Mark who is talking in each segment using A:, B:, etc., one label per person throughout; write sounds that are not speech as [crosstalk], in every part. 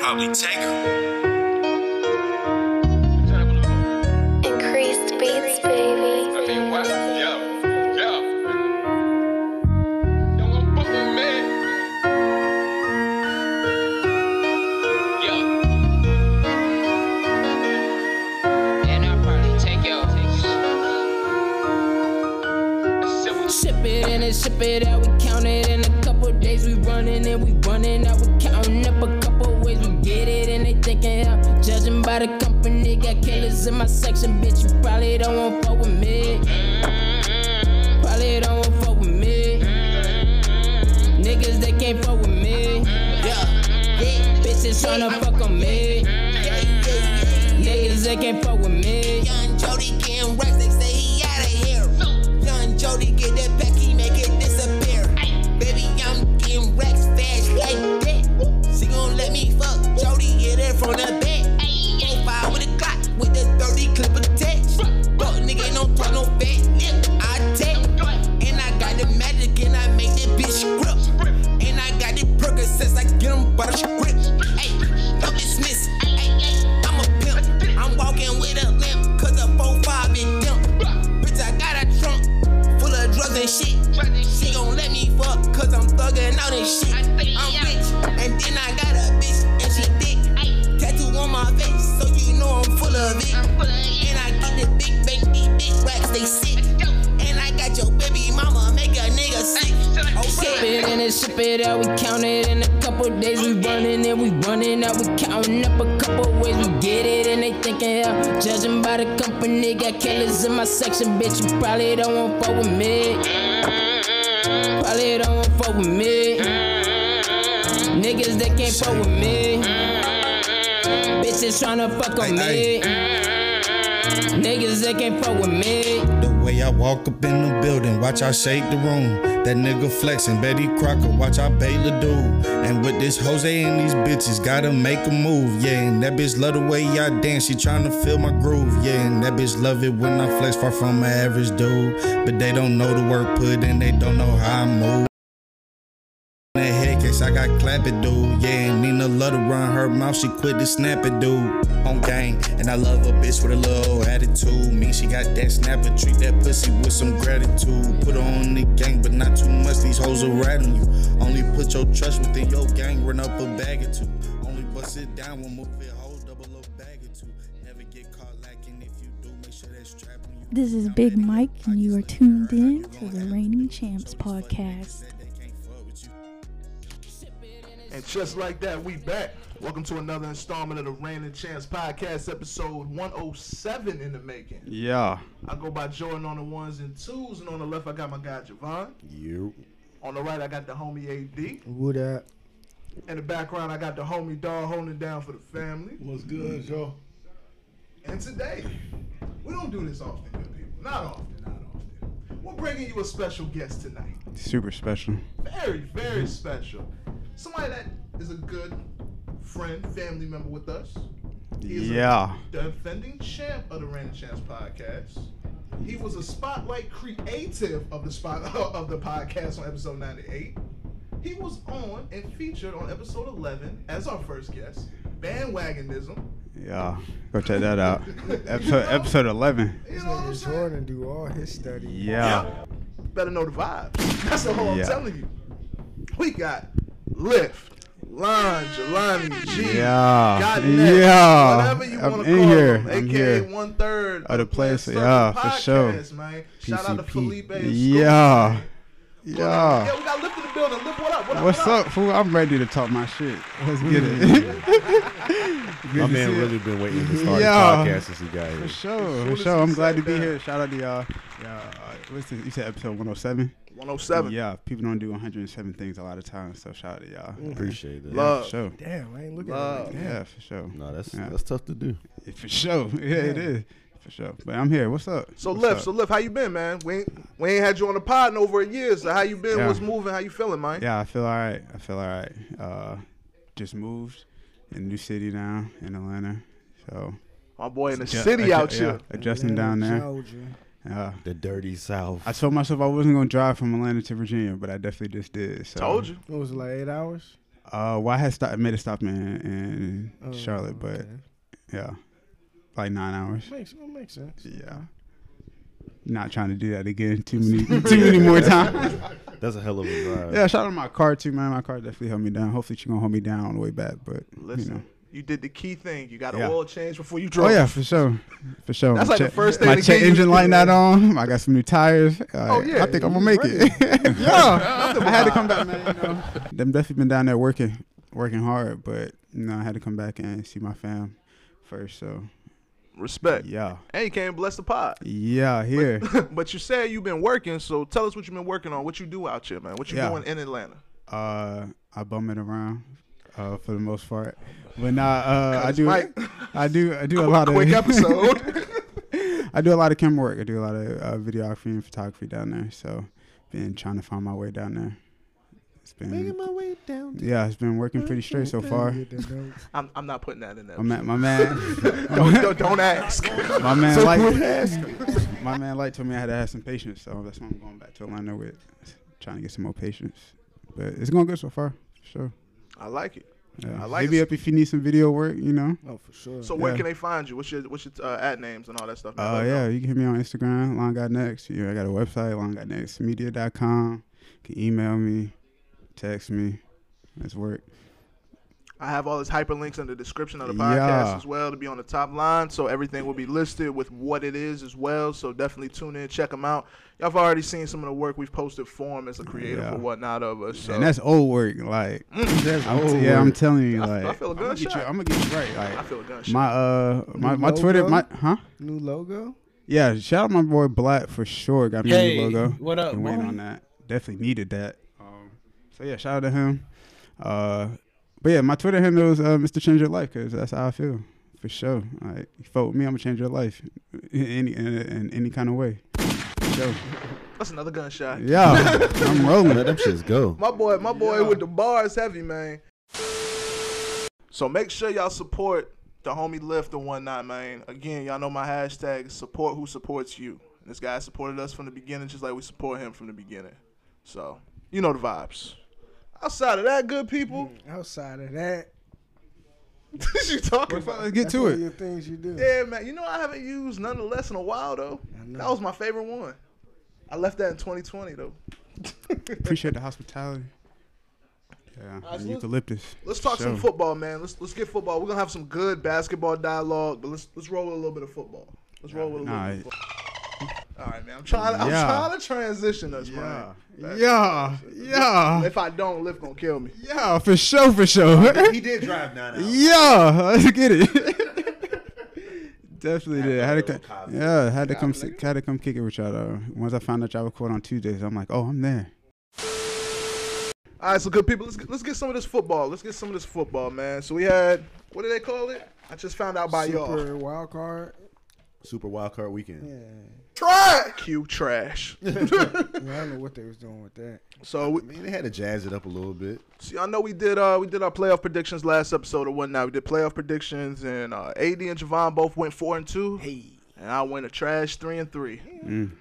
A: probably take her.
B: Increased beats, baby.
C: And I'll probably take your
D: Ship it in and ship it out. We count it in a couple days. We running and we running out. We counting up a couple ways. We get it and they thinking out. Judging by the company, got killers in my section, bitch. You probably don't want fuck with me. Probably don't want fuck with me. Niggas they can't fuck with me. Yeah, yeah. Bitches tryna fuck on me. Niggas they can't fuck with me.
E: Young Jody getting racks, they say he out of here. Young Jody get that back, he make it disappear. Baby, I'm getting racks fast like that. She gon' let me fuck Jody, get it from the back. Ain't five with a clock with the 30 clip attached. Fuck nigga, don't talk no fat lip. I tech. And I got the magic and I make that bitch grip. And I got the Percocets, I get them by the script. Hey, no dismiss. Ay, ay, I'm a pimp. I'm walking with a limp, cause a 4-5 been dump. Bitch, I got a trunk full of drugs and shit. She gon' let me fuck, cause I'm thugging out and shit. I'm rich, and then I got a bitch, and she thick. Tattoo on my face, so you know I'm full of it. And I get the big bank, these big racks, they sick. And I got your baby mama, make a nigga sick. Oh,
D: Ship
E: yeah.
D: it in and ship it out. We count it in a couple days. We running and we running out. We counting up a couple ways. We get it and they thinking out. Judging by the company, got killers in my section, bitch. You probably don't want fuck with me. Probably don't want fuck with me. Niggas that can't fuck with me. Bitches tryna fuck on
F: Hey,
D: me. Niggas that can't fuck with me.
F: The way I walk up in the building, watch I shake the room. That nigga flexing, Betty Crocker, watch I bail the dude. And with this Jose and these bitches, gotta make a move, yeah. And that bitch love the way I dance, she tryna feel my groove, yeah. And that bitch love it when I flex, far from my average dude. But they don't know the work put in, they don't know how I move. The head case, I got clap it, dude. Yeah, and Nina love to run her mouth. She quit to snap it, dude. On gang, and I love a bitch with a little attitude. Mean she got that snapper. Treat that pussy with some gratitude. Put her on the gang, but not too much. These hoes will rat on you. Only put your trust within your gang. Run up a bag or two. Only bust it down when move it. Hold double up bag or two. Never get caught lacking. If you do, make sure that's trapped when you.
G: This is Big Mike, and you are tuned in to the Reigning Champs podcast.
H: And just like that, we back. Welcome to another installment of the Random Chance Podcast, episode 107 in the making.
I: Yeah.
H: I go by Jordan on the ones and twos, and on the left, I got my guy Javon.
I: You.
H: On the right, I got the homie AD.
J: Who that?
H: In the background, I got the homie dog holding it down for the family.
J: What's good, Joe?
H: And today, we don't do this often, good people. Not often, not often. We're bringing you a special guest tonight.
I: Super special.
H: Very, very special. Somebody that is a good friend, family member with us. He is a
I: Yeah.
H: defending champ of the Random Chance podcast. He was a spotlight creative of the spot [laughs] of the podcast on episode 98. He was on and featured on episode 11 as our first guest, Bandwagonism.
I: Yeah. Go check that out.
H: [laughs]
I: episode episode eleven.
H: You know what I'm
J: Nigga
H: saying?
J: Jordan do all his study.
I: Yeah.
H: Better know the vibe. That's the whole
I: Yeah.
H: I'm telling you. We got Lift, Lon, Jelani, G,
I: Yeah.
H: Got
I: Yeah.
H: whatever you
I: I'm
H: want to
I: in
H: call
I: here.
H: them,
I: I'm
H: aka
I: here.
H: one third
I: Of the place,
H: Player
I: yeah,
H: Circle
I: for sure.
H: podcast, Man. Shout out to
I: PCP.
H: Felipe. and
I: Yeah.
H: Scoop. yeah,
I: Yeah.
H: we got Lift in the building. Lift, what up? What up?
I: What's
H: what
I: up, fool? I'm ready to talk my shit. Let's get it.
K: My
I: to
K: man
I: see it.
K: really been waiting to start
I: Yeah.
K: the podcast since he got
I: For
K: here.
I: sure.
H: soon
I: For
H: as
I: sure.
H: he
I: I'm glad
H: said
I: to be
H: that.
I: here. Shout out to y'all. Yeah. Uh, what's this? You said episode 107?
H: 107.
I: Yeah. People don't do 107 things a lot of times, so shout out to y'all.
K: Appreciate that.
I: Yeah,
H: Mm-hmm. Love.
I: for sure.
J: Damn, I ain't looking
H: Love.
J: at it.
I: Yeah, for sure.
K: No, that's
I: Yeah.
K: that's tough to do.
I: For sure. [laughs] Yeah, it is. For sure. But I'm here. What's up?
H: So
I: What's
H: Lift,
I: up?
H: so Lift, how you been, man? We ain't, we ain't had you on the pod in over a year. So how you been?
I: Yeah.
H: What's moving? How you feeling, man?
I: Yeah, I feel all right. I feel all right. Uh, just moved in a new city now in Atlanta. So
H: My boy in the
I: Yeah,
H: city
I: adju-
H: out
I: uh, yeah,
H: here.
I: adjusting down
J: Atlanta,
I: there.
J: Georgia.
I: Yeah.
K: The dirty South.
I: I told myself I wasn't gonna drive from Atlanta to Virginia, but I definitely just did. So.
H: Told you.
J: What was it, like eight hours?
I: Uh, well, I had stopped, made a stop in, in Charlotte, but
L: Oh, okay.
I: yeah, like nine hours.
L: makes it makes sense.
I: Yeah, not trying to do that again. Too many, [laughs] too many more times.
K: That's a hell of a drive.
I: Yeah, shout out my car too, man. My car definitely held me down. Hopefully, she gonna hold me down on the way back. But
H: Listen,
I: you
H: you,
I: know,
H: did the key thing. You got an
I: Yeah.
H: oil change before you
I: oh
H: drove.
I: yeah, for sure, for sure.
H: That's
I: My
H: like the
I: check-
H: first thing
I: My
H: to
I: check
H: get you-
I: engine light not on. I got some new tires. oh
H: yeah,
I: I think I'm gonna make [laughs] it. yeah, I had to come back, man. You know. Them definitely been down there working, working hard, but you know, I had to come back and see my fam first. So
H: Respect.
I: yeah,
H: And you came bless the pot.
I: yeah, here.
H: but you said you've been working, so tell us what you've been working on. What you do out here, man? What you
I: Yeah.
H: doing in Atlanta?
I: uh, I bum it around uh, for the most part, but nah, uh, I
H: Cause
I: do,
H: Mike-
I: I do, I do a lot of [laughs]
H: Quick episode.
I: I do a lot of camera work. I do a lot of uh, videography and photography down there. So, been trying to find my way down there. It's been,
L: my way down.
I: yeah, it's been working pretty straight so far.
H: [laughs] I'm, I'm not putting that in there.
I: My man, my man,
H: [laughs] Don't, don't,
I: [laughs]
H: don't ask.
I: my man, Light, [laughs] my man, Light told me I had to have some patience. So that's why I'm going back to Atlanta with, trying to get some more patience. But it's going good so far, for sure.
H: I like it.
I: Yeah.
H: I like
I: Hit me
H: it.
I: up if you need some video work, you know.
L: Oh, for sure.
H: So where
I: Yeah.
H: can they find you? What's your what's your uh, ad names and all that stuff? man?
I: Uh,
H: Let 'em
I: yeah,
H: know.
I: you can hit me on Instagram, Long Got Next. You know, I got a website, longgotnextmedia.com. You can email me, text me. That's work.
H: I have all these hyperlinks in the description of the podcast
I: Yeah.
H: as well to be on the top line, so everything will be listed with what it is as well. So definitely tune in, check them out. Y'all have already seen some of the work we've posted for him as a creator
I: Yeah.
H: for whatnot of us. So Mm,
I: And that's old work. Like, I'm t- yeah, I'm telling you, like,
H: I feel a
I: I'm gonna
H: good
I: get you,
H: shot.
I: I'm gonna get you right. Like,
H: I feel a gunshot.
I: my uh, my,
L: New
I: my Twitter,
L: logo?
I: my huh?
L: New logo.
I: Yeah, shout out my boy Black for sure. Got me
D: Hey,
I: a new logo.
D: what up,
I: Been waiting
D: boy?
I: on that. Definitely needed that. Um, so yeah, shout out to him. Uh, but yeah, my Twitter handle is uh, Mr. Change Your Life because that's how I feel for sure. Like, you fuck with me, I'm gonna change your life in any in, in any kind of way. For sure.
H: [laughs] that's another gunshot.
I: Yeah,
H: [laughs]
I: I'm rolling.
K: Let them shits go.
H: My boy, my boy with the bars heavy, man. So make sure y'all support the homie Lift and whatnot, man. Again, y'all know my hashtag is support who supports you. And this guy supported us from the beginning just like we support him from the beginning. So, you know the vibes. Outside of that, good people,
L: Outside of that,
H: [laughs] what you talking
I: Fuck,
H: about?
I: Let's get
L: that's
I: to
L: one of
I: it.
L: Your things you do.
H: Yeah, man. You know I haven't used nonetheless in a while though.
L: I know.
H: That was my favorite one. I left that in 2020 though.
I: Appreciate the hospitality. Yeah, and eucalyptus.
H: Let's talk some
I: Sure.
H: football, man. Let's let's get football. We're gonna have some good basketball dialogue, but let's let's roll with a little bit of football. Let's roll with a little
I: Nah,
H: bit. Of football. All right, man. I'm trying. I'm
I: Yeah.
H: trying to transition us,
I: Yeah,
H: man.
I: yeah, yeah,
H: If I don't, Lift gonna kill me.
I: yeah, for sure, for sure.
F: He did drive nine hours.
I: Yeah, let's get it. [laughs] Definitely did. I had to, come, yeah, I had to come, si- had to come kick it with y'all though. Once I found out y'all were court on Tuesdays, I'm like, oh, I'm there.
H: All right, so good people, let's get, let's get some of this football. Let's get some of this football, man. So we had what do they call it? I just found out by y'all.
L: Super wild
H: [laughs]
L: card.
K: Super wild card weekend.
L: Yeah.
H: Track Q trash.
L: Well, I don't know what they was doing with that.
H: so we,
K: I mean, they had to jazz it up a little bit.
H: See, I know we did uh we did our playoff predictions last episode or whatnot. We did playoff predictions, and uh, AD and Javon both went four and two. Hey. And I went a trash three and three.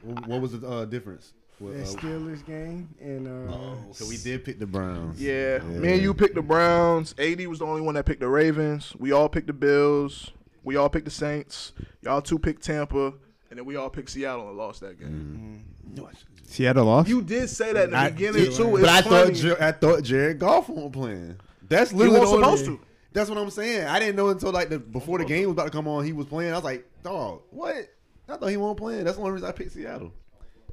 K: What, what was the uh, difference? What,
L: That Steelers game and uh,
K: oh, so we did pick the Browns.
H: Yeah. Me and you picked the Browns. AD was the only one that picked the Ravens. We all picked the Bills. We all picked the Saints. Y'all two picked Tampa, and then we all picked Seattle and lost that game.
I: Seattle lost.
H: You did say that in the
K: I
H: beginning
K: did,
H: too.
K: But
H: It's
K: I
H: funny.
K: thought Jer- I thought Jared Goff wasn't playing. That's literally
H: wasn't
K: the only-
H: supposed to.
K: That's what I'm saying. I didn't know until like the, before the game was about to come on, he was playing. I was like, dog, what? I thought he wasn't playing. That's the only reason I picked Seattle.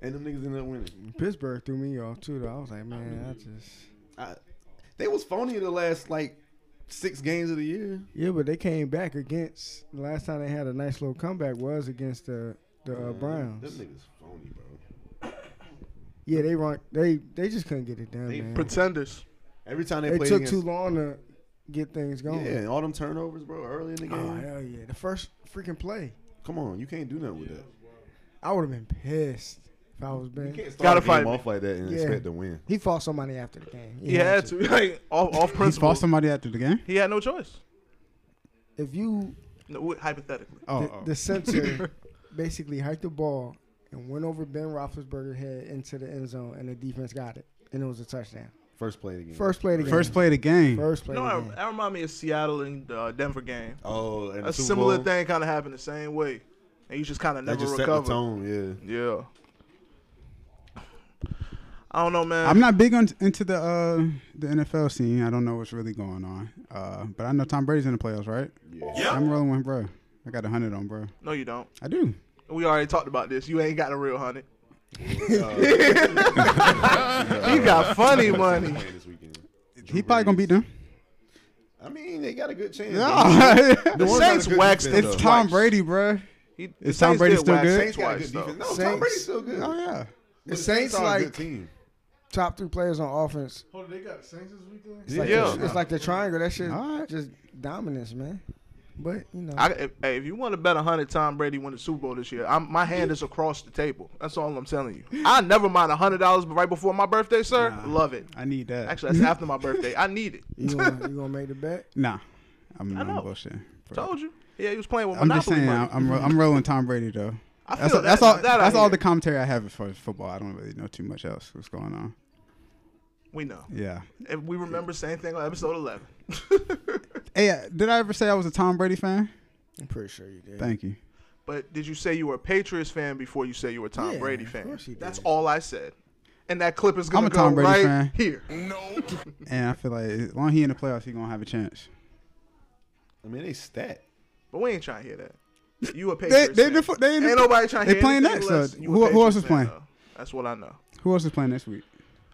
K: And them niggas ended up winning. Mm-hmm.
L: Pittsburgh threw me off too. Though I was like, man, I just
K: I, they was phony in the last like six games of the year.
L: yeah, but they came back against. The last time they had a nice little comeback was against the the uh,
K: Them
L: Browns.
K: niggas phony, bro.
L: Yeah, they run. They they just couldn't get it done,
K: They
L: man.
H: Pretenders.
K: Every time they,
L: It
K: played
L: took
K: against,
L: too long to get things going.
K: Yeah, and all them turnovers, bro, early in the game.
L: Oh hell yeah! The first freaking play,
K: Come on, you can't do nothing with that.
L: I would have been pissed if I was
K: You
L: Ben.
K: can't start
H: Gotta
K: a game
H: fight.
K: off like that and
L: Yeah.
K: expect to win.
L: He fought somebody after the game.
H: He had to [laughs] like off off
I: he
H: principle.
I: fought somebody after the game.
H: He had no choice.
L: If you
H: No, hypothetically.
I: Oh,
L: the, the
K: [laughs]
L: center basically hiked the ball and went over Ben Roethlisberger's head into the end zone, and the defense got it, and it was a touchdown.
F: First play of the game.
I: First play of the game.
G: First play of the game.
I: First play.
H: No,
I: of the
H: I,
I: game.
H: I remind me of Seattle and the uh, Denver game.
F: Oh, and
H: a
F: the Super
H: similar
F: Bowl.
H: thing kind of happened the same way, and you just kind of
F: That
H: never
F: just set the
H: recovered.
F: tone.
H: Yeah. I don't know, man.
G: I'm not big on into the uh, the NFL scene. I don't know what's really going on. Uh, but I know Tom Brady's in the playoffs, right?
F: Yeah.
G: I'm rolling with him, bro. I got a hundred on, bro.
H: No, you don't.
G: I do.
H: We already talked about this. You ain't got a real [laughs]
F: [laughs]
H: honey.
F: Yeah.
H: You got funny money.
F: This weekend.
G: He probably gonna beat them.
F: I mean, they got a good chance.
G: No.
H: The
F: Warriors
H: Saints
F: got a good
H: waxed
F: defense,
H: it
G: it's
F: though.
G: Tom
H: twice.
G: Brady, bro.
H: He,
G: Is
H: the
G: Tom
H: Saints
G: Brady
H: did
G: still
H: wax
G: good?
F: Saints got a
H: Twice,
F: good
H: though.
F: defense. No, Tom
I: Saints-
F: Brady's still good.
G: Oh yeah.
I: The Saints
F: are a good
I: like
F: team.
I: top three players on offense.
K: Hold on, they got Saints this weekend.
I: It's like
H: Yeah.
I: the, it's like the triangle. That shit
G: All right.
I: just dominance, man. But you know,
H: I, if, hey, if you want to bet a hundred Tom Brady win the Super Bowl this year, I'm, my hand is across the table. That's all I'm telling you. I never mind a hundred dollars, but right before my birthday, sir,
G: Nah.
H: love it.
G: I need that.
H: Actually, that's after my birthday. I need
G: [laughs]
H: it.
I: you gonna, you gonna make the bet?
G: nah. I'm,
H: I
G: I'm
H: know.
G: bullshitting. bro.
H: Told you. Yeah, he was playing with
G: I'm
H: Monopoly
G: just saying.
H: money.
G: I'm I'm, ro-
H: [laughs]
G: I'm rolling Tom Brady though.
H: I
G: That's,
H: feel
G: that's
H: that-
G: all.
H: that I
G: that's all
H: hear.
G: the commentary I have for football. I don't really know too much else. What's going on?
H: we know.
G: Yeah.
H: And we remember same thing on episode 11.
G: Hey, uh, did I ever say I was a Tom Brady fan?
I: I'm pretty sure you did.
G: Thank you.
H: But did you say you were a Patriots fan before you say you were a Tom
I: Yeah,
H: Brady
I: of
H: fan?
I: course he did.
H: That's all I said. And that clip is
G: I'm
H: going
G: a
H: to go
G: Tom Brady
H: right
G: fan.
H: here.
G: And I feel like as long as he in the playoffs, he gonna have a chance.
F: I mean, they stat.
H: But we ain't trying to hear that. You a
G: They
H: Patriots
G: they,
H: fan.
G: the, fo- they, in the-
H: Ain't nobody trying to
G: They
H: hear
G: playing
H: anything
G: next. Uh,
H: less you a
G: who who else
H: Patriots
G: is
H: fan,
G: playing?
H: though. That's what I know.
G: Who else is playing next week?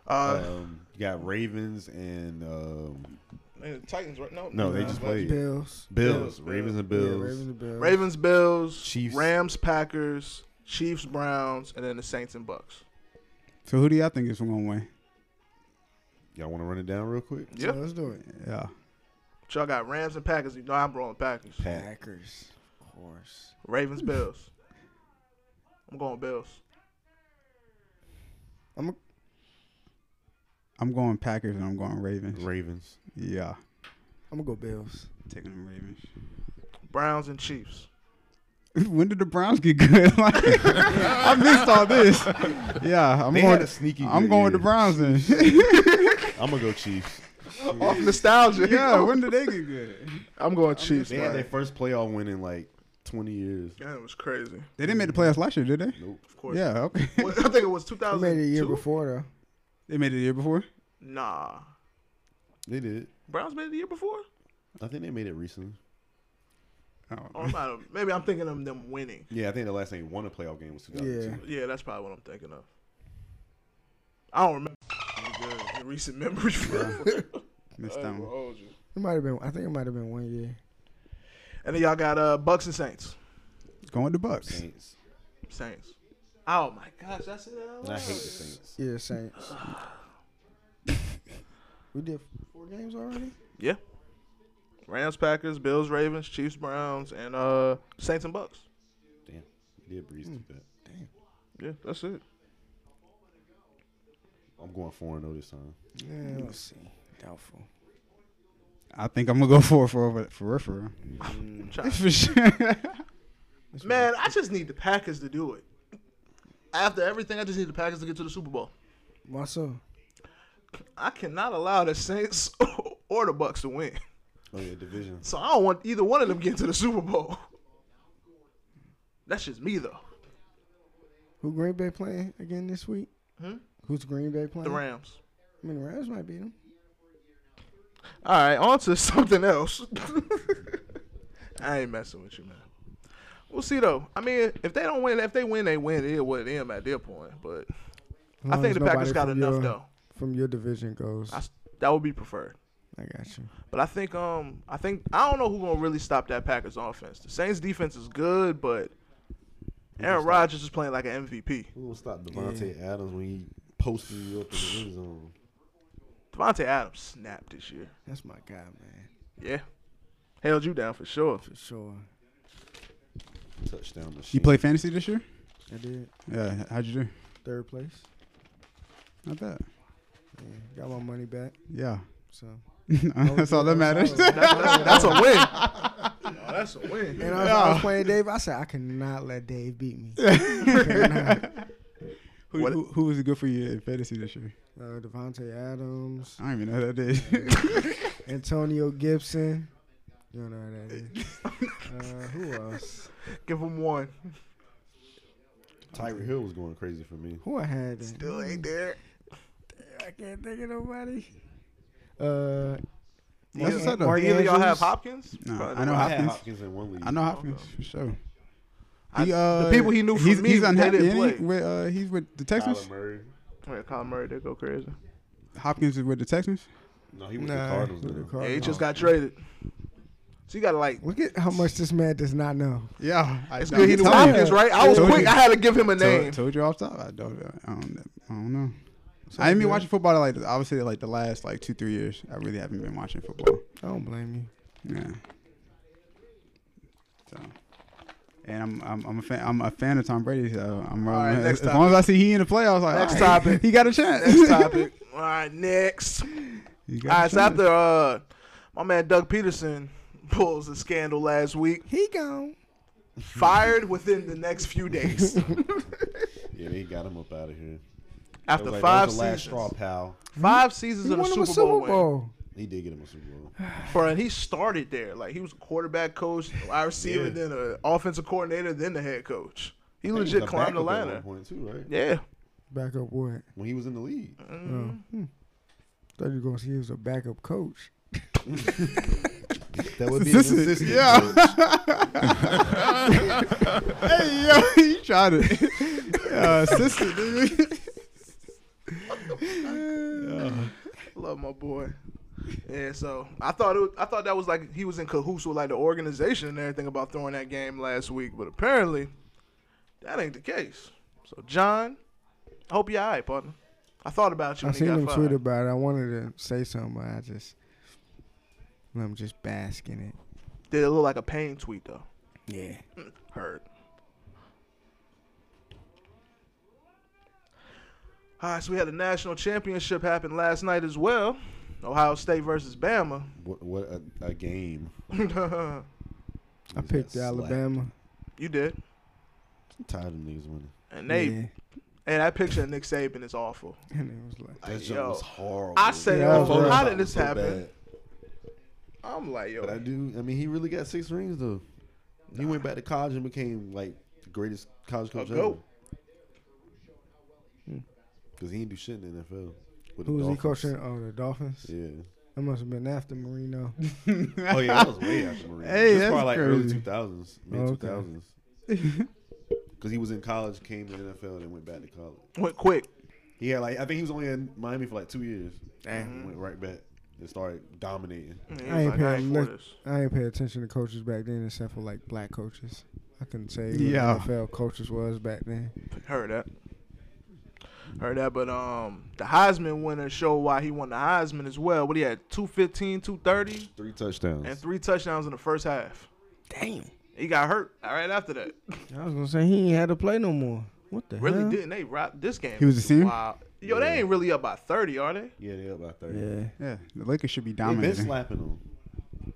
H: Uh,
F: Um, you got Ravens and um,
H: the Titans, right? No,
F: no, they just played Bills.
I: Bills.
F: Ravens and
I: Yeah,
F: Bills.
I: Ravens and Bills.
H: Ravens, Bills,
F: Chiefs.
H: Rams, Packers, Chiefs, Browns, and then the Saints and Bucks.
G: So who do y'all think is gonna win?
F: Y'all want to run it down real quick?
I: So
H: Yep.
I: let's do it.
G: Yeah.
H: But y'all got Rams and Packers. You know I'm rolling Packers.
F: Pat.
I: Packers, of course.
H: Ravens, Bills. I'm going Bills.
I: I'm a,
G: I'm going Packers and I'm going Ravens.
F: Ravens.
G: Yeah.
I: I'm gonna go Bills.
G: Taking them Ravens.
H: Browns and Chiefs.
G: [laughs] when did the Browns get good? [laughs] like, I missed all this. Yeah, I'm
F: They
G: going.
F: had a sneaky
G: I'm
F: good
G: going with the
F: year.
H: [laughs]
G: Browns then.
F: I'm gonna go Chiefs.
H: Off nostalgia.
G: yeah, when did they get good?
H: I'm going Chiefs.
F: They had their first playoff win in like 20 years.
H: Damn, it was crazy.
G: They didn't make the playoffs last year, did they?
F: Nope.
H: Of course.
G: Yeah, okay.
H: [laughs] What- I think it was
I: We
H: 2002.
I: made it a year before
G: they made it the year before.
H: Nah.
F: They did.
H: Browns made it the year before?
F: I think they made it recently.
G: Oh,
H: Or I'm not- maybe I'm thinking of them winning.
F: Yeah, I think the last thing they won a playoff game was
I: though.
F: 2002.
I: Yeah.
H: Yeah, that's probably what I'm thinking of. I don't remember. Good. Recent memory.
G: missed that one.
I: It might have been. I think it might have been one year.
H: and then y'all got uh, Bucks and Saints.
G: Going with the Bucks.
F: Saints.
H: Saints. Oh my gosh, that's it. out
F: And I
H: loud.
F: hate the Saints.
I: Yeah, Saints. we did four games already.
H: Yeah. Rams, Packers, Bills, Ravens, Chiefs, Browns, and uh, Saints and Bucks.
F: Damn. They did breeze through that.
H: Yeah, that's it.
F: I'm going 4 0 this time.
I: Yeah, we'll see. Doubtful.
G: I think I'm gonna go for for over for real, for real.
F: Mm.
G: [laughs]
H: I'm trying-
G: For sure.
H: Man, I just need the Packers to do it. After everything, I just need the Packers to get to the Super Bowl.
I: Myself.
H: I cannot allow the Saints or the Bucks to win.
F: Oh, yeah, division.
H: So I don't want either one of them getting to the Super Bowl. That's just me though.
I: Who Green Bay playing again this week?
H: Hmm?
I: Who's Green Bay playing?
H: The Rams.
I: I mean, the Rams might beat them.
H: All right, on to [laughs] something else. I ain't messing with you, man. We'll see though. I mean, if they don't win, if they win, they win. It is what it is at their point. But I think the Packers got enough though.
I: From your division goes,
H: I
I: I,
H: s that would be preferred.
I: got you.
H: But I think um I think I don't know who's gonna really stop that Packers offense. The Saints defense is good, but Aaron Rodgers is playing like an MVP.
F: Who gonna stop Devontae Adams when he posting you up in the end zone?
H: Devontae Adams snapped this year.
I: That's my guy, man,
H: Yeah, held you down for sure.
I: for sure.
F: Touchdown machine.
G: you play fantasy this year?
I: I did
G: Yeah. How'd you do?
I: third place.
G: Not bad.
I: Yeah, got my money back,
G: Yeah.
I: so
G: [laughs] That's all that
H: [laughs]
G: matters.
H: That's a win.
I: [laughs]
H: Oh, that's a win.
G: [laughs]
I: Uh, And I was, I was playing Dave. I said I cannot let Dave beat me.
G: Who, who, who was good for you in fantasy this year?
I: Uh, Devontae Adams.
G: I don't even know who that is.
I: Antonio Gibson. You don't know who that is. uh, who else?
H: Give him one.
F: Tyreek Hill was going crazy for me.
I: Who I had? then?
H: Still ain't there.
I: I can't think of nobody. Uh,
H: Either,
G: That's what's up, though.
H: either y'all have Hopkins?
G: Nah,
H: Probably
G: I know
H: not.
F: I had
G: Hopkins.
F: Hopkins in one league.
G: I know Hopkins for sure.
H: I-
G: He, uh,
H: the people he knew from
G: he's,
H: me,
G: he's
H: they
G: unhappy.
H: didn't
G: ain't he?
H: play.
G: With, uh, he's with the Texans.
F: Kyler Murray.
H: Yeah, Kyle Murray did go crazy.
G: Hopkins is with the Texans.
F: No, he was
I: Nah,
F: the Cardinals.
I: with the
F: now.
H: Yeah,
I: Cardinals.
H: he just got traded. So you got to like.
I: Look at how much this man does not know.
G: Yeah, I,
H: It's
G: I
H: good he knew
G: told you.
H: Hopkins, right? I was
G: Told
H: quick.
G: you.
H: I had to give him a name.
G: Told, told you off top. I don't. I don't, I don't know. I ain't been watching football like obviously like the last like two three years. I really haven't been watching football.
I: I don't blame you.
G: Yeah. So, and I'm I'm I'm a fan I'm a fan of Tom Brady. So I'm
H: All right,
G: rolling.
H: next
G: as long as I see he in the playoffs, like
H: Next
G: all right,
H: topic.
G: [laughs] he got a chance.
H: Next topic. All right, next.
G: He
H: All
G: got a
H: right, so
G: chance.
H: after uh, my man Doug Peterson pulls a scandal last week,
I: He gone.
H: fired within the next few days
F: Yeah, they got him up out of here. That
H: after
F: was like- that
H: five
F: was the last straw,
H: seasons,
F: pal.
H: five seasons
I: He
H: of a
I: won him
H: Super,
I: a Super
H: Bowl, win.
I: Bowl.
F: He did get him a Super Bowl.
H: Bro, and he started there. Like he was a quarterback coach, wide receiver,
F: Yeah.
H: then an offensive coordinator, then the head coach. He
F: He was
H: legit
F: a
H: climbed the
F: backup at
H: ladder.
F: one point too, right?
H: Yeah,
I: Back up what?
F: When he was in the league.
H: Uh-huh.
I: Oh. Hmm. Thought you were gonna see he was a backup coach.
F: That would be
G: This is-
F: consistent.
G: yeah.
F: coach.
G: [laughs] Hey yo, he tried it. [laughs] uh, sister, nigga.
H: love my boy. Yeah, so I thought it was, I thought that was like he was in cahoots with like the organization and everything about throwing that game last week, but apparently that ain't the case. So John, I hope you're alright, partner. I thought about you.
I: I
H: when he
I: seen
H: got
I: him
H: fired.
I: tweet about it. I wanted to say something, but I just let him just bask in it.
H: Did it look like a pain tweet though?
I: Yeah.
H: Heard. All right, so we had a national championship happen last night as well. Ohio State versus Bama.
F: What, what a, a game.
I: I
F: Niggas
I: picked
F: got
I: Alabama.
H: you did,
F: slapped. I'm tired of them niggas winning.
H: and they
I: Yeah.
H: and that picture of Nick Saban is awful.
I: [laughs] And it was like
F: That
H: Like,
F: jump
H: yo,
F: was horrible.
H: I say,
I: Yeah,
H: oh,
I: I was
H: how
F: It
H: did
F: was
H: this
F: so
H: happen?
F: bad.
H: I'm like, yo,
F: But I do. I mean, he really got six rings though. He went back to college and became like the greatest college coach ever.
H: goat.
I: Hmm.
F: Because he didn't do shit in the NFL. With the
I: who was he
F: Dolphins.
I: coaching? Oh, the Dolphins.
F: Yeah.
I: That must have been after Marino.
F: Oh yeah, that was way after Marine.
G: Hey,
F: This was probably like
G: that's
F: early
G: crazy.
F: two thousands, mid
I: Oh,
F: two
I: okay.
F: thousands. [laughs] Because he was in college, came to the NFL, and went back to college.
H: went quick.
F: He had like I think he was only in Miami for like two years. Damn. Went right back and started dominating.
H: And he
I: I ain't
H: was like, I
I: paying
H: ain't for
I: no-
H: this.
I: I ain't pay attention to coaches back then except for like black coaches. I couldn't say who
G: Yeah.
I: NFL coaches was back then.
H: Heard that. Heard that, but um, the Heisman winner showed why he won the Heisman as well. What he had 215, 230,
F: Three touchdowns.
H: and three touchdowns in the first half. Damn. He got hurt right after that.
I: I was gonna say he ain't had to play no more. What the
H: Really
I: hell?
H: didn't. They rocked this game.
G: Uh-huh. He was a senior?
H: Wow. Yo, they ain't really up by 30, are they?
F: yeah, they up by thirty.
I: Yeah.
G: yeah, the Lakers should be
F: They been
G: dominating.
F: slapping them.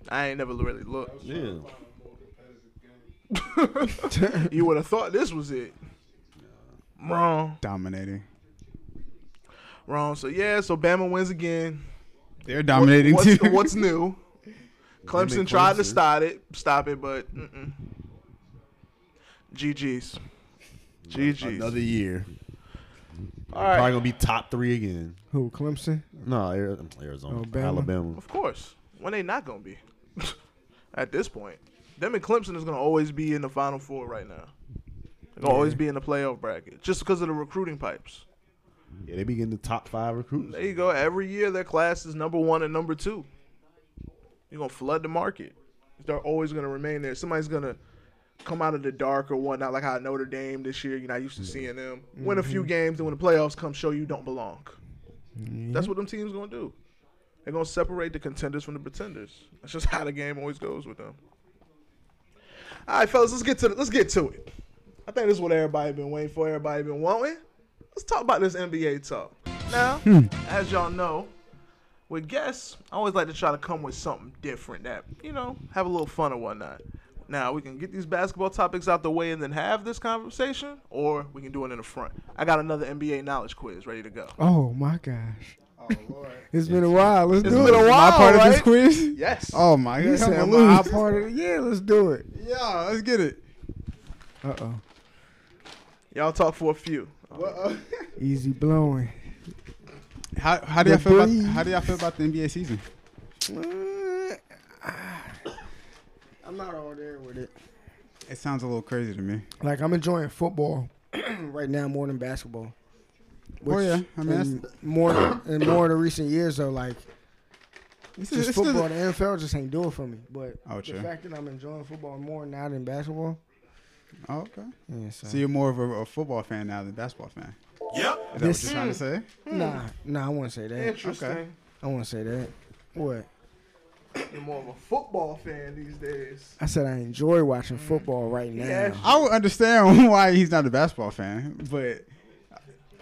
H: I ain't never really looked.
F: Yeah.
H: [laughs] you would have thought this was it. Wrong.
G: Dominating.
H: Wrong. So, yeah, so Bama wins again.
G: They're dominating
H: what's,
G: too.
H: what's new? Clemson
G: [laughs]
F: make
H: tried to
F: Clemson.
H: stop it, stop it, but mm-mm. GG's. GG's.
F: Another year.
H: All right.
F: Probably gonna be top three again.
I: Who? Clemson?
F: No, Ari- Arizona,
I: Alabama.
F: Alabama.
H: Of course. When they not gonna be. [laughs] At this point, them and Clemson is gonna always be in the Final Four right now. They're gonna always be in the playoff bracket just because of the recruiting pipes.
F: Yeah, they be getting the top five recruits.
H: There you go. Every year their class is number one and number two. You're gonna flood the market. They're always gonna remain there. Somebody's gonna come out of the dark or whatnot, like how Notre Dame this year. You're not used to seeing them win a few games, and when the playoffs come, show you don't belong. [laughs] That's what them teams gonna do. They're gonna separate the contenders from the pretenders. That's just how the game always goes with them. All right, fellas, let's get to the, let's get to it. I think this is what everybody been waiting for. Everybody been wanting. Let's talk about this NBA talk. Now, as y'all know, with guests, I always like to try to come with something different that you know have a little fun or whatnot. Now we can get these basketball topics out the way and then have this conversation, or we can do it in the front. I got another NBA knowledge quiz ready to go.
I: Oh my gosh. [laughs] It's been a while. Let's do it.
H: been a while,
I: my part of this
H: right? [laughs]
I: quiz.
H: Yes.
G: Oh my
I: He
G: god,
I: said,
G: I'm
I: "My [laughs]
G: loose.
I: part of it." Yeah, let's do it.
G: Yeah, let's get it.
I: Uh oh.
H: Y'all talk for a few.
I: Easy blowing.
G: How how do
I: The
G: y'all feel
I: breeze.
G: about how do y'all feel about the NBA season?
I: [sighs] I'm not all there with it.
G: It sounds a little crazy to me.
I: Like I'm enjoying football [clears throat] right now more than basketball.
G: Oh, yeah. I mean, that's-
I: in more in more of the recent years though, like
G: [laughs] It's
I: just
G: it's
I: football, the NFL just ain't doing for me. But
G: Oh,
I: the
G: true.
I: fact that I'm enjoying football more now than basketball,
G: oh, okay.
I: yeah, so,
G: So you're more of a, a football fan now than a basketball fan. Yep. Is that
I: This-
G: what you're trying to say?
I: nah, nah, I wouldn't say that.
H: Interesting.
G: Okay.
I: I wouldn't say that. What?
H: You're more of a football fan these days.
I: I said I enjoy watching football right now.
H: Yeah.
G: I would understand [laughs] why he's not a basketball fan, but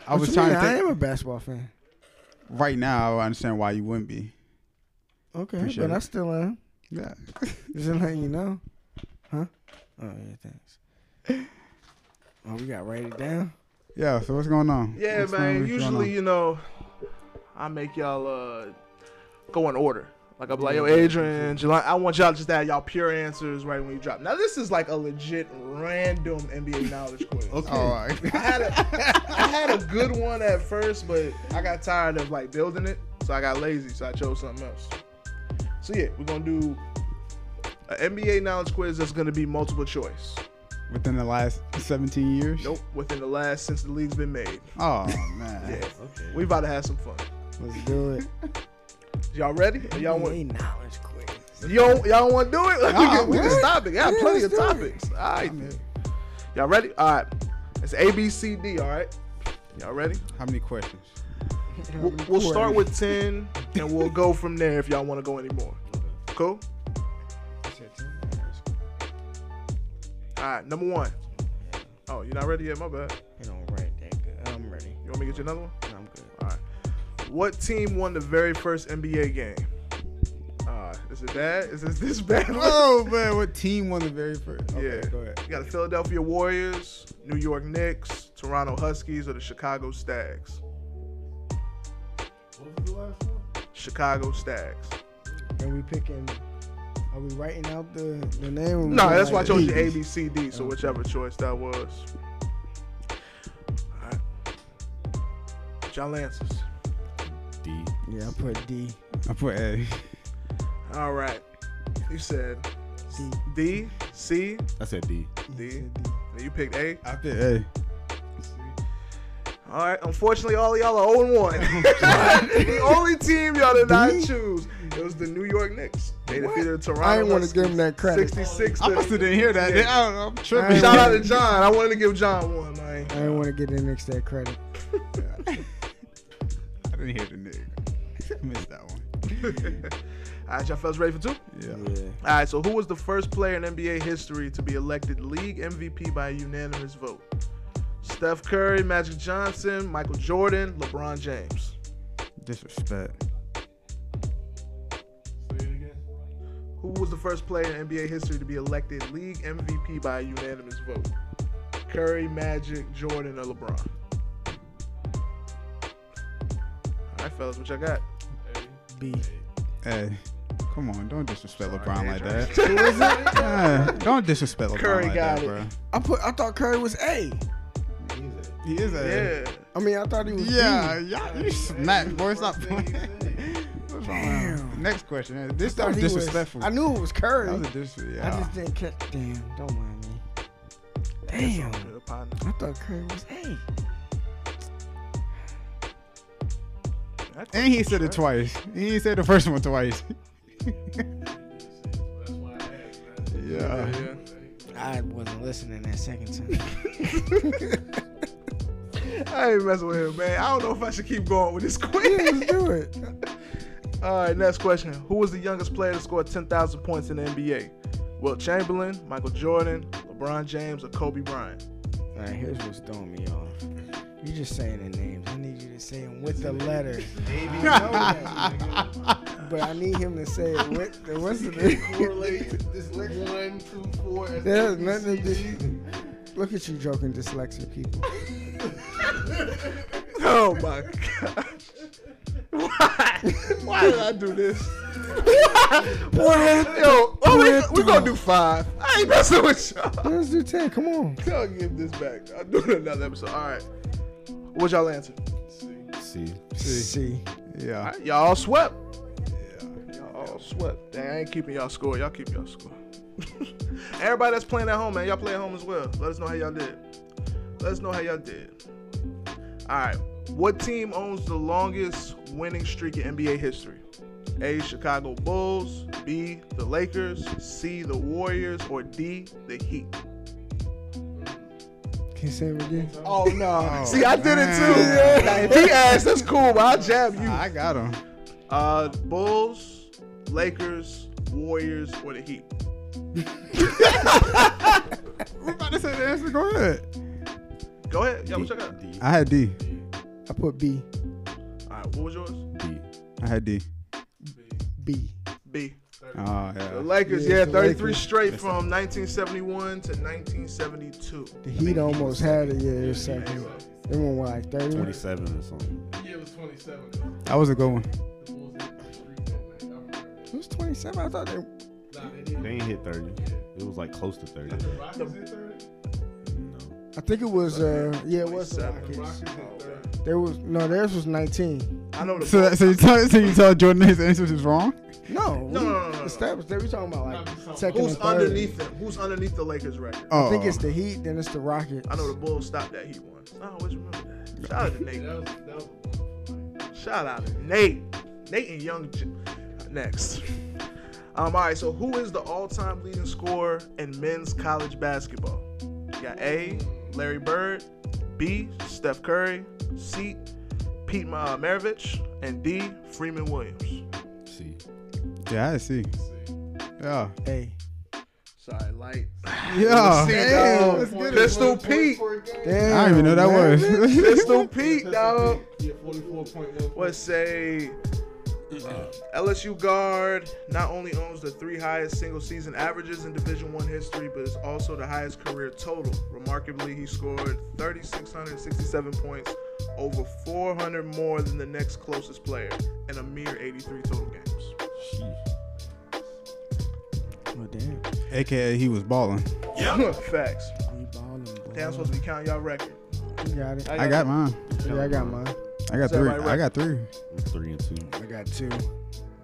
G: I
I: What
G: was
I: you
G: trying
I: mean?
G: to
I: I
G: think.
I: am a basketball fan.
G: Right now, I understand why you wouldn't be.
I: Okay,
G: Appreciate
I: but
G: it.
I: I still am.
G: Yeah. [laughs]
I: Just to let you know. Huh? Oh yeah, thanks.
G: [laughs]
I: Oh, we got write it down.
G: Yeah. So what's going on?
H: Yeah,
G: What's going-
H: man.
G: what's going
H: Usually,
G: on?
H: you know, I make y'all uh, go in order. Like I'm like, yo, Adrian, Jelani, I want y'all just to have y'all pure answers right when you drop. Now this is like a legit random NBA knowledge quiz.
G: All right.
H: [laughs] I had a, I had a good one at first, but I got tired of like building it, so I got lazy, so I chose something else. So yeah, we're gonna do an NBA knowledge quiz that's gonna be multiple choice.
G: Within the last 17 years.
H: Nope, within the last since the league's been made. [laughs]
G: Oh man.
H: Yeah, we about to have some fun.
I: Let's do it.
H: [laughs] Y'all ready? Or y'all want?
I: need knowledge quiz.
H: You don't, y'all want to do it? Like, we,
G: Nah,
H: can, [laughs] we can
G: what?
H: stop it. Got
I: Yeah,
H: plenty of
I: let's do it.
H: topics. All right, man. Y'all ready? All right. It's A, B, C, D. All right. Y'all ready?
G: How many questions?
H: We'll, we'll start with 10 and we'll go from there if y'all want to go any more. Cool? All right. Number one. Oh, you're not ready yet? My bad.
E: It don't write that good. I'm ready.
H: You want me to get you another one?
E: I'm good.
H: All right. What team won the very first NBA game? Uh, is it bad? Is this this bad?
G: Oh man, what team won the very first? Okay,
H: yeah.
G: Go ahead.
H: You got the Philadelphia Warriors, New York Knicks, Toronto Huskies, or the Chicago Stags.
F: What was the last one?
H: Chicago Stags.
I: And we picking. Are we writing out the the name? or we
H: No,
I: doing
H: that's why I
I: like
H: chose you
I: the
H: A,
I: easy?
H: B, C, D. So whichever choice that was. All right. Y'all answers.
F: D.
I: Yeah, I put D.
G: I put A.
H: All right. You said
I: D.
H: D, C,
F: I said D.
H: D. And you picked A.
G: I picked A.
H: All right. Unfortunately, all of y'all are 0 1. the only team y'all did not choose it was the New York Knicks. They defeated Toronto.
I: I didn't want to
H: Huskies
I: give him that credit.
H: 66.
G: I must have didn't hear that.
H: Yeah.
G: I don't know. [laughs] I'm
I: I
G: tripping.
I: ain't
H: Shout out
I: wanna-
H: to John. I wanted to give John one, man.
I: I didn't want to get the Knicks
H: [laughs]
I: that credit.
G: I didn't hear the nigga. I missed that one.
H: All right, y'all fellas ready for two?
G: Yeah.
H: All right, so who was the first player in NBA history to be elected league MVP by a unanimous vote? Steph Curry, Magic Johnson, Michael Jordan, LeBron James.
G: Disrespect.
H: Who was the first player in NBA history to be elected league MVP by a unanimous vote? Curry, Magic, Jordan, or LeBron? All right, fellas, what y'all got?
I: B.
G: Hey, come on! Don't disrespect LeBron like
H: [laughs]
G: that. Yeah, don't disrespect LeBron
H: Curry
G: like
H: got
G: that,
H: it.
G: bro.
I: I put. I thought Curry was A.
G: He is a.
H: Yeah.
I: I mean, I thought he was.
G: Yeah,
I: B.
G: yeah, you smack, boy. [laughs] Stop playing. What's wrong? Next question. eh, This
I: I
G: stuff
I: thought he was-
G: disrespectful.
I: I knew it was Curry.
G: That was a disrespect.
I: I
G: Yeah.
I: just didn't catch. Damn, don't mind me. Damn,
H: Good partner.
I: I thought Curry was A.
G: And he said it twice. He said the first one twice. [laughs] yeah.
H: Yeah.
I: I wasn't listening that second time. [laughs]
H: I ain't messing with him, man. I don't know if I should keep going with this quiz.
I: Let's do [laughs] it.
H: All right, next question. Who was the youngest player to score 10,000 points in the NBA? Will Chamberlain, Michael Jordan, LeBron James, or Kobe Bryant?
I: All right, here's what's throwing me off. You [laughs] just saying the names. I need you to say them with the letters. I know that. but I need him to say what the what's the
K: this one, two, four. and
I: That has nothing to do. Look at you joking, dyslexic
K: [laughs]
I: people.
D: Oh my god. Why? Why did I do this? Why? Yo, oh, we, we gonna do five. I ain't messing with y'all.
I: Let's do ten. Come on.
H: I'll give this back. I'll do it another episode. All right. What's y'all answer?
F: See,
I: See.
H: All
G: Yeah.
H: right, y'all swept. Y'all swept. Dang, I ain't keeping y'all score. Y'all keep y'all score. [laughs] Everybody that's playing at home, man, y'all play at home as well. Let us know how y'all did. Let us know how y'all did. All right. What team owns the longest winning streak in NBA history? A. Chicago Bulls. B. The Lakers. C. The Warriors. Or D. The Heat.
I: Can you say it again?
H: Oh no! See, I did it too. Now, if he asked, that's cool, but I'll jab you.
G: I got him.
H: Uh, Bulls, Lakers, Warriors, or the Heat.
G: We about to say the answer. Go ahead.
H: Go ahead, y'all check out.
G: I had D.
I: I put B.
H: All right, what was yours?
F: D.
G: I had D.
I: B.
H: B.
G: Oh
H: The
G: yeah.
H: Lakers,
I: Yeah,
H: yeah,
I: the
H: 33
I: Lakers.
H: straight from 1971 to 1972.
I: The Heat almost had it. Yeah, it's second. They won what, like thirty.
F: twenty-seven or something.
K: Yeah, it was 27.
G: That was a good one.
K: The Bulls hit the streak that night. I remember.
I: It was twenty-seven. I thought they.
K: Nah, they didn't.
F: They ain't hit thirty. It was like close to thirty.
K: The Rockets hit 30.
F: No.
I: I think it was. Uh, yeah, it was the
H: 27.
K: The Rockets
I: Rockets.
K: hit 30.
I: There was no. Theirs was nineteen.
H: I know the.
G: So, that- so you tell so you tell Jordan his answer was wrong.
I: No.
H: no,
I: we
H: no, no, no.
I: Established. They were talking about
K: Nah, we
I: like
K: talking-
I: second
H: Who's
I: and third.
H: underneath them? Who's underneath the Lakers record?
G: Oh,
I: I think it's the Heat, then it's the Rockets.
H: I know the Bulls stopped that Heat one. I always remember that. Shout out to Nate.
K: That was, that was a wonderful night.
H: Shout out to Nate. Nate and Young J- next. Um, all right, so who is the all-time leading scorer in men's college basketball? You got A, Larry Bird, B, Steph Curry, C, Pete Ma- uh, Maravich, and D, Freeman Williams.
F: See,
G: yeah. I had C. Yeah.
I: Hey,
H: Sorry, light.
G: Yeah.
H: See,
G: Hey,
H: dog.
G: let's get it.
H: Pistol Pete.
I: damn,
G: I didn't even know that [laughs]
I: man.
G: was.
H: Pistol Pete, dog.
K: Yeah, 44.1.
H: Let's say uh, LSU guard not only owns the three highest single season averages in Division One history, but is also the highest career total. Remarkably, he scored 3,667 points, over 400 more than the next closest player, in a mere 83 total games. [laughs]
I: Well, damn.
G: AKA he was balling.
H: Facts.
I: We balling, boy.
H: Damn, supposed to be counting y'all record.
I: You got it.
G: I got mine.
I: Yeah, I got mine.
G: I got
H: So
G: three.
H: everybody
G: I got three.
F: I'm three and two.
I: I got two.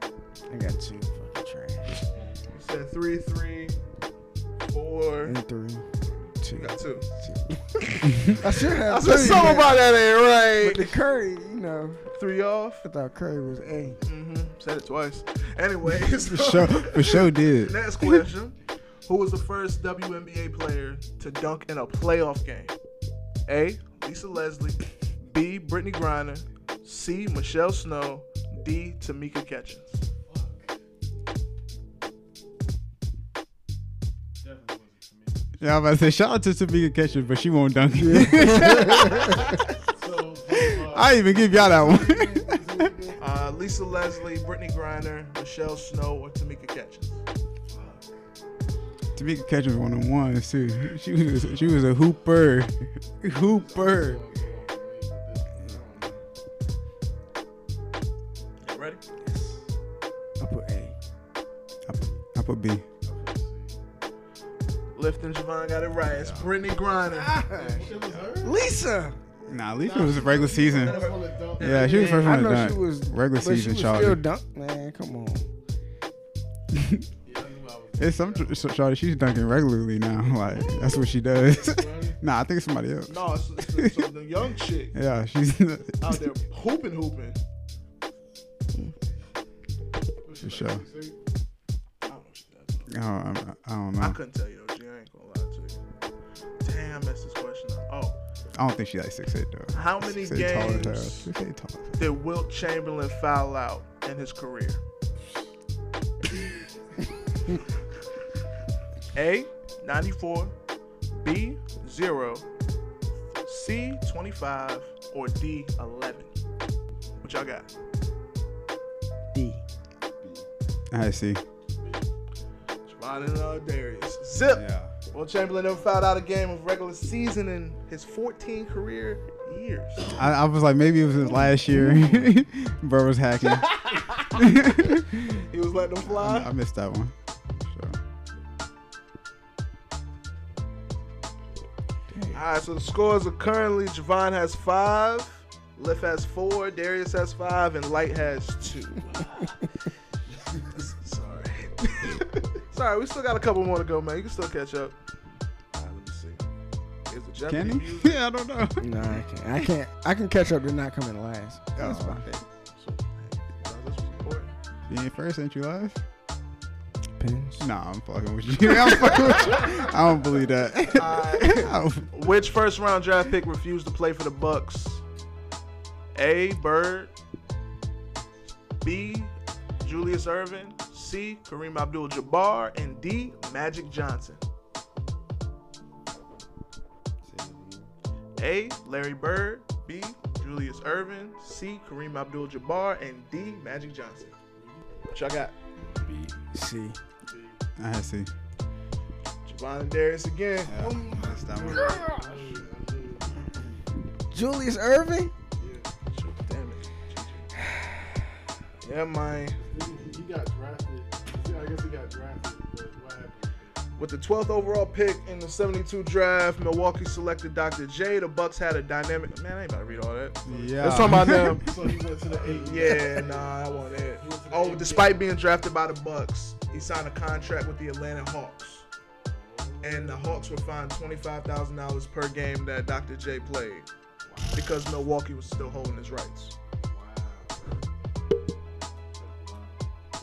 I: I got two. Fucking trash.
H: You said three, three, four.
I: And three. Two.
H: Got two.
I: [laughs] I should have.
H: I said
I: two,
H: something
I: man.
H: about that ain't
I: But the
H: right.
I: Curry, you know,
H: Three off.
I: I thought Curry was A.
H: hmm Said it twice. Anyways. [laughs]
G: For sure. For sure
I: [laughs]
G: did.
H: Next question. Who was the first WNBA player to dunk in a playoff game? A. Lisa Leslie. B. Brittany Griner. C. Michelle Snow. D. Tamika Catchings.
G: Yeah, I'm about to say shout out to Sabika Ketchum, but she won't dunk it.
K: So, uh,
G: [laughs] I didn't even give y'all that one.
H: Uh, Lisa Leslie, Brittany Griner, Michelle Snow, or Tamika Catchings.
G: Tamika Catchings one of the ones too. She was she was a hooper, [laughs] hooper.
H: Y'all ready?
I: I put A.
G: I put, I put B.
H: Lifton Javon got it right. It's Brittany Griner.
K: It was her?
I: Ah. Lisa.
G: Nah, at least it was a regular season.
K: That's one that dunked.
G: Yeah, she was first
I: I
G: one to
I: know
G: dunk.
I: she was
G: regular
I: but she
G: season,
I: was Still
G: Charlie.
I: dunk, man. Come on.
K: Yeah, I knew I was
G: It's some tr- so, Charlie. She's dunking regularly now. [laughs] Like that's what she does. [laughs] nah, I think it's somebody else.
H: No, Oh, it's, it's, it's, the young chick
G: [laughs] Yeah, she's [laughs]
H: out there hooping, hooping.
G: for sure. I
K: See?
G: don't, I don't know.
H: I
G: I
H: couldn't tell you though, G. I ain't gonna lie to you. Damn, I messed this question up. Oh.
G: don't think she's like six eight though.
H: How many
G: 6'8" tall as hell.
H: games-
G: 6'8" tall as hell.
H: did Wilt Chamberlain foul out in his career? [laughs] A, 94, B, 0, C, 25, or D, 11? What y'all got?
I: D.
G: I see.
F: Javon and uh, Darius. Zip. Will Chamberlain never fouled out a game of regular season in his 14 career years.
G: I, I was like, maybe it was his last year. [laughs] Bro was hacking.
F: he was letting them fly.
G: I missed that one. Sure.
F: All right, so the scores are currently Javon has five, Liff has four, Darius has five, and Light has two. [laughs] Sorry. [laughs] Sorry, we still got a couple more to go, man. You can still catch up. All right, let me see. Here's the Jeopardy
G: Can
F: [laughs] music.
G: he? [laughs] Yeah, I don't know.
I: No, I can't. I can't. I can catch up to not coming last. That's fine.
F: Uh, this was important.
G: You ain't first, ain't you live?
I: Depends.
G: Nah, I'm fucking with you. [laughs] I'm fucking with you. I don't believe that. [laughs] I don't-
F: Which first round draft pick refused to play for the Bucks? A. Bird. B. Julius Irvin. C. Kareem Abdul-Jabbar. And D. Magic Johnson. A. Larry Bird. B. Julius Irvin. C. Kareem Abdul-Jabbar. And D. Magic Johnson. What y'all got?
I: See.
G: I see.
F: Javon and Darius again.
G: Yeah, that's that one.
I: Julius Irving?
F: Damn it.
H: [sighs]
F: Yeah, man.
M: He got drafted. I guess he got drafted, but what happened?
F: With the 12th overall pick in the 72 draft, Milwaukee selected Dr. J. The Bucks had a dynamic. Man, I ain't about to read all that.
G: Yeah.
F: Let's talk about them.
M: So he went to the eight.
F: Yeah, nah, I want it. Oh, despite being drafted by the Bucks, he signed a contract with the Atlanta Hawks, and the Hawks were fined twenty-five thousand dollars per game that Dr. J played because Milwaukee was still holding his rights.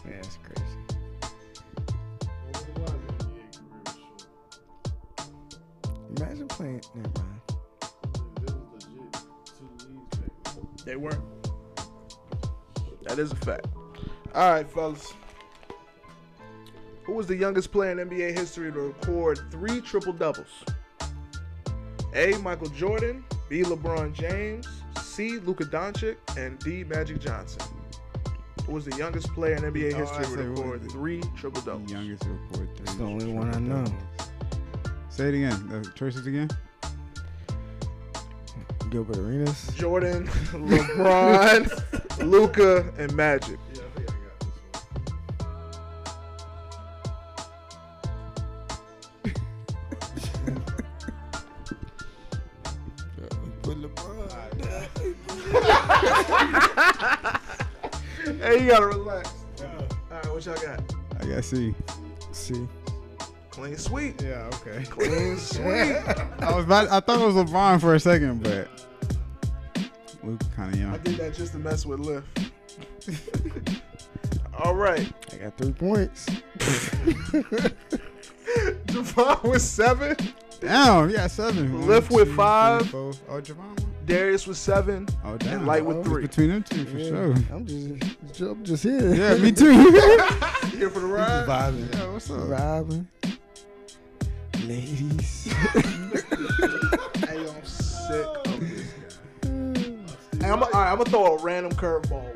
I: Yeah, that's crazy. Imagine playing. Never mind.
F: They were. That is a fact. All right, fellas. Who was the youngest player in NBA history to record three triple doubles? A. Michael Jordan, B. LeBron James, C. Luka Doncic, and D. Magic Johnson. [laughs] Who was the youngest player in NBA
G: Oh, I
F: history
G: say,
F: to
G: what
F: record
G: is it?
F: three triple doubles?
G: Youngest to record three.
I: It's the only one I know.
G: Say it again. The choices again.
I: Gilbert Arenas.
F: Jordan, LeBron, Luka, and Magic.
I: Put LeBron.
F: [laughs] Hey, you gotta relax. All right, what y'all got?
G: I got C.
I: See.
F: Clean sweep.
G: [laughs] Yeah. Okay.
F: Clean sweep.
G: I was about, I thought it was LeBron for a second, but Luke kind of
F: I
G: young.
F: did that just to mess with Liff. [laughs] All right.
I: I got three points.
F: Javon with seven,
G: Damn. Yeah, seven. One,
F: Lift with
G: two,
F: five.
G: three, four. Oh, Javon. one?
F: Darius with seven,
G: Oh, damn.
F: and Light
G: Oh,
F: with
G: it's
F: three.
G: Between them two, for
I: Yeah,
G: sure.
I: I'm just, I'm just here.
G: Yeah, [laughs]
I: [laughs]
G: me too.
F: Here for the ride.
I: Vibing.
G: yeah, what's up?
I: Vibing. Ladies.
F: Hey, yo, I'm sick of this guy. Hey, I'm, all right, I'm gonna throw a random curveball. one.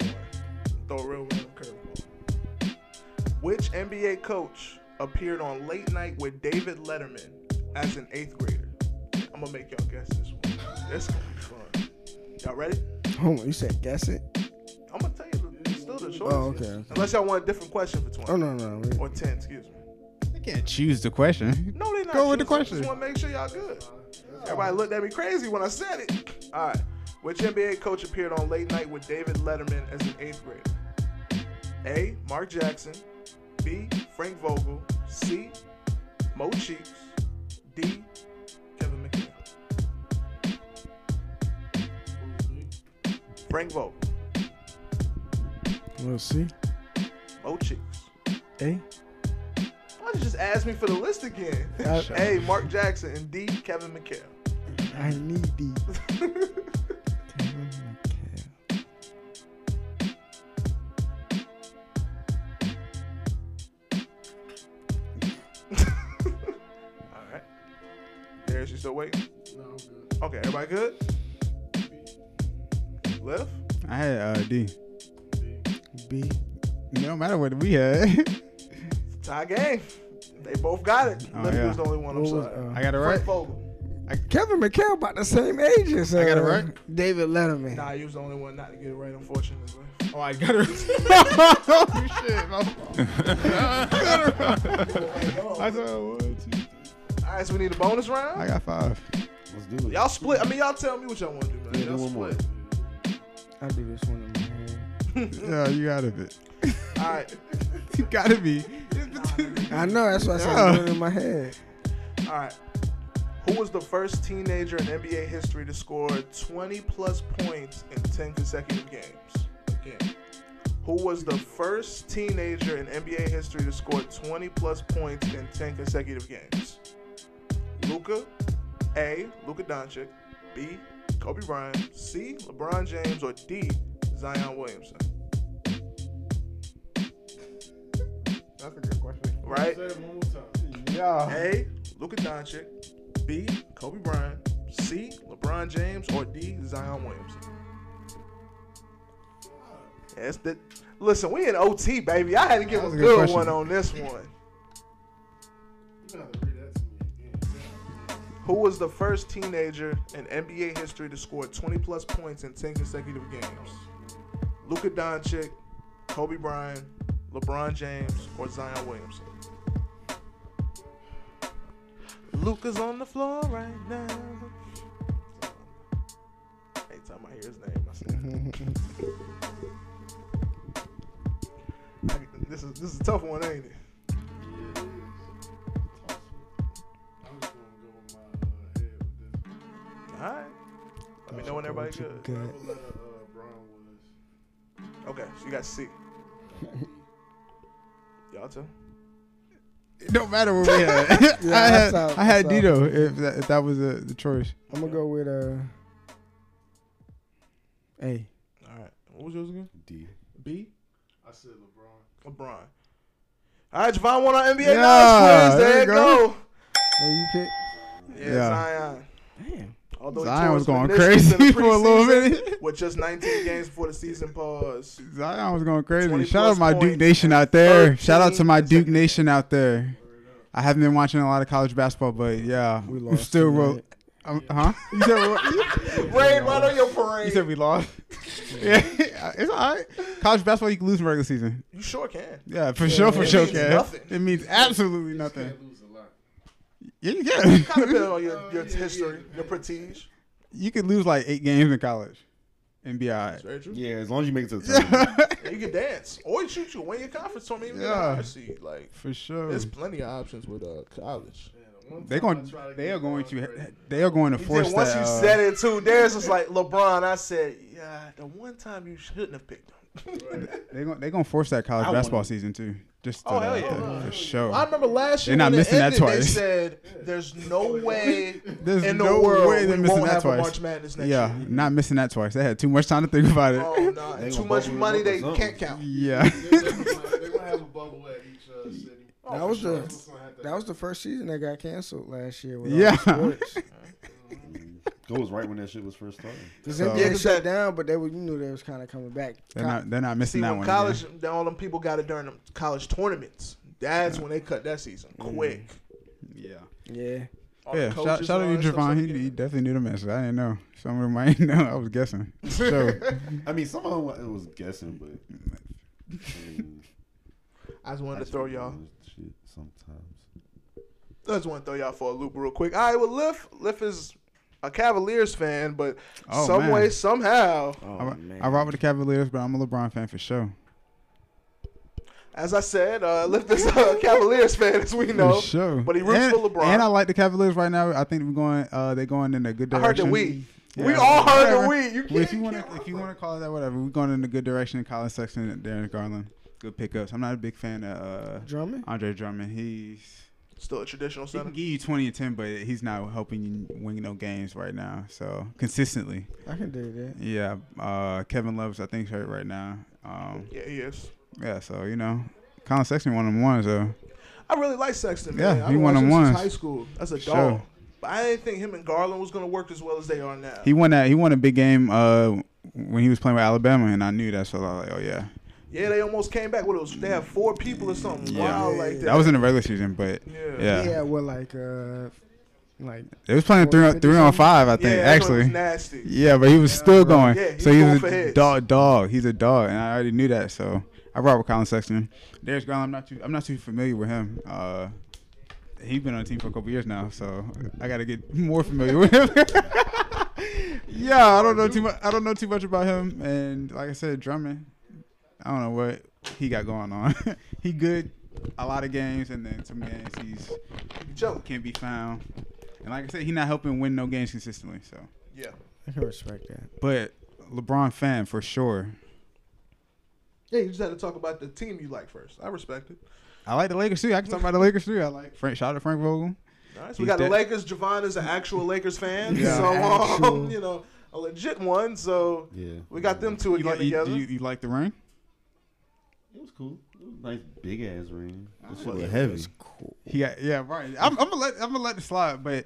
F: Throw a real random curveball. Which NBA coach appeared on Late Night with David Letterman as an eighth grader? I'm gonna make y'all guess this one. This is gonna be fun. Y'all ready?
I: Hold on, you said guess it?
F: I'm gonna tell you, the- it's still the shortest.
I: Oh, okay, okay.
F: Unless y'all want a different question for 20
I: Oh no no. we-
F: or 10, excuse me.
G: They can't choose the question.
F: No, they not.
G: Go with the
F: choosing. I
G: question.
F: Just want to make sure y'all good. Everybody looked at me crazy when I said it. All right. Which NBA coach appeared on Late Night with David Letterman as an eighth grader? A. Mark Jackson. B. Frank Vogel. C. Mo Cheeks. D. Kevin McHale. Frank Vogel.
I: We'll see.
F: Mo Cheeks.
I: Hey.
F: Why did you just ask me for the list [laughs] again?
I: I-
F: A. Mark Jackson and D. Kevin McHale.
I: I need
F: [laughs]
I: thee. Kevin McHale.
F: All right. Darius, you still waiting? No, I'm good. Okay, everybody good? Left?
G: I had uh, D.
I: B.
G: No matter what we had.
F: Tie game. They both got it.
G: Oh,
F: Lippy
G: yeah.
F: was the only one. I'm
I: What was,
F: sorry.
I: uh,
G: I got it
F: Frank
G: right.
F: Vogel.
I: Kevin McHale about the same age as uh,
G: I got it right?
I: David Letterman.
F: Nah, you was the only one not to get it right, unfortunately.
G: Oh,
F: [laughs]
G: I [laughs] got it. oh shit! My fault. I got it right. I thought I would. too.
F: All right, so we need a bonus round.
G: I got five.
K: Let's do it.
F: Y'all split. I mean, y'all tell me what y'all want to do, man.
K: Yeah, do
F: y'all
K: one more.
F: split.
I: I'll do this one. in my hand.
G: Yeah, you out of it. [laughs]
F: All right.
G: You gotta be.
I: I know that's why I said
G: Yeah.
I: I'm doing it in my head.
F: All right. Who was the first teenager in NBA history to score 20 plus points in 10 consecutive games? Again. Who was the first teenager in NBA history to score 20 plus points in 10 consecutive games? Luca, A. Luca Doncic, B. Kobe Bryant, C. LeBron James, or D. Zion Williamson.
G: That's a good question.
F: Right?
G: Yeah.
F: A. Luka Doncic. B. Kobe Bryant. C. LeBron James. Or D. Zion Williamson. That's the. Listen, we in OT, baby. I had to give a
G: was a
F: good,
G: good question.
F: one on this one. Who was the first teenager in NBA history to score 20 plus points in 10 consecutive games? Luka Doncic, Kobe Bryant, LeBron James, or Zion Williamson? Luca's on the floor right now. Every time I hear his name, I say. I- this is this is a tough one, ain't it? All right. Let me know when everybody good.
I: Good.
F: Okay, so you got C. Y'all too.
G: No matter what we had.
I: [laughs] Yeah,
G: I had,
I: that's out,
G: I had
I: that's out.
G: Dito if that, if that was uh, the choice.
I: I'm gonna go with uh. Hey,
F: All right. What was yours again?
K: D.
F: B. I said LeBron. LeBron. All right, Javon won our NBA yeah,
G: Yeah,
F: Knowledge Quiz. There,
G: there
F: you
G: you
F: go.
I: where you pick?
F: Yeah,
G: Yeah.
F: Zion.
I: Damn.
F: Although he
G: Zion
F: tore
G: was
F: his
G: going
F: meniscus in the
G: crazy [laughs] for a little
F: preseason [laughs]
G: minute.
F: With just 19 games before the season pause.
G: Zion was going
F: 20
G: crazy. Shout out
F: plus
G: to my Duke
F: points
G: Nation
F: and
G: out there. Shout out to
F: 13
G: my Duke
F: consecutive-
G: Nation out there. I haven't been watching a lot of college basketball, but yeah, we
I: lost
G: still
I: tonight.
G: wrote. Um, Huh? You said, [laughs] what?
F: Rain right on your
G: you
F: parade.
G: said we lost. [laughs] yeah, it's all right. College basketball, you can lose in regular season.
F: you sure can.
G: Yeah, for sure, for
F: It
G: sure,
F: means
G: Kev.
F: nothing.
G: It means absolutely nothing.
F: [laughs]
G: Yeah, you
F: Kind of
G: can.
F: build on your, your history, your prestige.
G: you could lose like eight games in college and be all right.
F: Very true.
K: Yeah, as long as you make it to
G: [laughs]
K: the top.
F: And you can dance, or you shoot you win your conference tournament. Yeah,
G: Yeah.
F: seed. like
G: For sure.
F: there's plenty of options with uh, college.
G: They going. They are going to. They are going to
F: Then
G: force
F: once
G: that.
F: you
G: uh,
F: said it too, there's just like LeBron. I said, yeah, the one time you shouldn't have picked him.
G: They gonna they gonna force that college basketball season too. Just to,
F: Oh, hell
G: uh,
F: yeah.
G: the- for sure.
F: I remember last year
G: They're not
F: when it
G: missing that
F: ended,
G: twice.
F: they said there's no way
G: [laughs] There's
F: in the
G: no
F: world
G: way they're
F: we
G: missing
F: won't
G: that
F: have a
G: twice.
F: March Madness next
G: yeah,
F: year.
G: not missing that twice. They had too much time to think about it.
F: Oh no,
K: They
F: too
K: gonna
F: much
K: bubble it
F: money
K: up or
F: they
K: something.
F: can't count. [laughs]
G: [laughs] yeah. Oh,
I: That was the that was the first season that got canceled last year. With
G: Yeah.
I: all the
G: [laughs]
I: sports.
K: It was right when that shit was first started.
I: The
G: So-
I: NBA shut down, but they were, you knew they was kind of coming back.
G: they're not they're not missing
F: See,
G: that
F: when
G: one.
F: college,
G: yeah.
F: then all them people got it during them college tournaments. That's when they cut that season
G: Mm-hmm.
F: quick.
G: Yeah.
I: Yeah,
F: All the
G: Yeah, shout,
F: coaches
G: shout
F: and
G: out
F: all that
G: to
F: stuff
G: Javon.
F: started
G: He, he definitely knew the message. I didn't know. Some of them I didn't know. [laughs] I was guessing. So
F: [laughs]
K: I mean, some of them it was guessing, but. I mean,
F: getting- I just wanted
K: I
F: to
K: just
F: throw
K: don't
F: y'all.
K: know Shit, sometimes.
F: I just want to throw y'all for a loop real quick. All right, well, Liff, Liff is a Cavaliers fan, but
G: Oh,
F: some
G: man.
F: way, somehow,
K: Oh,
G: I, I rock with the Cavaliers, but I'm a LeBron fan for sure.
F: as I said, uh, Liff is a [laughs] Cavaliers fan, as
G: [laughs]
F: we know.
G: for sure.
F: But he roots
G: and,
F: for LeBron.
G: And I like the Cavaliers right now. I think we're going. Uh, they're going in a good
F: I heard
G: direction.
F: that we.
G: Yeah.
F: We all heard that
G: Whatever.
F: we. You
G: Well,
F: can't,
G: if you want to,
F: can't
G: if you want to call it that, whatever. We're going in a good direction. Colin Sexton, and Darren Garland, good pickups. I'm not a big fan of uh,
I: Drummond.
G: Andre Drummond. He's
F: Still a traditional
G: he can
K: [laughs]
F: center.
G: give you 20 and 10, but he's not helping you win no games right now. So consistently,
I: I can do that.
G: yeah. Uh, Kevin Love's I think is hurt right now. Um,
F: Yeah, he is.
G: yeah. So you know, Colin Sexton one on one. So
F: I really like Sexton.
G: Yeah,
F: man. I've
G: he
F: been
G: one
F: watching
G: on
F: him since
G: ones.
F: High school. That's a
G: Sure.
F: dog. But I didn't think him and Garland was gonna work as well as they are now.
G: he won that. He won a big game. Uh, when he was playing with Alabama, and I knew that. So I was like, oh yeah,
H: Yeah, they almost came back. What it was? They had four people or something.
G: Yeah.
H: Wow, like that.
G: That was in the regular season, but yeah.
I: Yeah, what like uh like
G: They was playing three on, three on five, I think.
H: Yeah, that joint
G: actually,
H: was nasty.
G: yeah, but he was still going.
H: Yeah, he
G: so
H: was
G: he
H: going
G: was
H: for
G: a
H: hits.
G: dog. Dog. He's a dog, and I already knew that. So I rock with Colin Sexton. Darius Garland. I'm not too. I'm not too familiar with him. Uh, he's been on the team for a couple years now, so I got to get [laughs] more familiar with him. yeah, I don't know too much. I don't know too much about him, and like I said, Drummond. I don't know what he got going on. [laughs] he good a lot of games, and then some games he's
H: Joke.
G: can't be found. And like I said, he not helping win no games consistently. So,
H: Yeah.
I: I can respect that.
G: but LeBron fan for sure.
H: Yeah, you just had to talk about the team you like first. I respect it.
G: I like the Lakers too. I can talk about the Lakers too. I like Frank. Shout out to Frank Vogel.
H: All right, so we
G: He's
H: got the
G: dead.
H: Lakers. Javon is an actual Lakers fan,
G: Yeah.
H: so um,
I: Actual.
H: [laughs] you know a legit one. So
F: Yeah.
H: we got them two
G: You
H: again
G: like you,
H: together.
G: you, you like the ring?
F: It was cool. It was a nice big ass ring. This shit was heavy.
G: He got yeah right. I'm, I'm gonna let I'm gonna let it slide, but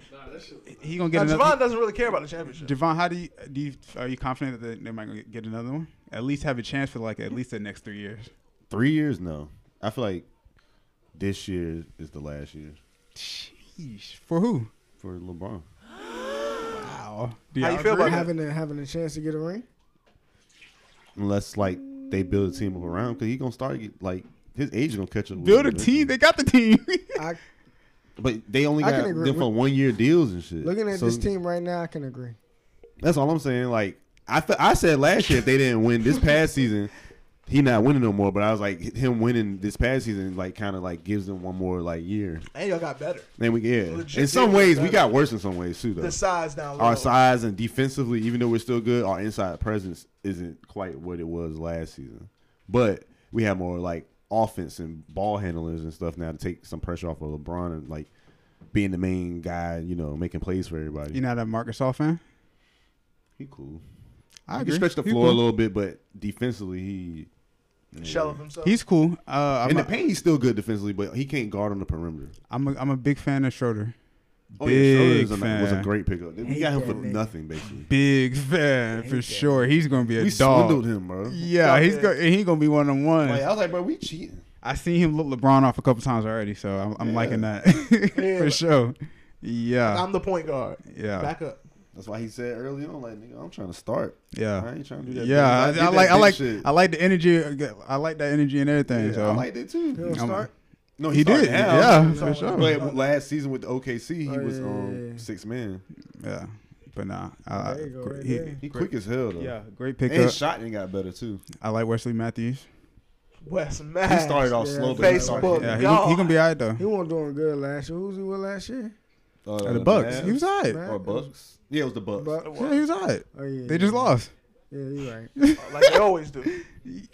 G: he gonna
H: now,
G: get
H: Javon
G: another.
H: doesn't really care about the championship.
G: Javon, how do you do? You, are you confident that they- they might gonna get another one? At least have a chance for like at least the next three years.
F: Three years? No. I feel like this year is the last year
G: Jeez, for who?
F: for LeBron.
G: Wow. Do
H: How
G: y'all
H: you feel
G: agree?
H: about that?
I: Having a having a chance to get a ring?
F: Unless like they build a team up around because he's gonna start get, like his age is gonna catch up. with
G: build a
F: him.
G: team? They got the team. [laughs]
I: I
F: but they only
I: I
F: got
I: can agree
F: them
I: with-
F: for one year deals and shit.
I: looking at
F: So,
I: this team right now, I can agree.
F: That's all I'm saying. Like I, fe- I said last year, if they didn't win
H: [laughs]
F: this past season, he not winning no more. But I was like, him winning this past season, like kind of like gives them one more like year.
H: And y'all got better.
F: Then we yeah.
H: Legit
F: in some
H: deal.
F: ways, we got worse in some ways too. Though
H: The size down low.
F: our size and defensively, even though we're still good, our inside presence isn't quite what it was last season. But we have more like offense and ball handlers and stuff now to take some pressure off of LeBron and like being the main guy, you know, making plays for everybody.
G: you not a Marcus All fan?
F: he cool.
G: I
F: He can stretch the
G: He
F: floor a
G: cool.
F: little bit, but defensively he
H: shell of himself.
G: He's cool. Uh,
F: in
G: I'm,
F: the
G: a,
F: paint he's still good defensively, but he can't guard on the perimeter.
G: I'm, a, I'm a big fan of Schroeder.
F: Oh, yeah, Schroeder
G: Big
F: is a- was a
G: fan.
F: great pickup. We got him for nothing basically.
G: Big fan for sure. He's gonna be a
F: We
G: dog.
F: swindled him, bro.
G: Yeah,
H: Dog
G: he's
H: ass.
G: go, he gonna be one on one.
F: Like, I was like, bro, we cheating.
G: I seen him look LeBron off a couple times already, so I'm, I'm liking that [laughs] for sure. Yeah,
H: I'm the point guard.
F: Uh,
G: yeah,
H: Back up.
F: That's why he said early on, like, nigga, I'm trying to start. I
G: yeah,
F: ain't trying to do that.
G: yeah. I,
F: big-
G: I
F: did
G: like
F: that
G: I
F: big
G: like
F: shit.
G: I like the energy. I like that energy and everything.
F: Yeah,
G: so
F: I liked it too.
G: I'm-
I: start?
F: No,
G: he
F: started
G: did.
F: now.
G: Yeah, for sure.
F: But last season with the OKC, he
I: Oh,
F: was
I: yeah,
F: um
I: yeah, yeah.
F: six man.
G: Yeah, but nah. I,
I: There you go,
G: gr-
I: right
G: he-
I: there.
F: He quick as hell though.
G: yeah, Uh, great
F: and
G: pickup.
F: his shot and got better too.
G: I like Wesley Matthews.
H: Wes Max.
F: He started off
I: Yeah,
F: slow, but he
H: Facebook.
F: started
G: Yeah, he,
H: Y'all-
G: he gonna be alright though.
I: He wasn't doing good last year. Who's he with last year?
F: Uh,
G: Uh, the Bucks.
F: Mavs
G: He was alright.
I: Mavs.
F: or Bucks. Yeah, it was the Bucks.
I: But
G: Yeah, he was alright.
I: oh yeah,
G: They just
I: yeah.
G: lost. Uh,
I: Yeah, you right.
H: like they always
G: [laughs]
H: do.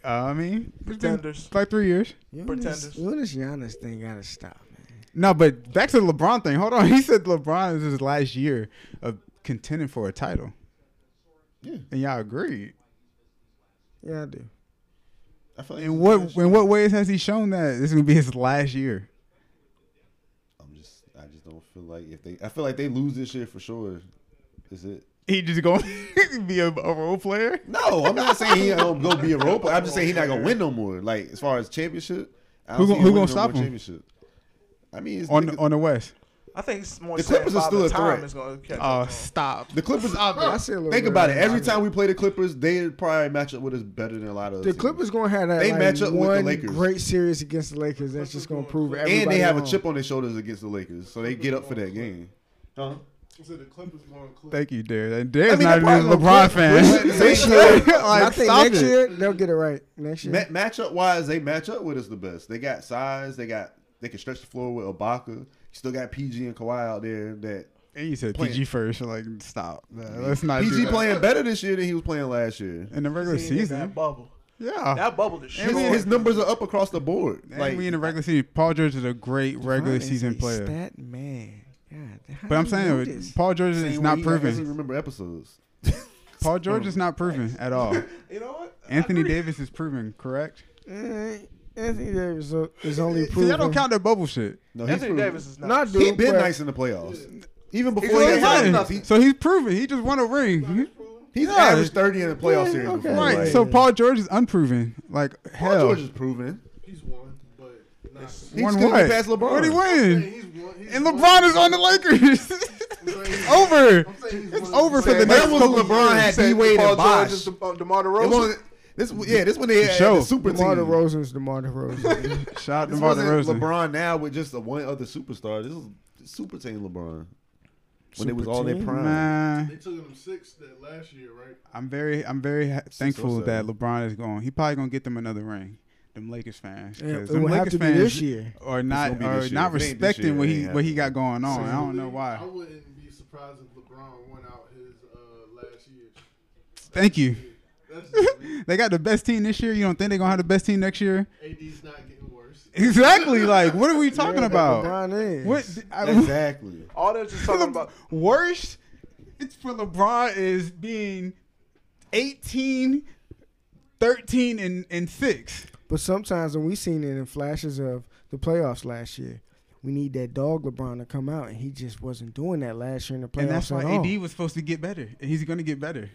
G: I mean, it's been
H: Pretenders.
G: like three years.
I: You and
H: Pretenders.
I: this, you and this Giannis thing gotta stop.
G: No, but back to the LeBron thing. Hold on. [laughs] He said LeBron is his last year of contending for a title.
F: Yeah.
G: And y'all agreed.
I: Yeah, I do.
F: I feel like
G: In
F: he's
G: what
F: last
G: in
F: year.
G: what ways has he shown that this is gonna be his last year?
F: I'm just, I just don't feel like if they, I feel like they lose this year for sure. Is it?
G: He just gonna [laughs] be a, a role player?
F: No, I'm not saying he gonna go be a role player. I'm just saying he not gonna win no more. Like as far as championship, I don't
G: Who
F: see
G: gon- who
F: winning no
G: gonna stop
F: more
G: him?
F: Championship. I mean, it's
G: On
F: niggas-
G: the, on the West.
H: I think it's more
F: The
H: saying
F: Clippers are
H: by
F: still
H: the
F: a
H: time
F: threat.
H: is gonna catch
G: Oh,
H: up.
G: stop.
H: [laughs]
F: The Clippers.
I: I see a little
F: Think
I: bit
F: about
I: of
F: it.
I: that.
F: Every time we play the Clippers, they probably match up with us better than a lot of.
I: The
F: other teams.
I: Clippers gonna have that
F: They
I: like,
F: match up with the
I: one
F: Lakers.
I: great series against the Lakers. That's just gonna prove everybody.
F: and they have a
I: wrong. [laughs]
F: chip on their shoulders against the Lakers, so they get up for that game. Huh?
G: Thank you, Dare. And Dare's
F: I mean,
G: not
F: they
G: even a
F: probably
G: LeBron
F: gonna
G: [laughs] fan.
F: quit.
I: This year, I
G: like,
I: think
G: stop
I: next
G: it.
I: year they'll get it right. Next year,
F: Ma- matchup wise, they match up with us the best. They got size. They got they can stretch the floor with Ibaka. You still got PG and Kawhi out there. That
G: And you said
F: Playing.
G: PG first. Like, stop. man. Let's not do
F: PG
G: that.
F: playing better this year than he was playing last year.
G: in the regular
H: He in that
G: season.
H: bubble.
G: Yeah.
H: That bubble is short.
F: His, his numbers are up across the board.
G: And
F: Like
G: we in the regular season. Paul George is a great regular
I: Giannis
G: season
I: is
G: player.
I: That man. God, how
G: But I'm
I: do you know
G: saying
I: this?
G: Paul George is
F: Same
G: not
F: way he doesn't
G: proven.
F: remember episodes.
G: Paul George is not proven at all.
H: You know what? I
G: Anthony
H: agree.
G: Davis is proven, correct?
I: Eh, Anthony Davis uh, is only
G: See,
I: proven.
G: y'all don't count that bubble shit.
F: No, Uh, he's
H: Anthony
F: proven.
H: Davis is not.
I: Not dude.
F: He been
I: but
F: nice in the playoffs, even
G: So
F: before
G: he's,
F: he got
G: proven.
F: knocked out. He-
G: so he's proven. He just won a ring.
F: He's
G: Yeah.
F: averaged 30 in the playoff
G: Yeah,
F: series
G: okay.
F: before.
G: Right.
F: like-
G: So Paul George is unproven. Like
F: Paul
G: hell.
F: George is proven.
K: He's won, but not.
F: He
G: Won
F: still
G: what?
F: can pass LeBron.
G: What'd he win?
K: He's won. He's
G: And
K: won.
G: LeBron is on the Lakers. [laughs] it's over. It's over for the
F: That
G: next
F: was
G: couple
F: when LeBron
G: years.
F: had D Wade
H: Paul
F: and
H: George
F: Bosh.
H: is
F: It
H: the, uh, DeMar DeRozan.
F: wasn't. This yeah, this when they had
G: Show.
F: the super
I: DeMar
F: team.
I: DeRozan's DeMar DeRozan.
G: Shout out
F: This
G: DeMar
F: wasn't
G: DeRozan.
F: LeBron now with just the one other superstar. This is super team LeBron when they was
I: Super
F: all their
I: team?
F: prime.
G: Man,
K: They took him six that last year, right?
G: I'm very, I'm very ha- thankful
F: so sad.
G: that LeBron is gone. He probably gonna get them another ring. Them Lakers fans,
I: Yeah,
G: 'cause
I: it
G: them
I: would have
G: Lakers
I: to be
G: fans
I: this year.
G: are not
F: gonna be
G: are
F: this year.
G: not
F: If it ain't this
G: respecting
F: year,
G: what
F: it
G: he
F: ain't
G: what he got
F: happening.
G: going on. I don't know
K: I
G: why.
K: wouldn't be surprised if LeBron won out his uh, last year.
G: Thank you. [laughs]
K: That's just me.
G: They got the best team this year. You don't think they're gonna have the best team
F: [laughs]
G: next year?
K: AD's not getting worse.
G: Exactly. Like, [laughs] what are we talking about?
I: LeBron is.
G: What
F: [laughs]
G: I,
F: Exactly.
H: All that's just
G: [laughs]
H: talking about.
G: worst it's for LeBron is being 18, 13, and, and 6.
I: But sometimes, and we seen it in flashes of the playoffs last year. We need that dog LeBron to come out, and he just wasn't doing that last year in the playoffs
G: And that's why
I: at all.
G: AD was supposed to get better. And he's going to get better.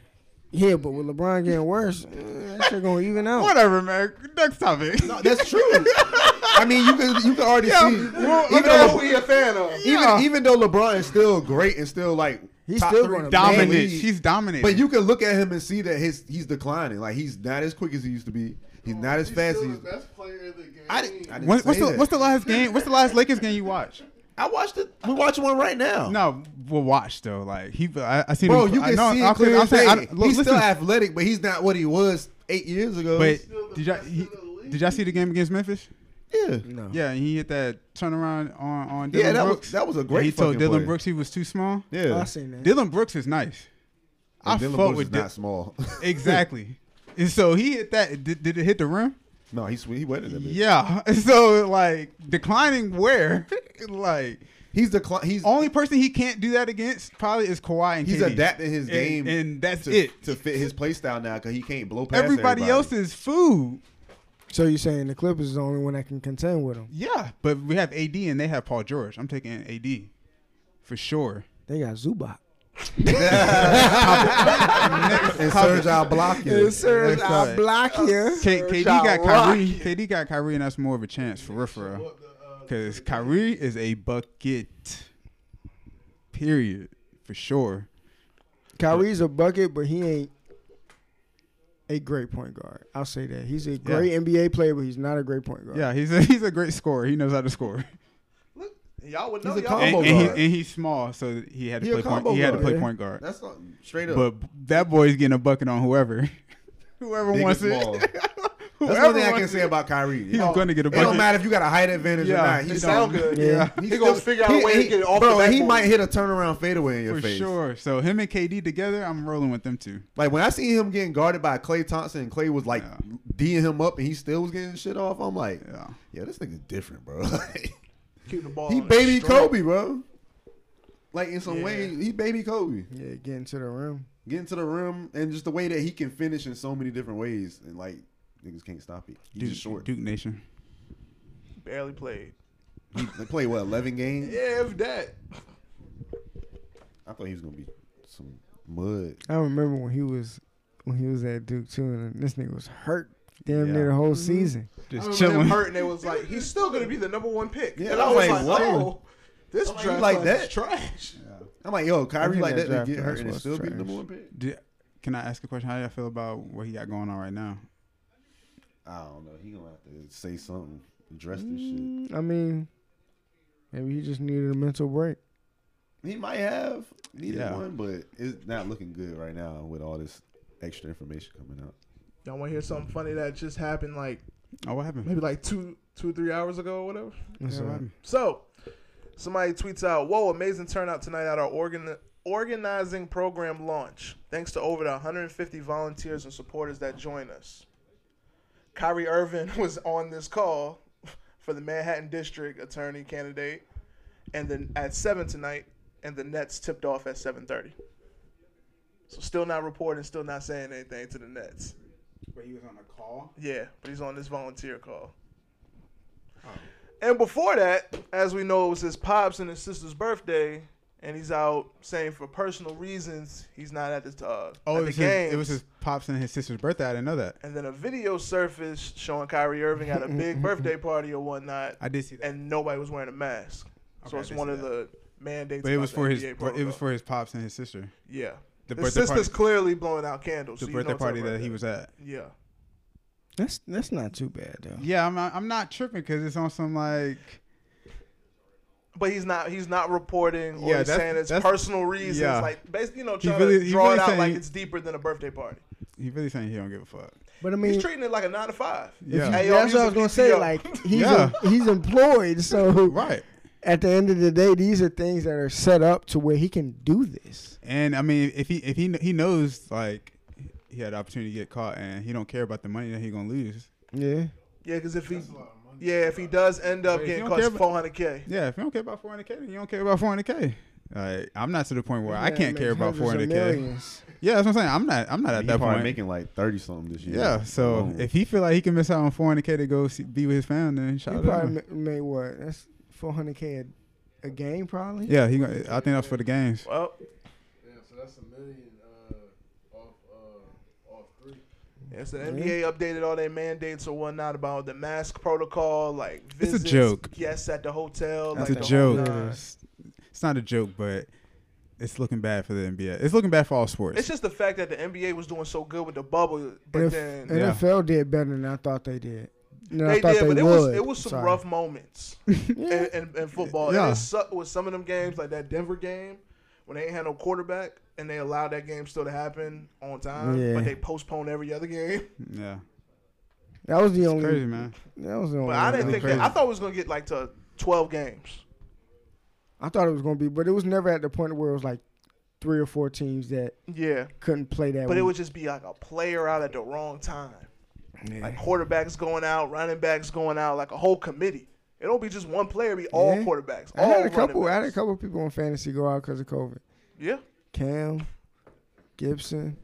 I: Yeah, but with LeBron getting worse, eh, that shit gonna even out.
G: Whatever, man. Next topic.
F: No,
G: [laughs]
F: that's true. I mean, you can you can already
G: Yeah,
F: see.
G: well,
F: even,
G: okay.
F: though,
H: He a fan of.
F: even
G: Yeah.
F: even though LeBron is still great and still like
I: He's
F: top
I: still
F: three
I: gonna
F: in the
G: Dominant.
F: league,
G: He's dominant.
F: But you can look at him and see that his he's declining. Like he's not as quick as he used to be. He's not as
K: He's
F: fast. as
K: still
F: he
K: the
F: used to be.
K: best player in the game.
F: I didn't. I didn't
G: What-
F: say
G: what's the
F: that.
G: what's the last game? What's the last Lakers game you watched?
F: I watched it. We watching one right now.
G: No, we'll watch though. Like he, I, I seen.
F: bro,
G: him,
F: you
G: I
F: can
G: know-
F: see
G: I'll
F: it clear
G: I'll
F: as day.
G: I- look,
F: he's still
G: listen.
F: athletic, but he's not what he was eight years ago.
G: But
K: still the
G: did y'all,
K: best
G: he,
K: in the league.
G: did y'all see the game against Memphis?
F: yeah,
I: No.
G: Yeah, and he hit that turnaround on on Dylan
F: Yeah, that was-
G: Brooks.
F: that was a
G: And
F: great
G: He told
F: fucking
G: Dylan
F: play.
G: Brooks he was too small.
F: yeah.
I: Oh, I seen that.
G: Dylan Brooks is nice. I
F: And Dylan
G: fuck
F: Brooks
G: with
F: is
G: Dy-
F: not small. [laughs]
G: exactly. [laughs] and so he hit that. Did, did it hit the rim?
F: no, he's he wetter than me.
G: Yeah. [laughs] And so like declining where, [laughs] like
F: He's the cli- he's
G: only person he can't do that against probably is Kawhi and
F: he's
G: KD.
F: adapting his
G: And-
F: game,
G: and, that's
F: to,
G: it.
F: to fit his play style now because he can't blow past
G: Everybody, else is food.
I: So you're saying the Clippers is the only one that can contend with him?
G: Yeah, but we have AD and they have Paul George. I'm taking AD for sure.
I: They got Zubac.
F: [laughs] and Serge I'll block you.
I: Sir,
G: I'll
I: block you.
G: K- KD got Kyrie. KD got Kyrie, and that's more of a chance for real, for real. Because Kyrie is a bucket. Period, for sure.
I: Kyrie's a bucket, but he ain't a great point guard. I'll say that he's a great NBA player, but he's not a great point guard.
G: Yeah, he's a, [laughs] he's a great scorer. He knows how to score,
H: Y'all would know.
F: He's a
H: y'all
G: and,
F: Combo
G: and, he,
F: guard.
G: and he's small, so he had to
F: He a
G: play point.
F: combo
G: He had to
F: guard.
G: play
F: Yeah.
G: point guard.
F: That's not straight up.
G: But that boy's getting a bucket on whoever, [laughs] whoever
F: Big and
G: wants
F: [laughs] small.
G: it.
F: That's
G: Whoever
F: one thing I can
G: wants
F: say
G: it.
F: about Kyrie.
G: He's gonna get a
F: It don't
G: bucket.
F: matter if you got a height advantage
G: Yeah,
F: or not.
G: it
F: He's
H: sound
F: still-
H: good.
I: Yeah.
F: He's
H: He gonna
F: still-
H: figure out a way to get it off the
F: Bro, he
H: backboard.
F: might hit a turnaround fadeaway in your
G: for
F: face.
G: sure. So him and KD together, I'm rolling with them too.
F: Like when I see him getting guarded by Clay Thompson and Clay was like
G: Yeah.
F: D'ing him up and he still was getting shit off, I'm like,
G: Yeah.
F: yeah, this nigga's different, bro. [laughs] Like,
H: Keep the ball.
F: he
H: on the
F: baby
H: straight.
F: Kobe, bro. Like in some way, he baby Kobe.
I: yeah, getting to the rim.
F: Getting to the rim and just the way that he can finish in so many different ways and like niggas can't stop it. He's
G: Duke,
F: just short.
G: Duke Nation.
H: Barely played.
F: He, they play what, eleven games?
H: Yeah, if that.
F: I thought he was gonna be some mud.
I: I remember when he was when he was at Duke too, and this nigga was hurt damn
G: Yeah. Mm-hmm.
I: near the whole season.
F: Oh,
H: I
G: Just
H: remember them
G: chilling.
H: hurt, and they was like, he's still gonna be the number one pick.
F: Yeah,
H: and
F: I
H: I was
F: was like,
H: like,
F: whoa.
H: oh, this
F: I'm like,
H: draft
F: you like
H: class
F: that?
H: is trash.
F: I'm like, yo, Kyrie
I: think
F: like that
I: that
F: to
I: draft
F: get
I: class
F: hurt and it
I: was
F: still be
I: trash.
F: the number one pick.
G: Do- Can I ask a question? How y'all feel about what he got going on right now?
F: I don't know. He gonna have to say something, address this shit.
I: I mean, maybe he just needed a mental break.
F: He might have needed
G: Yeah.
F: one, but it's not looking good right now with all this extra information coming out.
H: Y'all want to hear something funny that just happened like
G: Oh, what happened?
H: maybe like two, two, three hours ago or whatever?
I: That's
G: Yeah, what
I: all.
G: happened?
H: So, somebody tweets out, "Whoa, amazing turnout tonight at our organ- organizing program launch. Thanks to over the 150 volunteers and supporters that join us." Kyrie Irvin [laughs] was on this call [laughs] for the Manhattan District Attorney candidate, and then at seven tonight, and the Nets tipped off at 7:30. So still not reporting, still not saying anything to the Nets.
G: But he was on a call.
H: Yeah, but he's on this volunteer call.
G: Oh.
H: And before that, as we know, it was his pops and his sister's birthday, and he's out saying for personal reasons he's not at the uh,
G: Oh,
H: at
G: it
H: the
G: was,
H: game.
G: his, it was his pops and his sister's birthday. I didn't know that.
H: and then a video surfaced showing Kyrie Irving at a
G: [laughs]
H: big birthday party or whatnot.
G: I did see that.
H: and nobody was wearing a mask.
G: Okay,
H: So
G: I
H: it's
G: did
H: one
G: see
H: of the mandates.
G: But it was
H: about
G: for
H: the
G: his.
H: NBA
G: It was
H: protocol.
G: for his pops and his sister.
H: yeah.
G: The
H: his
G: birthday
H: sister's
G: party.
H: clearly blowing out candles.
G: The
H: so you know
G: birthday
H: it's her
G: party that he was at.
H: Yeah.
I: That's that's not too bad though.
G: Yeah, I'm not, I'm not tripping because it's on some like
H: But he's not. He's not reporting or
G: Yeah,
H: he's
G: that's-
H: saying it's
G: that's-
H: personal reasons.
G: yeah.
H: Like basically, you know,
G: He
H: trying
G: really-
H: to
G: he
H: draw
G: really
H: it out
G: saying-
H: like it's deeper than a birthday party.
G: he really saying he don't give a fuck.
I: But I mean,
H: he's treating it like a nine to five.
G: Yeah.
H: Hey, yo, use
I: that's what
H: a
I: I was gonna say.
H: PTO.
I: Like he's
G: Yeah.
I: he's employed, so
G: [laughs] Right.
I: At the end of the day, these are things that are set up to where he can do this.
G: And I mean, if he if he kn- he knows like he had the opportunity to get caught and he don't care about the money that he gonna lose.
I: Yeah.
H: yeah, because if he, yeah, if he does end up
G: Wait, you
H: getting
G: don't
H: caught,
G: care
H: it's
G: about-
H: 400k.
G: Yeah, if you don't care about 400k, then you don't care about 400k. Like I'm not to the point where I
I: Man
G: can't
I: makes
G: care about
I: hundreds
G: 400k.
I: of millions.
G: Yeah, that's what I'm saying. I'm not I'm not at
F: He
G: that
F: probably
G: point.
F: making like thirty something this year.
G: yeah, so
F: Alone.
G: if he feel like he can miss out on 400k to go see, be with his family, then shout
I: He
G: out to him.
I: probably ma- made what? That's 400K a, a game, probably?
G: Yeah, he. Gonna, I think that's for the games.
H: Well,
B: Yeah, so that's a million uh, off uh, off three.
H: yeah, so the NBA updated all their mandates or whatnot about the mask protocol, like
G: It's a
H: visits,
G: joke.
H: Yes, at the hotel.
G: That's
H: like
G: a
H: the whole
G: joke.
H: nine.
G: It's, it's not a joke, but it's looking bad for the NBA. It's looking bad for all sports.
H: It's just the fact that the NBA was doing so good with the bubble, but
I: If-
H: then
G: Yeah.
I: NFL did better than I thought they did. Than I
H: they
I: thought
H: did.
I: they
H: But it
I: would.
H: was it was some
I: Sorry.
H: rough moments in, in, in football.
G: Yeah.
H: And it sucked with some of them games, like that Denver game, when they ain't had no quarterback and they allowed that game still to happen on time,
I: Yeah.
H: but they postponed every other game.
G: yeah,
I: That was the only.
G: crazy man.
I: That was the only.
H: But I didn't
I: one.
H: think that, I thought it was gonna get like to twelve games.
I: I thought it was going to be, but it was never at the point where it was like three or four teams that
H: Yeah.
I: couldn't play that.
H: But it
I: week.
H: would just be like a player out at the wrong time. Like quarterbacks going out, running backs going out, like a whole committee. It don't be just one player, it be all
I: Yeah.
H: quarterbacks.
I: I
H: all
I: had a
H: running
I: couple. I had a
H: backs.
I: couple people on fantasy go out because of COVID.
H: Yeah.
I: Cam, Gibson.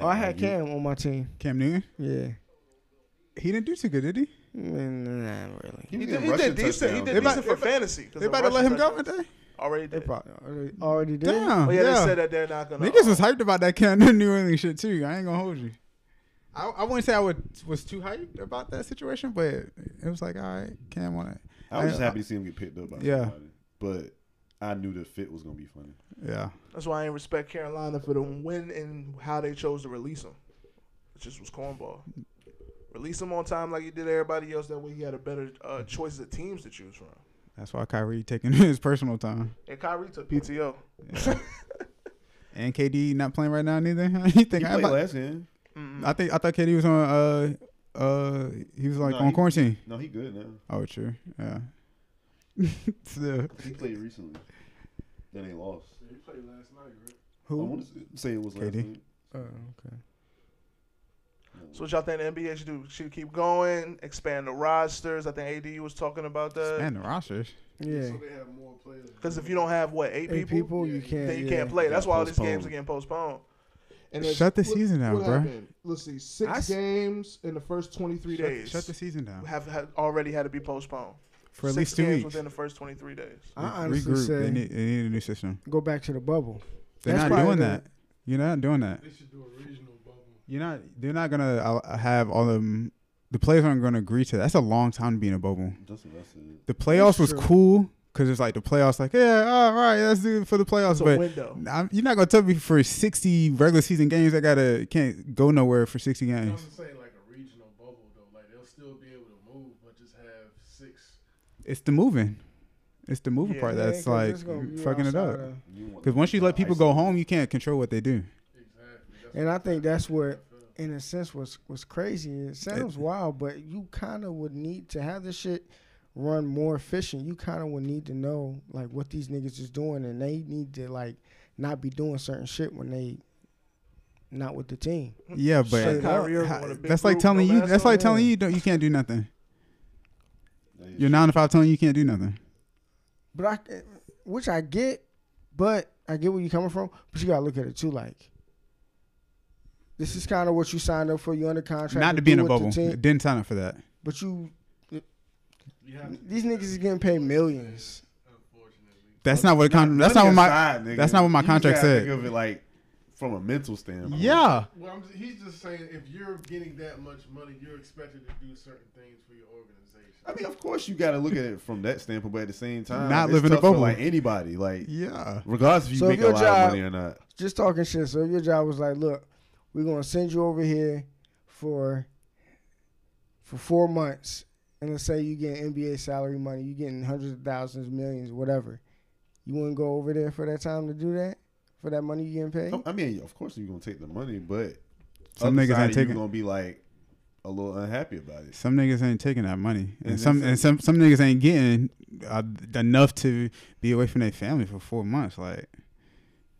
I: Oh, I had Cam on my team.
G: Cam Newton,
I: Yeah.
G: he didn't do too good, did he?
I: Mm, Not really.
F: He
H: He
F: was
H: did,
F: getting
H: he did
F: rushing
H: decent. He
F: touchdowns.
H: did
G: They about-
H: decent for fantasy. 'cause
G: They
H: of
G: about to let
H: rushing
G: him go,
H: touchdowns.
G: didn't
H: Already
I: They
H: did.
I: probably already, already
G: they?
I: did.
G: Damn.
H: Well, Oh, yeah,
G: yeah.
H: they said that they're not gonna.
G: Niggas was hyped about that Cam [laughs] Newton New England shit too. I ain't gonna hold you. I, I wouldn't say I would, was too hyped about that situation, but it was like, all right, Cam on it.
F: I was just happy to see him get picked up by
G: Yeah.
F: somebody. But I knew the fit was gonna be funny.
G: Yeah,
H: That's why I ain't respect Carolina for the win and how they chose to release him. It just was cornball. Release him on time like he did everybody else. That way he had a better uh, choice of teams to choose from.
G: that's why Kyrie taking [laughs] his personal time
H: And Kyrie took PTO.
G: and KD not playing right now neither. [laughs] you think
F: He
G: I,
F: played
G: about-
F: last game.
G: I think I thought KD was on uh uh he was like
F: No,
G: on
F: he-
G: quarantine.
F: No, he good now.
G: Oh, true. Yeah. [laughs] Still.
F: He played recently. Then they lost.
B: He played last night, right?
F: I
I: Who?
F: want to say it was last
G: KD.
F: night.
I: Oh, okay.
H: So what y'all think the NBA should do? Should keep going, expand the rosters. I think AD was talking about that.
G: Man, the rosters.
I: Yeah.
B: So they have more players.
H: Because if you don't have what eight,
I: Eight
H: people,
I: people, you can't.
H: then you
I: yeah.
H: can't play. That's why all these games
F: postponed.
H: are getting postponed.
K: And it's-
G: Shut the
K: what-
G: season down,
K: what
G: bro.
K: happened? Let's see, six
I: I s-
K: games in the first 23 days.
G: Shut the season down
H: Have, have already had to be postponed
G: for at
H: Six
G: least two
H: games
G: weeks.
H: within the first twenty three days.
I: I honestly
G: Regroup.
I: say
G: They need, they need a new system.
I: go back to the bubble.
G: They're
I: That's
G: not
I: probably
G: doing
I: the-
G: that. You're not doing that.
B: They should do a regional bubble.
G: You're not. They're not gonna uh, have all them. The players aren't gonna agree to that. That's a long time to be in a bubble.
F: That's what I said.
G: The playoffs was
I: true.
G: cool because it's like the playoffs. Like yeah, all right, let's do it for the playoffs.
H: It's a
G: but
H: window.
G: I'm, you're not gonna tell me for 60 regular season games I gotta can't go nowhere for 60
B: I'm
G: games.
B: just saying like a regional bubble though. Like they'll still be able to move, but just have six.
G: It's the moving. It's the moving
H: Yeah.
G: part
I: Yeah, 'cause
G: that's like
I: it's gonna be
G: fucking it
I: outside
G: up.
I: of-
F: You want-
G: Because once you let people go home, you can't control what they do.
B: Exactly. That's
I: And I think that's what,
B: feel.
I: in a sense, was was crazy. It sounds wild, but you kind of would need to have this shit run more efficient. You kind of would need to know like what these niggas is doing, and they need to like not be doing certain shit when they not with the team.
G: Yeah, but
I: Shut up.
H: Kyrie Irving
G: how-
H: want a big
G: that's like
H: group,
G: telling
H: no
G: you.
H: mask
G: That's
H: on.
G: like telling you you don't, you can't do nothing.
F: That is
G: You're nine to five telling you you can't do nothing.
I: But I, c- which I get, but I get where you're coming from. But you gotta look at it too, like. This is kind of what you signed up for. You under contract.
G: Not to be in
I: do
G: a
I: with the
G: bubble.
I: team,
G: Didn't sign up for that.
I: but you,
B: You have to,
I: these niggas is getting paid millions.
B: unfortunately.
G: That's not what the con- that's not what my that's not what my contract said.
F: Think of it like from a mental standpoint.
G: Yeah.
B: Well, I'm, he's just saying if you're getting that much money, you're expected to do certain things for your organization.
F: I mean, of course, you got to look at it from that standpoint, but at the same time,
G: Not
F: it's
G: live in a
F: tough for,
G: bubble.
F: like anybody, like
G: Yeah.
F: regardless if you
I: So if
F: make a
I: your
F: lot
I: job-
F: of money or not.
I: Just talking shit. So if your job was like, look, we're gonna send you over here for for four months, and let's say you get NBA salary money, you getting hundreds of thousands, millions, whatever. You wouldn't go over there for that time to do that? For that money you getting paid?
F: I- I mean, of course, you're gonna take the money, but
G: Some
F: other
G: niggas
F: side
G: ain't
F: of
G: taking-
F: You gonna be like a little unhappy about it.
G: Some niggas ain't taking that money, and,
F: And
G: some
F: that's
G: and
F: it.
G: some some niggas ain't getting uh, enough to be away from their family for four months, like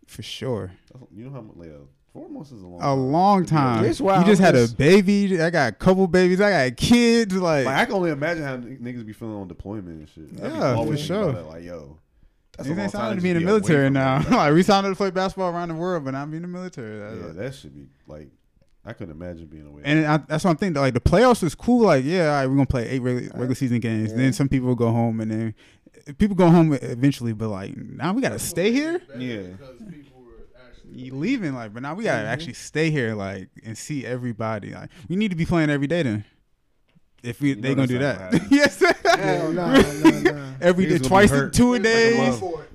G: for sure.
F: That's- You know how much? Like uh, four months is a long.
G: A long time.
I: This
G: You
I: wild
G: just had a
I: is-
G: baby. I got a couple babies. I got kids. Like,
F: Like I can only imagine how n- niggas be feeling on deployment and shit. I be
G: Yeah,
F: always
G: for
F: thinking about
G: sure.
F: that, Like yo, that's a
G: niggas
F: long
G: ain't
F: time
G: signed to be in the
F: just away
G: military
F: from
G: now.
F: it.
G: [laughs] like we signed up to play basketball around the world, but I'm in the military. That's
F: yeah,
G: like-
F: that should be like I couldn't imagine being away.
G: And I, that's what I'm thinking. Like the playoffs is cool. Like yeah, all right, we're gonna play eight regular, regular season games. Then some people go home, and then people go home eventually. But like now we gotta stay here.
F: yeah,
G: You leaving like, but now we
F: Mm-hmm.
G: gotta actually stay here like and see everybody. Like we need to be playing every day then. If we they gonna
F: that's
G: do
F: not gonna
G: that,
F: happen.
G: [laughs] yes.
I: Hell nah, nah, nah.
G: every
F: Niggas
G: day,
F: gonna be
G: twice,
F: hurt.
G: two a
F: Like
G: days,
F: a mother-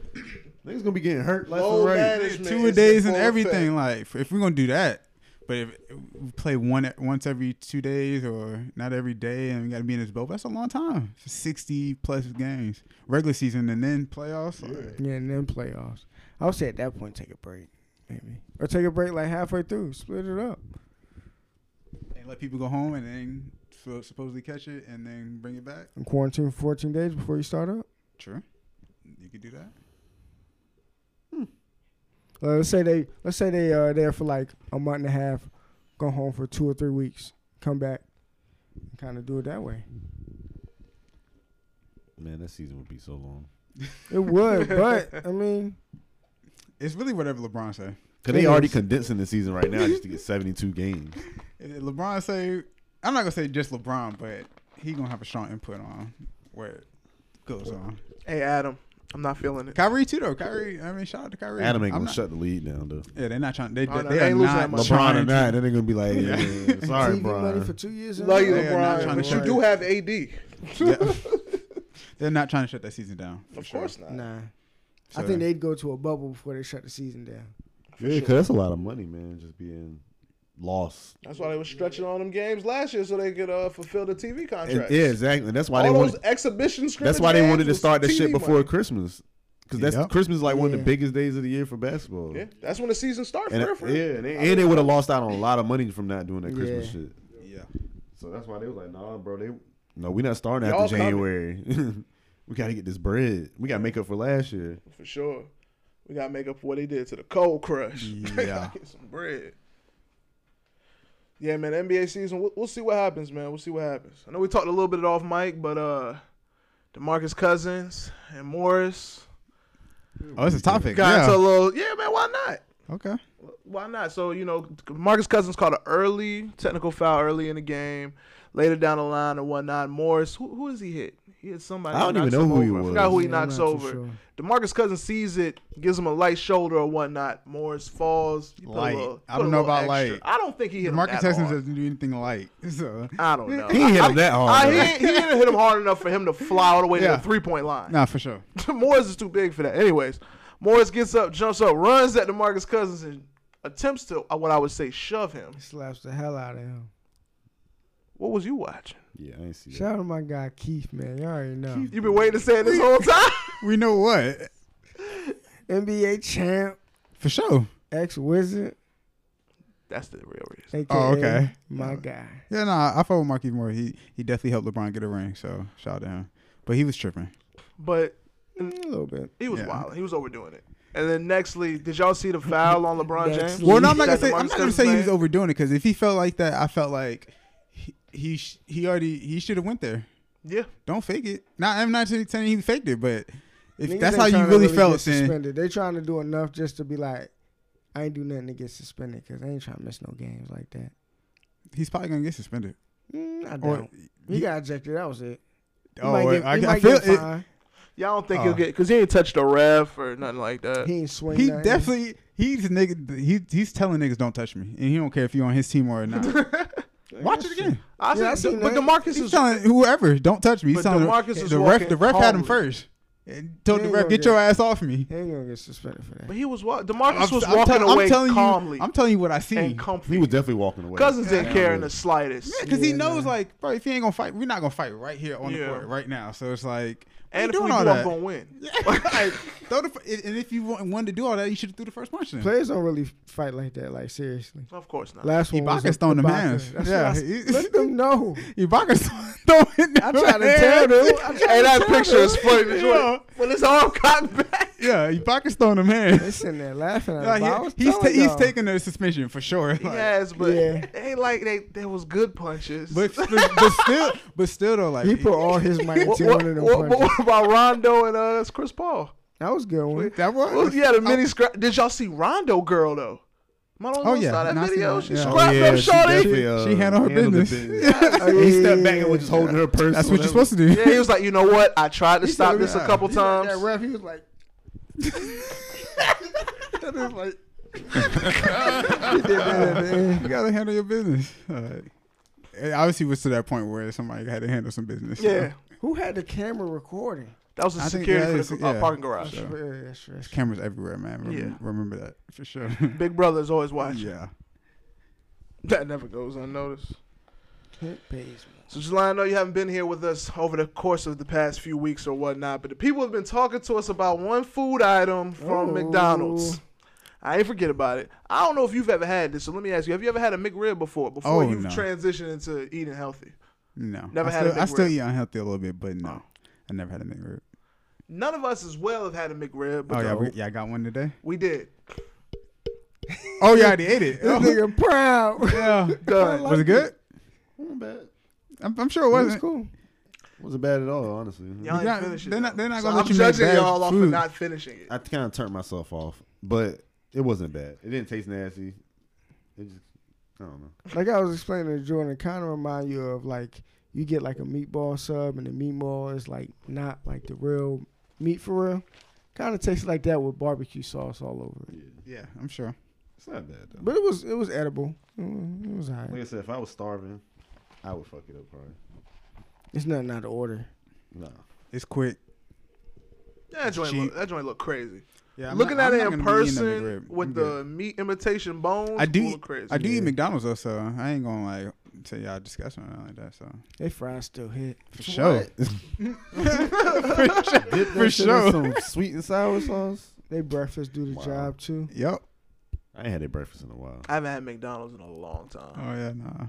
F: niggas gonna be getting hurt left
H: Low
F: and right.
H: management
G: two a
H: is
G: days,
H: in
G: and
H: full
G: everything.
H: effect.
G: Like if we're gonna do that, but if we play one once every two days or not every day, and we gotta be in this boat, that's a long time. Sixty plus games, regular season, and then playoffs. Like,
I: Yeah, and then playoffs. I would say at that point take a break, maybe. Or take a break like halfway through. Split it up.
G: and let people go home, and then so supposedly catch it, and then bring it back.
I: And quarantine for fourteen days before you start up.
G: Sure, you could do that.
I: Uh, let's say they let's say they are there for like a month and a half, go home for two or three weeks, come back, and kind of do it that way.
F: Man, that season would be so long.
I: [laughs] It
F: [laughs]
I: would, but I mean,
G: It's really whatever LeBron say.
F: Cause they already condensing the season right now just to get seventy two games.
G: If LeBron say, I'm not gonna say just LeBron, but he gonna have a strong input on where it goes on.
H: Hey Adam, I'm not feeling it.
G: Kyrie too though. Kyrie, I mean, shout out to Kyrie.
F: Adam ain't
G: I'm
F: gonna
G: not,
F: shut the lead down though.
G: Yeah, they're not trying. They,
H: Oh,
G: they,
H: no,
G: they
H: they
G: are
H: ain't losing
G: not
H: that much.
F: LeBron
G: trying
F: or
G: to-
F: not, then they're gonna be like,
H: [laughs]
G: Yeah.
F: yeah, sorry,
I: TV money for
F: Brian.
I: two years.
H: Love you,
G: They are not trying
H: LeBron.
G: to
H: but
G: shoot
H: You do
G: it.
H: have AD.
G: [laughs] Yeah. they're not trying to shut that season down. for
H: Of
G: sure.
H: course not.
I: Nah, I
G: So-
I: think they'd go to a bubble before they shut the season down.
F: Yeah, cause that's a lot of money, man. Just being lost.
H: That's why they were stretching on them games last year so they could uh, fulfill the TV
F: And-
H: contract.
F: yeah, exactly. And that's why
H: All
F: they
H: those
F: wanted.
H: exhibition scrimmage
F: That's why they
H: games
F: wanted to
H: was
F: start that
H: TV
F: shit before
H: money.
F: Christmas. Cause that's
G: Yep.
F: Christmas is like one of
I: Yeah.
F: the biggest days of the year for basketball.
H: Yeah, that's when the season starts.
F: And,
H: for real,
F: yeah,
H: for real.
F: and they, and they would have lost out on a lot of money from not doing that Christmas
I: Yeah.
F: shit.
G: Yeah.
F: So that's why they was like, nah, bro, they no, we not starting
H: Y'all
F: after
H: coming.
F: January. [laughs] we gotta get this bread. We gotta make up for last year.
H: for sure. We gotta make up for what they did to the cold crush. [laughs]
G: Yeah.
H: get some bread. Yeah, man. NBA season. We'll, we'll see what happens, man. We'll see what happens. I know we talked a little bit off mic, but uh, Demarcus Cousins and Morris
G: Oh, it's a topic.
H: got into a
G: Yeah.
H: little. Yeah, man. Why not?
G: Okay.
H: Why not? So you know, Marcus Cousins called an early technical foul early in the game, later down the line and whatnot. Morris, who who is he hit? He hit somebody.
F: I don't
H: He
F: even
H: knocks
F: know
H: him
F: who he
H: over. I
F: was.
H: forgot who he
I: Yeah, I'm
H: knocks
I: not too
H: over.
I: sure.
H: Demarcus Cousins sees it, gives him a light shoulder or whatnot. Morris falls. You put a
G: Light.
H: little-
G: I
H: put a
G: don't know
H: little
G: about
H: extra.
G: light.
H: I don't think he hit
G: Marcus
H: him that
G: Texans
H: hard.
G: doesn't do anything like [laughs] so.
H: I don't know.
F: He ain't hit him that
H: I,
F: hard.
H: he,
F: though.
H: ain't- he didn't hit him hard enough for him to fly all the way
G: Yeah.
H: to the three point line.
G: Nah, for sure.
H: Morris is too big for that. Anyways, Morris gets up, jumps up, runs at Demarcus Cousins, and attempts to uh, what I would say shove him.
I: Slaps the hell out of him.
H: What was you watching?
F: Yeah, I ain't see that.
I: Shout out to my guy Keith, man. You already know.
H: You've been waiting to say it this whole time.
G: We know what
I: NBA champ,
G: for sure.
I: ex Wizard,
H: That's the real reason.
I: aka
G: Oh, okay.
I: my guy.
G: Yeah, nah, I fuck with Marquise Moore. He he definitely helped LeBron get a ring. So shout out to him. But he was tripping.
H: But
I: Mm, a little bit.
H: he was
G: Yeah.
H: wild. He was overdoing it. And then nextly, did y'all see the foul on LeBron James?
I: Nextly.
G: Well, no, I'm not gonna
H: That
G: say. I'm
H: DeMarcus
G: not gonna
H: Cousins
G: say he was
H: made?
G: overdoing it because if he felt like that, I felt like he he, sh- he already he should have went there.
H: Yeah,
G: Don't fake it. Not I'm not saying he faked it, but if
I: Niggas
G: that's
I: ain't
G: how you
I: tryna
G: really,
I: get
G: felt, then
I: suspended. They trying to do enough just to be like, I ain't do nothing to get suspended because I ain't trying to miss no games like that.
G: he's probably gonna get suspended.
I: Mm, I
G: Or
I: don't. He, got ejected. That was it. He
G: oh,
I: might
G: wait,
I: get-
G: I,
I: he
G: I
I: might
G: feel
I: get
G: it.
I: fined.
H: Y'all don't think
G: Oh.
H: he'll get because he ain't touched a ref or nothing like that.
I: He ain't swing.
G: He definitely he's nigga. He he's telling niggas don't touch me, and he don't care if you're on his team or not. Watch it again.
H: I
I: Yeah, I
H: said,
I: seen
H: but
I: that.
H: DeMarcus
G: He's
H: is
G: telling whoever don't touch me. He's
H: But
G: telling
H: DeMarcus
G: the,
H: is
G: the ref.
H: walking
G: The ref had him
H: calmly.
G: first. And told
I: He
G: the
I: ain't
G: ref,
I: gonna
G: get your
I: get-
G: ass off me.
I: He ain't gonna get suspended for that.
H: But he was wa- DeMarcus
G: I'm-
H: was
G: I'm
H: walking
G: tell- I'm
H: away
G: telling you-
H: calmly.
G: I'm telling you what I see.
H: and comfy.
F: He was definitely walking away.
H: Cousins didn't
G: Yeah.
H: care in the slightest.
G: Because he knows, like, bro, if he ain't gonna fight, we're not gonna fight right here on
H: Yeah.
G: the court right now. So it's like,
H: And
G: what you
H: if we
G: doing
H: do,
G: all that?
H: I'm gonna
F: [laughs]
H: win.
G: Like, throw the, f- and if you wa- wanted to do all that, you should have threw the first punch. Then.
I: Players don't really fight like that. Like seriously.
H: [laughs] Of course not.
I: Last one. was
G: Ibaka's throwing them
I: Ibaka.
G: hands.
I: That's
G: Yeah,
I: what I s-
G: he-
I: let them
G: [laughs]
I: know.
G: Ibaka's throwing.
I: I tried to
G: [laughs]
I: tell them. I tried
H: Hey,
I: to
H: that
I: tell
H: picture
I: them.
H: is funny. as well. When his arm
F: [laughs]
H: caught back.
G: Yeah, Ibaka's throwing them
I: They
G: hands.
I: sitting there laughing
G: [laughs]
I: at
G: Like,
I: him. I was
G: he's ta-
I: telling
G: he's
I: y'all.
G: taking the suspension for sure. [laughs] Like,
H: Yes, but
I: Yeah.
H: it ain't like they there was good punches.
G: but, but, but still, but still though, like
I: He put
G: [laughs]
I: all his might
H: what,
I: into
H: what,
I: one of them
H: what-
I: punches.
H: what about Rondo and uh, that's Chris Paul?
I: That was a good one.
G: that was
H: Well, yeah, the mini scrap. Did y'all see Rondo girl though? Am I the only
G: Oh,
H: one who
G: yeah.
H: saw that
G: No, I seen
H: video?
G: that.
H: She
G: Yeah. Oh,
H: scrapped up Shorty.
F: definitely, uh,
G: she handled her
F: handled the
G: business. [laughs]
I: yeah,
F: he
I: yeah,
F: stepped back and
I: yeah.
F: was just holding her purse.
G: That's what you're supposed to do.
H: Yeah,
G: [laughs]
H: he was like, you know what? I tried to stop
I: said,
H: this a
I: "Yeah."
H: couple
I: He like
H: times.
I: That ref, he was like. [laughs] That is like-
G: You gotta handle your business. Alright. It obviously was to that point where somebody had to handle some business. so
H: Yeah,
I: Who had the camera recording?
H: that was the
G: I think
H: security
G: that
H: for
G: is-
H: the uh,
G: yeah.
H: parking garage.
G: Sure.
I: Yeah, that's right.
G: Cameras everywhere, man. Remember,
H: Yeah.
G: remember that for sure. [laughs]
H: Big Brother is always watching.
G: yeah.
H: That never goes unnoticed.
I: Kent Paisley.
H: So, Jelani, I know you haven't been here with us over the course of the past few weeks or whatnot, but the people have been talking to us about one food item from
I: Oh.
H: McDonald's. I ain't forget about it. I don't know if you've ever had this, so let me ask you: Have you ever had a McRib before? Before
G: Oh,
H: you've
G: no.
H: transitioned into eating healthy,
G: No.
H: Never
G: I
H: had a
G: still, I
H: big
G: still
H: rib. Oh.
G: eat unhealthy a little bit, but no. I never had a big rib.
H: none of us as well have had a McRib. But
G: Oh yeah,
H: we,
G: we, yeah, I got one today.
H: did.
G: Oh yeah, I already ate it.
I: This
H: [laughs]
I: nigga proud.
G: [laughs] yeah.
H: Done.
G: was it good?
F: Wasn't bad.
G: I'm, I'm sure it
I: It was
G: wasn't.
I: cool.
F: Wasn't bad at all, honestly.
H: Y'all
G: They're
H: ain't
G: not-
H: finished it.
G: they're not-
H: though.
G: they're not
H: So
G: gonna let
H: I'm
G: you make
H: judging
G: bad
H: y'all off for
G: food.
H: not finishing it.
F: I kind of turned myself off, but it wasn't bad. It didn't taste nasty. It just, I don't know.
I: Like I was explaining to Jordan, it kind of remind you of like you get like a meatball sub, and the meatball is like not like the real meat for real. Kind of tastes like that with barbecue sauce all over it.
G: Yeah, I'm sure.
F: It's not bad though.
I: But it was it was edible. Mm, It was alright.
F: Like I said, if I was starving, I would fuck it up probably.
I: It's nothing out of order.
F: No.
G: It's quick.
H: That joint,
G: Cheap.
H: look, that joint look crazy.
G: Yeah, I'm
H: Looking
G: not-
H: at it
G: I'm not
H: in
G: gonna be eating a big
H: person
G: rib.
H: with
G: I'm
H: the
G: good.
H: meat imitation bones,
G: I do
H: ooh,
G: eat,
H: look crazy.
G: I do
I: Yeah.
G: eat McDonald's though, so I ain't gonna like tell y'all discuss or nothing like that. So
I: They fries still hit.
G: for sure, [laughs]
F: Dip
G: for
F: that shit in
G: sure.
H: [laughs]
F: Some sweet and sour sauce.
I: They breakfast do the
F: Wow.
I: job too.
G: Yep.
F: I ain't had a breakfast in a while.
H: I haven't had McDonald's in a long time.
G: Oh yeah, nah.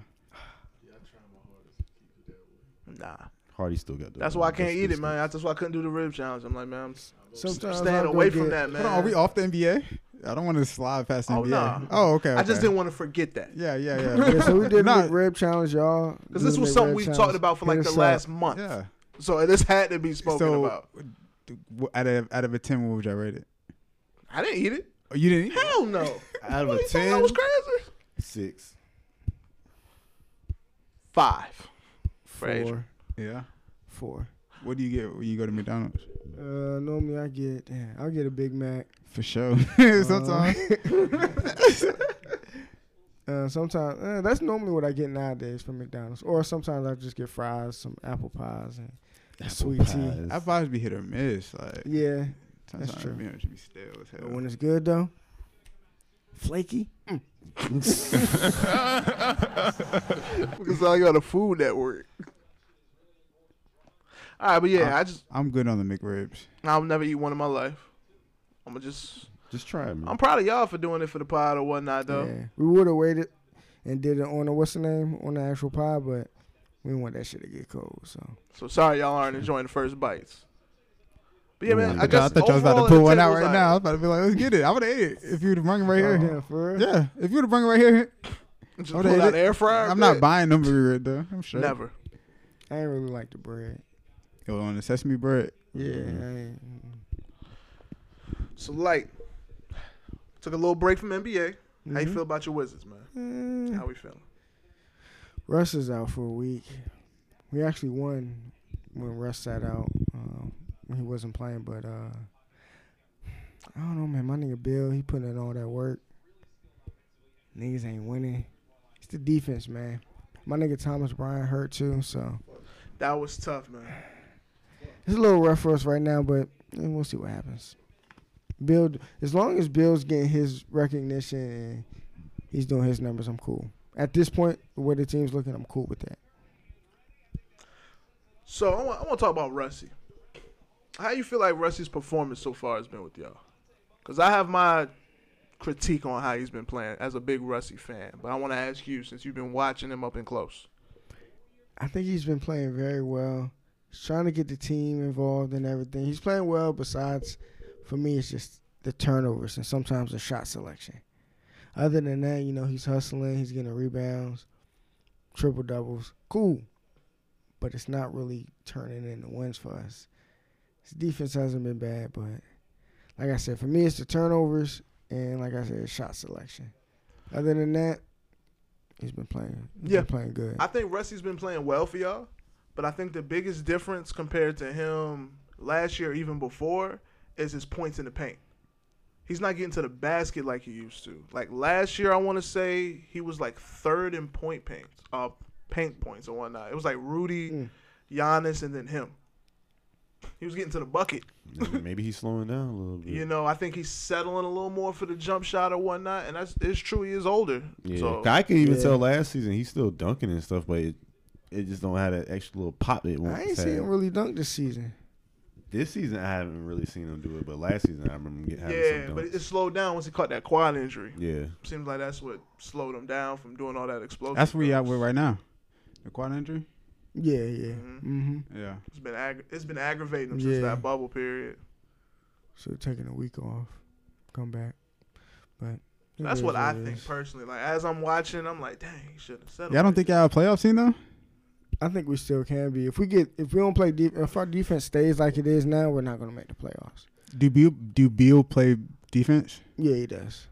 H: Nah,
F: Hardy still got the.
H: that's why I can't eat it, man. That's why I couldn't do the rib challenge. I'm like, man, I'm s-
I: Sometimes I'll
H: staying
I: go
H: away from
I: get-
H: that, man.
G: Hold on, are we off the NBA? I don't want to slide past the
H: Oh,
G: NBA.
H: nah.
G: Oh, okay,
H: I just
G: okay.
H: didn't want to forget that
G: Yeah,
H: [laughs]
G: yeah, yeah.
I: Yeah, so we did
G: Nah.
I: the rib challenge, y'all.
H: because this
I: Do
H: was
I: the
H: something
I: rib
H: we
I: challenge.
H: talked about for
I: Hit
H: like
I: us
H: the
I: up.
H: last month.
G: yeah.
H: So this had to be spoken
G: so,
H: about.
G: d- w- out of out of a ten, what would you rate it?
H: I didn't eat it.
G: Oh, you didn't. eat it?
H: Hell no.
F: Out of
H: What
F: a
H: you think I
F: 10,
H: was crazy.
F: six.
H: [laughs] Five. Frazier.
I: four.
G: Yeah.
I: Four.
G: What do you get when you go to McDonald's?
I: Uh, normally I get, damn, I'll get a Big Mac.
G: For sure. [laughs]
H: Uh-huh. [laughs]
G: Sometimes.
I: Uh, sometimes uh, that's normally what I get nowadays from McDonald's, or sometimes I just get fries, some apple pies, and sweet tea.
G: I
F: Pies.
G: probably be hit or miss. Like
I: Yeah,
G: sometimes
I: that's true.
G: you know, it should be stale as
I: but when
G: hell.
I: it's good though, flaky.
H: Because I got a food network. All right, but yeah, I just
G: I'm good on the McRibs.
H: I'll never eat one in my life. I'm gonna just
F: Just try it, man.
H: I'm proud of y'all for doing it for the pod or whatnot, though.
I: Yeah, we would have waited and did it on the what's the name on the actual pie, but we didn't want that shit to get cold. So
H: So sorry y'all aren't enjoying the first bites. But yeah, man,
F: Mm.
H: I guess
G: I thought y'all was about
H: overall,
G: to pull
H: the
G: one out
H: table's
G: right
H: all
G: now. I was about to be like, let's get it. I would have ate it if you would have bring it right
I: Oh,
G: here.
I: yeah, for real?
G: Yeah, if you would have bring it right here,
H: [laughs] Just
G: I
H: pull
G: would've ate
H: out
G: it.
H: the air fryer.
G: I'm
H: good.
G: not buying no McRib though. I'm sure.
H: Never.
I: I ain't really like the bread.
G: It was on the sesame bread.
I: Yeah, I ain't, mm.
H: So like, took a little break from NBA. How
G: Mm-hmm.
H: you feel about your Wizards, man?
I: Mm.
H: How we feeling?
I: Russ is out for a week. We actually won when Russ sat out. Um, when he wasn't playing, but uh, I don't know, man. My nigga Bill, he putting in all that work. Niggas ain't winning. It's the defense, man. My nigga Thomas Bryant hurt too, so
H: That was tough, man.
I: it's a little rough for us right now, but eh, we'll see what happens. Bill, as long as Bill's getting his recognition and he's doing his numbers, I'm cool. At this point, the way the team's looking, I'm cool with that.
H: So I want, I want to talk about Rusty. How you feel like Rusty's performance so far has been with y'all? Because I have my critique on how he's been playing as a big Rusty fan, but I want to ask you since you've been watching him up and close.
I: I think he's been playing very well. He's trying to get the team involved and everything. He's playing well. Besides, for me, it's just the turnovers and sometimes the shot selection. Other than that, you know, he's hustling. He's getting rebounds, triple doubles. Cool, but it's not really turning into wins for us. His defense hasn't been bad, but like I said, for me, it's the turnovers and like I said, shot selection. Other than that, he's been playing. He's
H: Yeah.
I: been playing good.
H: I think Rusty's been playing well for y'all, but I think the biggest difference compared to him last year, even before, is his points in the paint. He's not getting to the basket like he used to. Like last year, I want to say he was like third in point paint, uh, paint points and whatnot. It was like Rudy,
I: Mm.
H: Giannis, and then him. He was getting to the bucket.
F: [laughs] Maybe he's slowing down a little bit.
H: You know, I think he's settling a little more for the jump shot or whatnot, and that's it's true. He is older.
F: Yeah,
H: So
F: I can even
H: Yeah.
F: tell last season he's still dunking and stuff, but it, it just don't have that extra little pop that it
I: I ain't
F: once
I: seen
F: had.
I: him really dunk this season.
F: This season I haven't really seen him do it, but last season I remember get- having
H: Yeah,
F: some
H: but
F: dunks.
H: it it slowed down once he caught that quad injury.
F: Yeah.
H: Seems like that's what slowed him down from doing all that explosive.
G: That's where you at with right now. The quad injury.
I: Yeah, yeah. Mm-hmm.
G: Yeah.
H: It's been aggra- it's been aggravating him since
I: Yeah.
H: that bubble period.
I: So taking a week off, come back, but it
H: That's
I: is
H: what I
I: it
H: think
I: is.
H: personally. Like as I'm watching, I'm like, dang, he should have settled.
G: Y'all don't think y'all a playoff team though?
I: I think we still can be if we get if we don't play deep if our defense stays like it is now, we're not gonna make the playoffs.
G: Do Bill do Bill play defense?
I: Yeah, he does.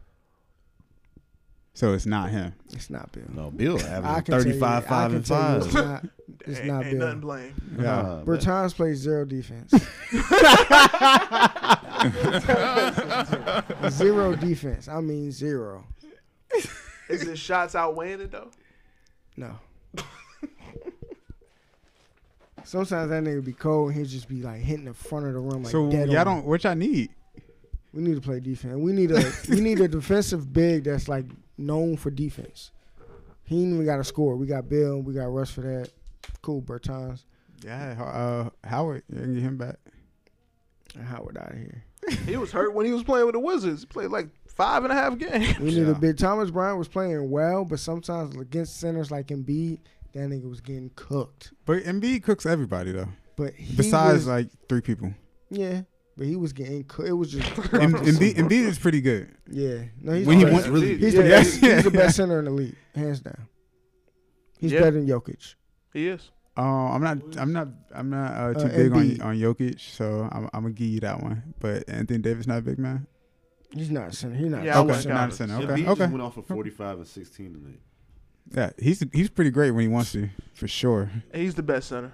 G: So it's not him.
I: It's not Bill.
F: No,
G: [laughs]
F: Bill
I: I
F: averaged
I: can tell you-
F: 35, 5,
I: I can
F: and
I: tell you
F: 5.
I: It's not, it's
H: [laughs] Ain't-
I: not
H: ain't
I: Bill.
H: nothing blame.
F: Yeah.
I: Nah, Bertans plays
G: [laughs]
I: zero defense. [laughs] zero defense. I mean zero.
H: Is his shots outweighing it though?
I: No. Sometimes that nigga be cold and he'll just be like hitting the front of the room like
G: so
I: dead
G: y'all
I: on.
G: don't. What y'all need?
I: We need to play defense. We need a we
G: [laughs]
I: need a defensive big that's like known for defense. He ain't even got a score. We got Bill. We got Russ for that. Cool, Bertans.
G: Yeah, uh, Howard. You can get him back.
I: Howard out of here.
H: He was hurt when he was playing with the Wizards. He played like five and a half games.
I: We need a big. Thomas Bryant was playing well, but sometimes against centers like Embiid, that nigga was getting cooked.
G: But Embiid cooks everybody though.
I: But he
G: besides
I: was-
G: like three people,
I: Yeah, but he was getting cooked. It was
G: [laughs]
I: just
G: Em- Embiid, Embiid is pretty good.
I: Yeah, no, he's
G: When
I: the
G: he
I: best.
G: wants- really-
I: he's, the
G: yeah.
I: best
G: Yeah. [laughs]
I: he's the best center in the league, hands down. He's
G: Yeah.
I: better than Jokic.
H: He is.
G: Uh, I'm not. I'm not. I'm not uh, too
I: Uh,
G: big
I: Embiid.
G: on on Jokic, so I'm, I'm gonna give you that one. But Anthony Davis not a big man.
I: He's not a center. He's not.
G: Yeah,
F: Oh
G: I
I: a
G: wouldn't
I: center.
G: count Not a it. center,
F: Yeah,
G: okay,
F: Beal
G: okay.
F: just went off of 45 and 16 tonight.
G: Yeah, he's he's pretty great when he wants to, for sure.
H: He's the best center.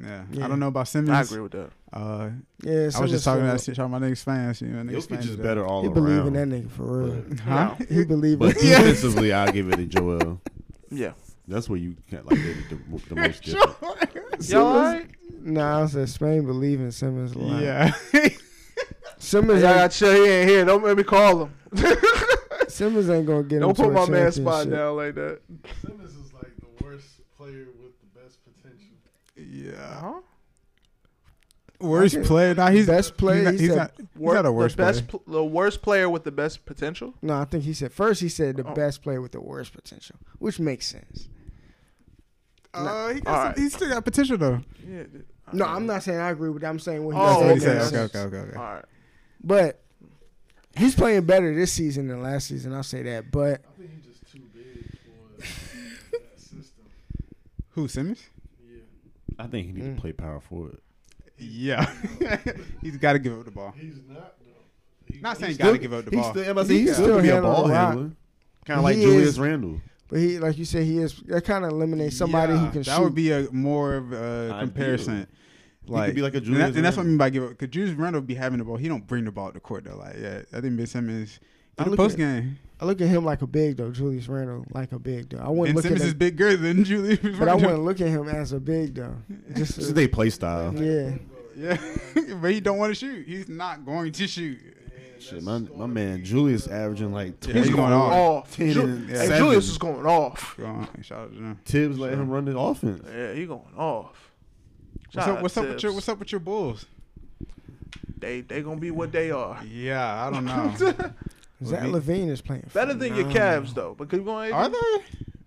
G: Yeah.
H: Yeah.
G: I don't know about Simmons.
H: I agree with that.
G: Uh,
H: Yeah,
G: I was
H: Simmons
G: just talking
H: still-
G: that shit. to All my niggas fans, you know, niggas
F: Jokic
G: fans
F: is
G: that-
F: better all
H: [laughs]
I: He believe in that nigga for real. [laughs]
G: Huh?
I: He believe [laughs] in
F: But defensively, I'll give it to Joel.
H: Yeah.
F: That's where you got like the, the,
H: [laughs]
F: the most different.
H: Y'all alright?
I: Nah, I said Spain believe in Simmons a lot.
G: Yeah. [laughs]
I: Simmons
H: Y'all
I: ain't-
H: got chill. He ain't here. Don't make me call him.
I: Simmons ain't gonna get
H: Don't
I: him to
H: put
I: a
H: my man spot
I: championship.
H: down like that.
B: Simmons is like the worst player with the best potential.
G: Yeah.
H: Huh?
G: Worst
B: Okay.
G: player? Nah, he's
B: Best player,
G: He's not,
B: he
G: he's
B: said-
G: not, he's
H: Wor-
G: not a worst
H: the best
G: player.
H: pl- the worst player with the best potential.
I: No, I think he said first. He said the
H: Oh.
I: best player with the worst potential, which makes sense.
G: Uh, he, got
I: All
G: some,
I: right.
G: he still got potential though.
H: Yeah. dude.
I: No, I'm not saying I agree with. that. I'm saying what he
G: That's
I: said.
G: what he said.
I: makes
G: Okay,
I: sense.
G: okay, okay, okay.
H: Oh, All right.
I: But he's playing better this season than last season. I'll say that. But
B: I think he's just too big for that system.
G: Who Simmons?
F: I think he needs to play power forward.
G: Yeah, [laughs] he's got to give up the ball.
B: He's not though.
G: Not saying
F: He's
G: gotta
F: still-
G: give up the
F: he's
G: ball.
F: Still, I'm about to say, he
I: He's
F: still
I: still
F: could be a
I: handling
F: ball
I: the rock.
F: handler. Kind of like
I: He
F: Julius
I: is-
F: Randle.
I: but he, like you said, he is that kind of eliminates somebody
G: Yeah,
I: who can
G: that
I: shoot.
G: would be a more of a comparison.
F: could be like a
G: and,
F: Julius
G: that- and that's what I
F: Randle.
G: mean by give up. Cause Julius Randle be having the ball. He don't bring the ball to court though. Like yeah, I think Ben Simmons. In
I: I
G: the
I: look
G: post
I: at-
G: game,
I: I look at him like a big though, Julius Randle, like a big though. I wouldn't
G: Ben
I: look
G: Simmons
I: at
G: is bigger than [laughs] Julius.
I: but I
G: Randle.
I: wouldn't look at him as a big though. Just
F: This is their play style.
I: yeah.
G: Yeah, [laughs] but he don't want to shoot. He's not going to shoot.
F: Shit, my, my man Julius averaging like
G: Yeah,
F: 10
G: he's going off.
F: ten
H: Ju-
F: and
H: hey,
F: seven.
H: Julius is going off.
G: Go on, shout out to them.
F: Tibbs let him run the offense.
H: Yeah, he going off.
G: What's
H: Shout
G: up?
H: out
G: What's up with
H: Tibbs.
G: your What's up with your Bulls?
H: They they gonna be what they are.
G: Yeah, I don't know.
H: [laughs]
I: Zach Levine is playing.
H: better than your
I: phenomenal.
H: Cavs though, because going
G: Are they?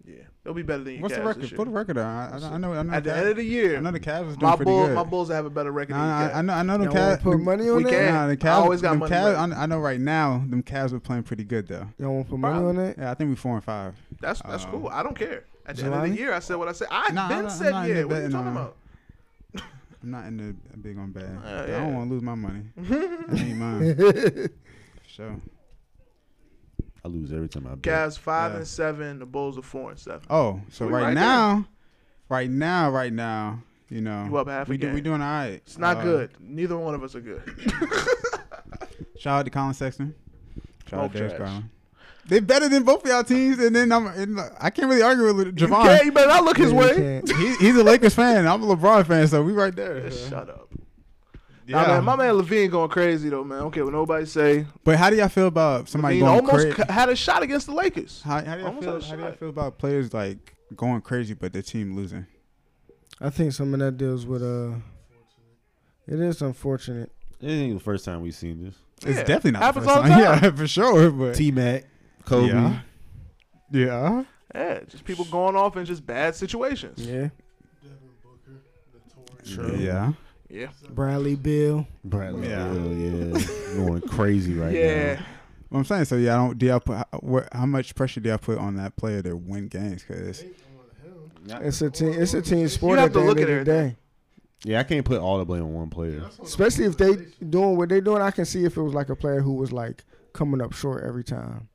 H: Yeah, they'll be better than your
G: What's
H: Cavs.
G: the
H: this
G: record?
H: year.
G: Put a record on. I, I, I know. I know.
H: At the
G: Cavs-
H: end of the year,
G: I know the Cavs is doing
H: my
G: pretty
H: Bulls,
G: good.
H: my Bulls have a better record.
G: Nah,
H: than
G: I,
H: your
G: I
H: Cavs.
G: know. I know them
I: Y'all wanna
G: Cavs.
I: put
G: them-
I: money on
H: we
I: that?
H: can.
G: Nah, the
H: I
G: Cavs.
H: always got
G: them
H: money.
G: Cavs-
H: left.
G: I, I know right now them Cavs are playing pretty good though.
I: Y'all want to put money
H: Probably.
I: on that?
G: Yeah, I think we four and five.
H: That's that's
G: Um,
H: cool. I don't care. At the end of the
I: Jelani?
H: year, I said what I said. I
G: Nah, I'm
H: been
G: not-
H: said
G: I'm not
H: yeah.
G: into
H: What are you
G: betting
H: talking
G: on
H: about?
G: I'm not in the big on bad.
H: Uh,
G: I don't
H: yeah.
G: want to lose
H: [laughs]
G: my money. I need mine. For sure.
F: I lose every time I bet.
H: Cavs five
G: Yeah.
H: and seven. The Bulls are four and seven.
G: Oh, so
H: We
G: right,
H: right
G: now, right now, right now, you know,
H: You up half a
G: we do,
H: game.
G: we doing all right.
H: It's not
G: Uh,
H: good. Neither one of us are good.
G: Shout out to Colin Sexton. Shout out
H: Both
G: to Darius
H: trash.
G: Garland. They better than both of y'all teams, and then I'm and uh, I can't really argue with
H: You can't.
G: [laughs] Javon.
H: You better not look his
I: Yeah, you
H: way.
I: can't.
G: He, he's a Lakers fan. I'm a LeBron fan, so we right there.
H: Shut up.
G: Yeah.
H: Nah, man, my man Levine going crazy though, man. Okay, what nobody say.
G: But how do y'all feel about somebody
H: Levine
G: going
H: almost
G: crazy?
H: ca- had a shot against the Lakers.
G: How, how do y'all
H: almost
G: feel?
H: had a
G: How do y'all
H: shot.
G: feel about players like going crazy, but their team losing?
I: I think some of that deals with uh it is unfortunate.
F: It ain't the first time we've seen this.
G: It's
H: Yeah.
G: definitely not
H: Happens
G: the first
H: all the
G: time. [laughs]
H: time.
G: Yeah, for sure. But
F: T Mac, Kobe.
G: yeah, yeah.
H: Yeah, just people going off in just bad situations. Yeah.
I: Yeah.
B: Devin Booker, notorious.
F: True.
G: yeah.
H: Yeah.
I: Bradley Bill.
F: Bradley
G: Yeah.
F: Beal, yeah. going crazy right now.
G: What I'm saying, so yeah, I don't. Do y'all put how, what, how much pressure do y'all put on that player to win games? Because
I: It's a team it's a team sport
H: have
I: at
H: to
I: the end
H: look
I: of
H: at
I: the
H: everything.
I: day.
F: Yeah, I can't put all the blame on one player.
B: That's on the
I: Especially if they
B: organization.
I: doing what they doing, I can see if it was like a player who was like coming up short every time.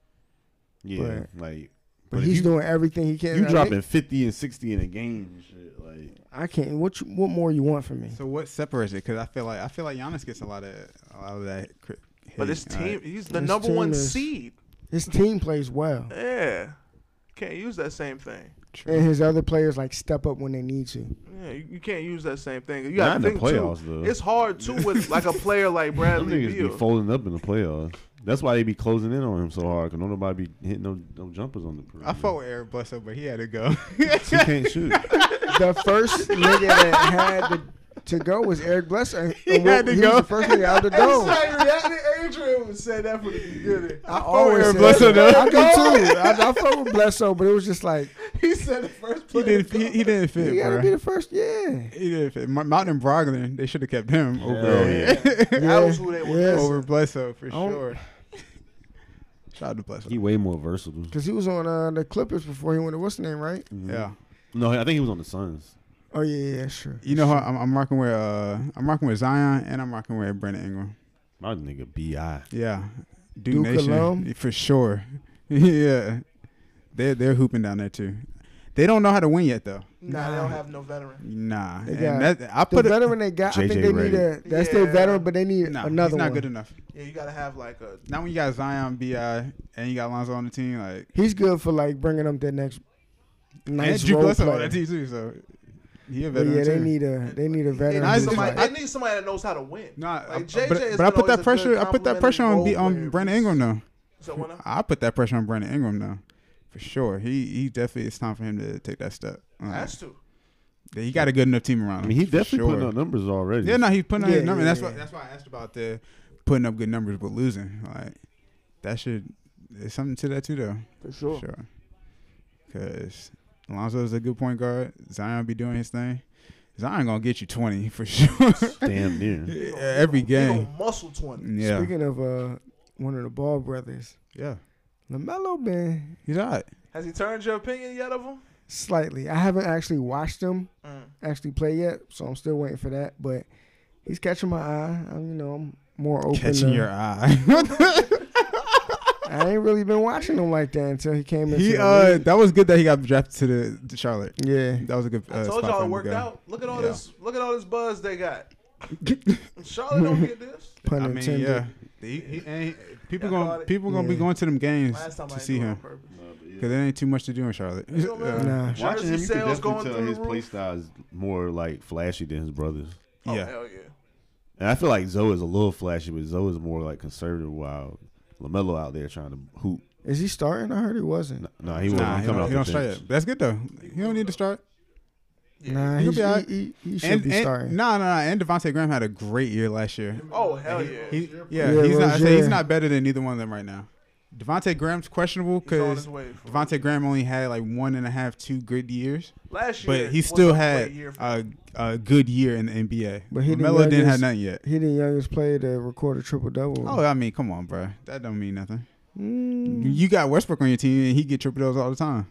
F: Yeah, like
I: But,
F: if
I: he's
F: you,
I: doing everything he can.
F: you
I: I
F: dropping
I: think-
F: fifty and sixty in a game and shit. Like
I: I can't. What you, what more you want from me?
G: so what separates it? Because I feel like I feel like Giannis gets a lot of a lot of that. Cri-
H: But
G: hate,
H: his team,
G: alright.
H: he's the
I: His
H: number
I: team
H: one
I: is-
H: seed.
I: His team plays well,
H: Yeah. Can't use that same thing.
I: and his other players like step up when they need to.
H: Yeah, you, you can't use that same thing. You
F: Not
H: got
F: in
H: to
F: the
H: think
F: playoffs,
H: too.
F: though.
H: It's hard too with like a player
F: [laughs]
H: like
F: them
H: Bradley
F: niggas be
H: Beal.
F: folding up in the playoffs. That's why they be closing in on him so hard. Cause nobody be hitting no, no jumpers on the perimeter.
G: I fought with Eric Bledsoe, but he had to go.
F: He
G: [laughs]
F: can't shoot.
I: The first nigga that had to, to go was Eric Bledsoe.
G: He had to
I: was
G: go.
I: the first nigga out the door.
H: Adrian would say that for the beginning.
I: I always
G: Aaron
I: said
G: Bledsoe,
I: that.
G: though.
I: I do too. I, I fuck with Bledsoe, but it was just like
H: He said the first
G: [laughs] he didn't. He, he didn't fit,
I: you gotta
G: bro.
I: be the first. Yeah,
G: he didn't fit. Mo- Mountain Brogdon, they should have kept him
H: Oh,
F: Hell
G: [laughs] over
F: yeah.
H: That was who they were.
I: Yeah.
G: over Bledsoe for
I: don't-
G: sure. Shout out to Bledsoe.
F: He way more versatile.
I: because he was on uh, the Clippers before he went to what's the name, right?
G: yeah.
F: No, I think he was on the Suns.
I: Oh yeah, yeah, sure.
G: You know, how I'm, I'm rocking with uh, I'm rocking with Zion and I'm rocking with Brandon Ingram.
F: My nigga, bi.
G: Yeah, Duke,
I: Duke
G: Nation
I: alum?
G: for sure. [laughs] yeah, they're they're hooping down there too. They don't know how to win yet though.
H: Nah, they don't have no veteran.
G: Nah,
I: They
G: And
I: got-
G: that- I
I: The
G: put it.
I: veteran they got, I think
F: JJ
I: they need a
F: Redick.
I: that's their
H: Yeah.
I: veteran, but they
G: [laughs]
I: need
G: Nah,
I: another
G: he's not
I: one.
G: good enough.
H: Yeah, you gotta have like a.
G: Now when you got Zion, Bi, and you got Lonzo on the team, like
I: He's good for like bringing up that next nice
G: and Drew
I: role
G: Bledsoe on
I: player.
G: that team too. So he a
I: But
G: veteran
I: yeah, they
G: too.
I: need a they need a
H: They
I: veteran.
G: Nah,
H: need,
G: it's-
I: who's
H: somebody,
I: like-
H: they need somebody that knows how to win.
G: Nah, I-
H: Like, JJ
G: but,
H: has
G: but I
H: been
G: put
H: always a
G: that
H: good
G: pressure. I put that pressure on B,
H: complimentary role
G: on
H: player.
G: Brandon Ingram now.
H: So when I-
G: I put that pressure on Brandon Ingram now, for sure. He he definitely it's time for him to take that step. Like,
H: has to.
G: he got a good enough team around him.
F: I mean, he
G: for
F: definitely
G: sure.
F: putting up numbers already.
G: Yeah, no, he's putting up
I: Yeah,
G: his number. and that's
I: yeah,
G: why that's why I asked about the putting up good numbers but losing. Like that should there's something to that too though.
H: For
G: For sure. Cause Alonzo's a good point guard. Zion be doing his thing. Zion gonna get you twenty [laughs] for sure.
F: damn
G: [laughs]
F: near.
H: He gonna-
G: Every
H: he gonna- he
G: game.
H: gonna muscle twenty.
G: Yeah.
I: Speaking of uh, one of the Ball brothers,
G: Yeah.
I: Lamelo been
G: He's all right.
H: Has he turned your opinion yet of him?
I: slightly. I haven't actually watched him
H: Mm.
I: actually play yet, so I'm still waiting for that. But he's catching my eye. I'm, you know, I'm more open.
G: Catching
I: to-
G: your eye. [laughs] uh,
I: I ain't really been watching him like that until he came in.
G: he uh that was good that he got drafted to the to Charlotte.
I: yeah.
G: That was a good uh,
H: I told
G: spot
H: y'all
G: for
H: it
G: him to
H: worked
G: go.
H: out. oh, Look at all
G: Yeah.
H: this. Look at all this buzz they got.
G: [laughs]
H: Charlotte don't get this.
I: Pun
G: I mean,
I: intended.
G: yeah. He, he ain't, people
H: Y'all
G: gonna
H: caught it?
G: people gonna be
I: Yeah.
G: going to them games
H: Last time I
G: to
H: ain't
G: see
H: do it on
G: him
H: purpose. Nah,
G: because there ain't too much to do in Charlotte.
H: You know what I mean?
I: Nah.
F: Watching him, you
H: Sales
F: can
H: going
F: definitely tell
H: through the
F: his
H: roof.
F: play style is more like flashy than his brothers.
H: Oh,
G: [laughs] Yeah.
H: hell yeah.
F: And I feel like Zoe is a little flashy, but Zoe is more like conservative. While Lamelo out there trying to hoop.
I: Is he starting? I heard he wasn't.
F: No, he wasn't
G: Nah,
F: He coming
G: he don't,
F: off
G: he don't
F: the
G: start
F: bench.
G: yet. That's good though. He don't need to start. He
I: Nah, he,
G: could be all
I: he,
G: right.
I: he, he should
G: and,
I: be
G: and-
I: starting.
G: No, no, no. And Devontae Graham had a great year last year.
H: Oh hell yeah.
G: He,
I: Yeah,
G: yeah, he's not. I say he's
I: Rozier.
G: not better than either one of them right now. Devontae Graham's questionable
H: He's on
G: because
H: his way. for-
G: Devontae Graham only had like one and a half, two good years,
H: Last year,
G: but he
H: was
G: still
H: a great
G: had
H: year for-
G: a, a good year in the NBA.
I: But
G: But
I: he
G: he
I: the
G: Melo didn't have
I: youngest-
G: nothing yet.
I: He the youngest player to record a triple double.
G: Oh, I mean, come on, bro. That don't mean nothing.
I: Mm.
G: You got Westbrook on your team, and he get triple doubles all the time.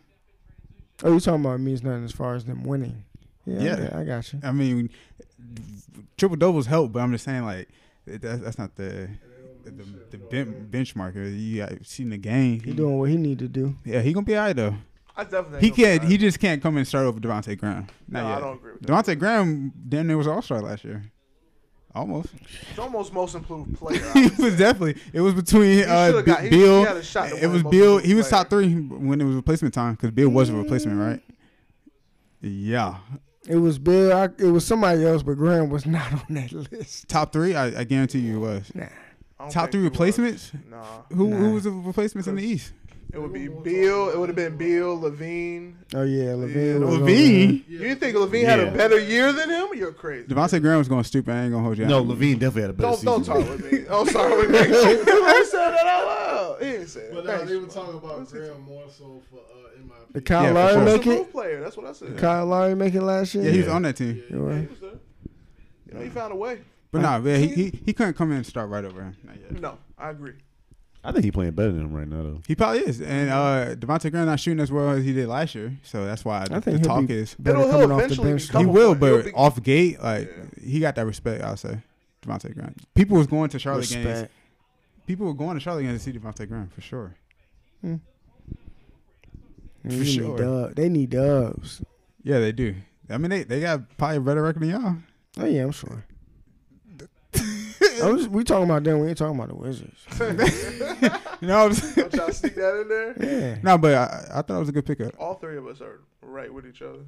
I: Oh, you talking about it means nothing as far as them winning? Yeah,
G: Yeah.
I: I got- I got you.
G: I mean, triple doubles help, but I'm just saying like it- that's, that's not the the, the ben, benchmark. You got seen the game.
I: He doing what he need to do.
G: yeah, he gonna be alright though.
H: I definitely
G: He
H: ain't gonna
G: can't.
H: lie.
G: He just can't come and start over Devontae Graham. Not
H: No, I
G: yet.
H: don't agree with that.
G: Devontae Graham damn near was all star last year. Almost.
H: He's almost most
G: [laughs]
H: improved player. I
G: he
H: would
G: was
H: say.
G: definitely. It was between uh,
H: should've got-
G: B-
H: he- he
G: Bill.
H: had a shot to
G: it
H: win
G: was
H: most
G: Bill.
H: improved
G: He was
H: player.
G: top three when it was replacement time because Bill was a replacement, right? Yeah,
I: It was Bill. I, it was somebody else, but Graham was [laughs] not on that list.
G: top three. I, I guarantee you it was.
H: I don't
G: Top
H: think
G: three
H: he was.
G: replacements?
H: Nah,
G: Who who was the replacements in the East?
H: it would be Bill. It would have been Bill Levine.
I: Oh yeah, Levine. was on
G: Levine.
H: You think Levine had a
F: Yeah.
H: better year than him? You're crazy.
G: Devontae Graham was going stupid. I ain't gonna hold you.
F: No,
G: out.
F: Levine definitely had a better
H: Don't
F: season.
H: don't talk with me. [laughs] I'm sorry. With me. Who Oh, said that out loud? He didn't say
B: But
H: that.
B: uh,
H: Thanks,
B: they were
H: bro.
B: talking about Graham more so for uh, in my
I: The
B: opinion.
I: Kyle
G: Yeah, for
I: Lowry
G: sure.
H: Most
I: make it.
H: improved player. That's what I said.
I: Kyle Lowry make it last year.
G: Yeah, he was on that team.
I: You right.
H: He was there. You know, he found a way.
G: But nah, man, he, he he couldn't come in and start right over him. Not yet.
H: No, I agree.
F: I think he playing better than him right now
H: Mm.
F: though.
G: He probably is, and uh, Devontae Graham not shooting as well as he did last year, so that's why the,
I: I think
G: the
I: he'll
G: talk
I: be
G: is
I: better
H: It'll- he'll
I: coming off the
H: eventually
I: bench.
G: he
H: become-
I: though.
G: will,
H: he'll
G: but
H: be-
G: off gate, like he got that respect. I'll say Devontae Graham. People was going to Charlotte games.
I: Respect.
G: People were going to Charlotte games to see Devontae Graham for sure.
I: They
G: for
I: need
G: sure.
I: dub- They need dubs.
G: Yeah, they do. I mean, they they got probably a better record
H: [laughs]
G: than y'all.
I: Oh yeah, I'm sure. I'm just- we talking about them. We ain't talking about
G: [laughs]
I: the Wizards.
G: You know what I'm saying?
H: Don't y'all
G: [laughs]
H: sneak that in there?
I: Yeah.
G: no, but I, I thought it was a
H: [laughs]
G: good pickup.
H: All three of us are right with each other.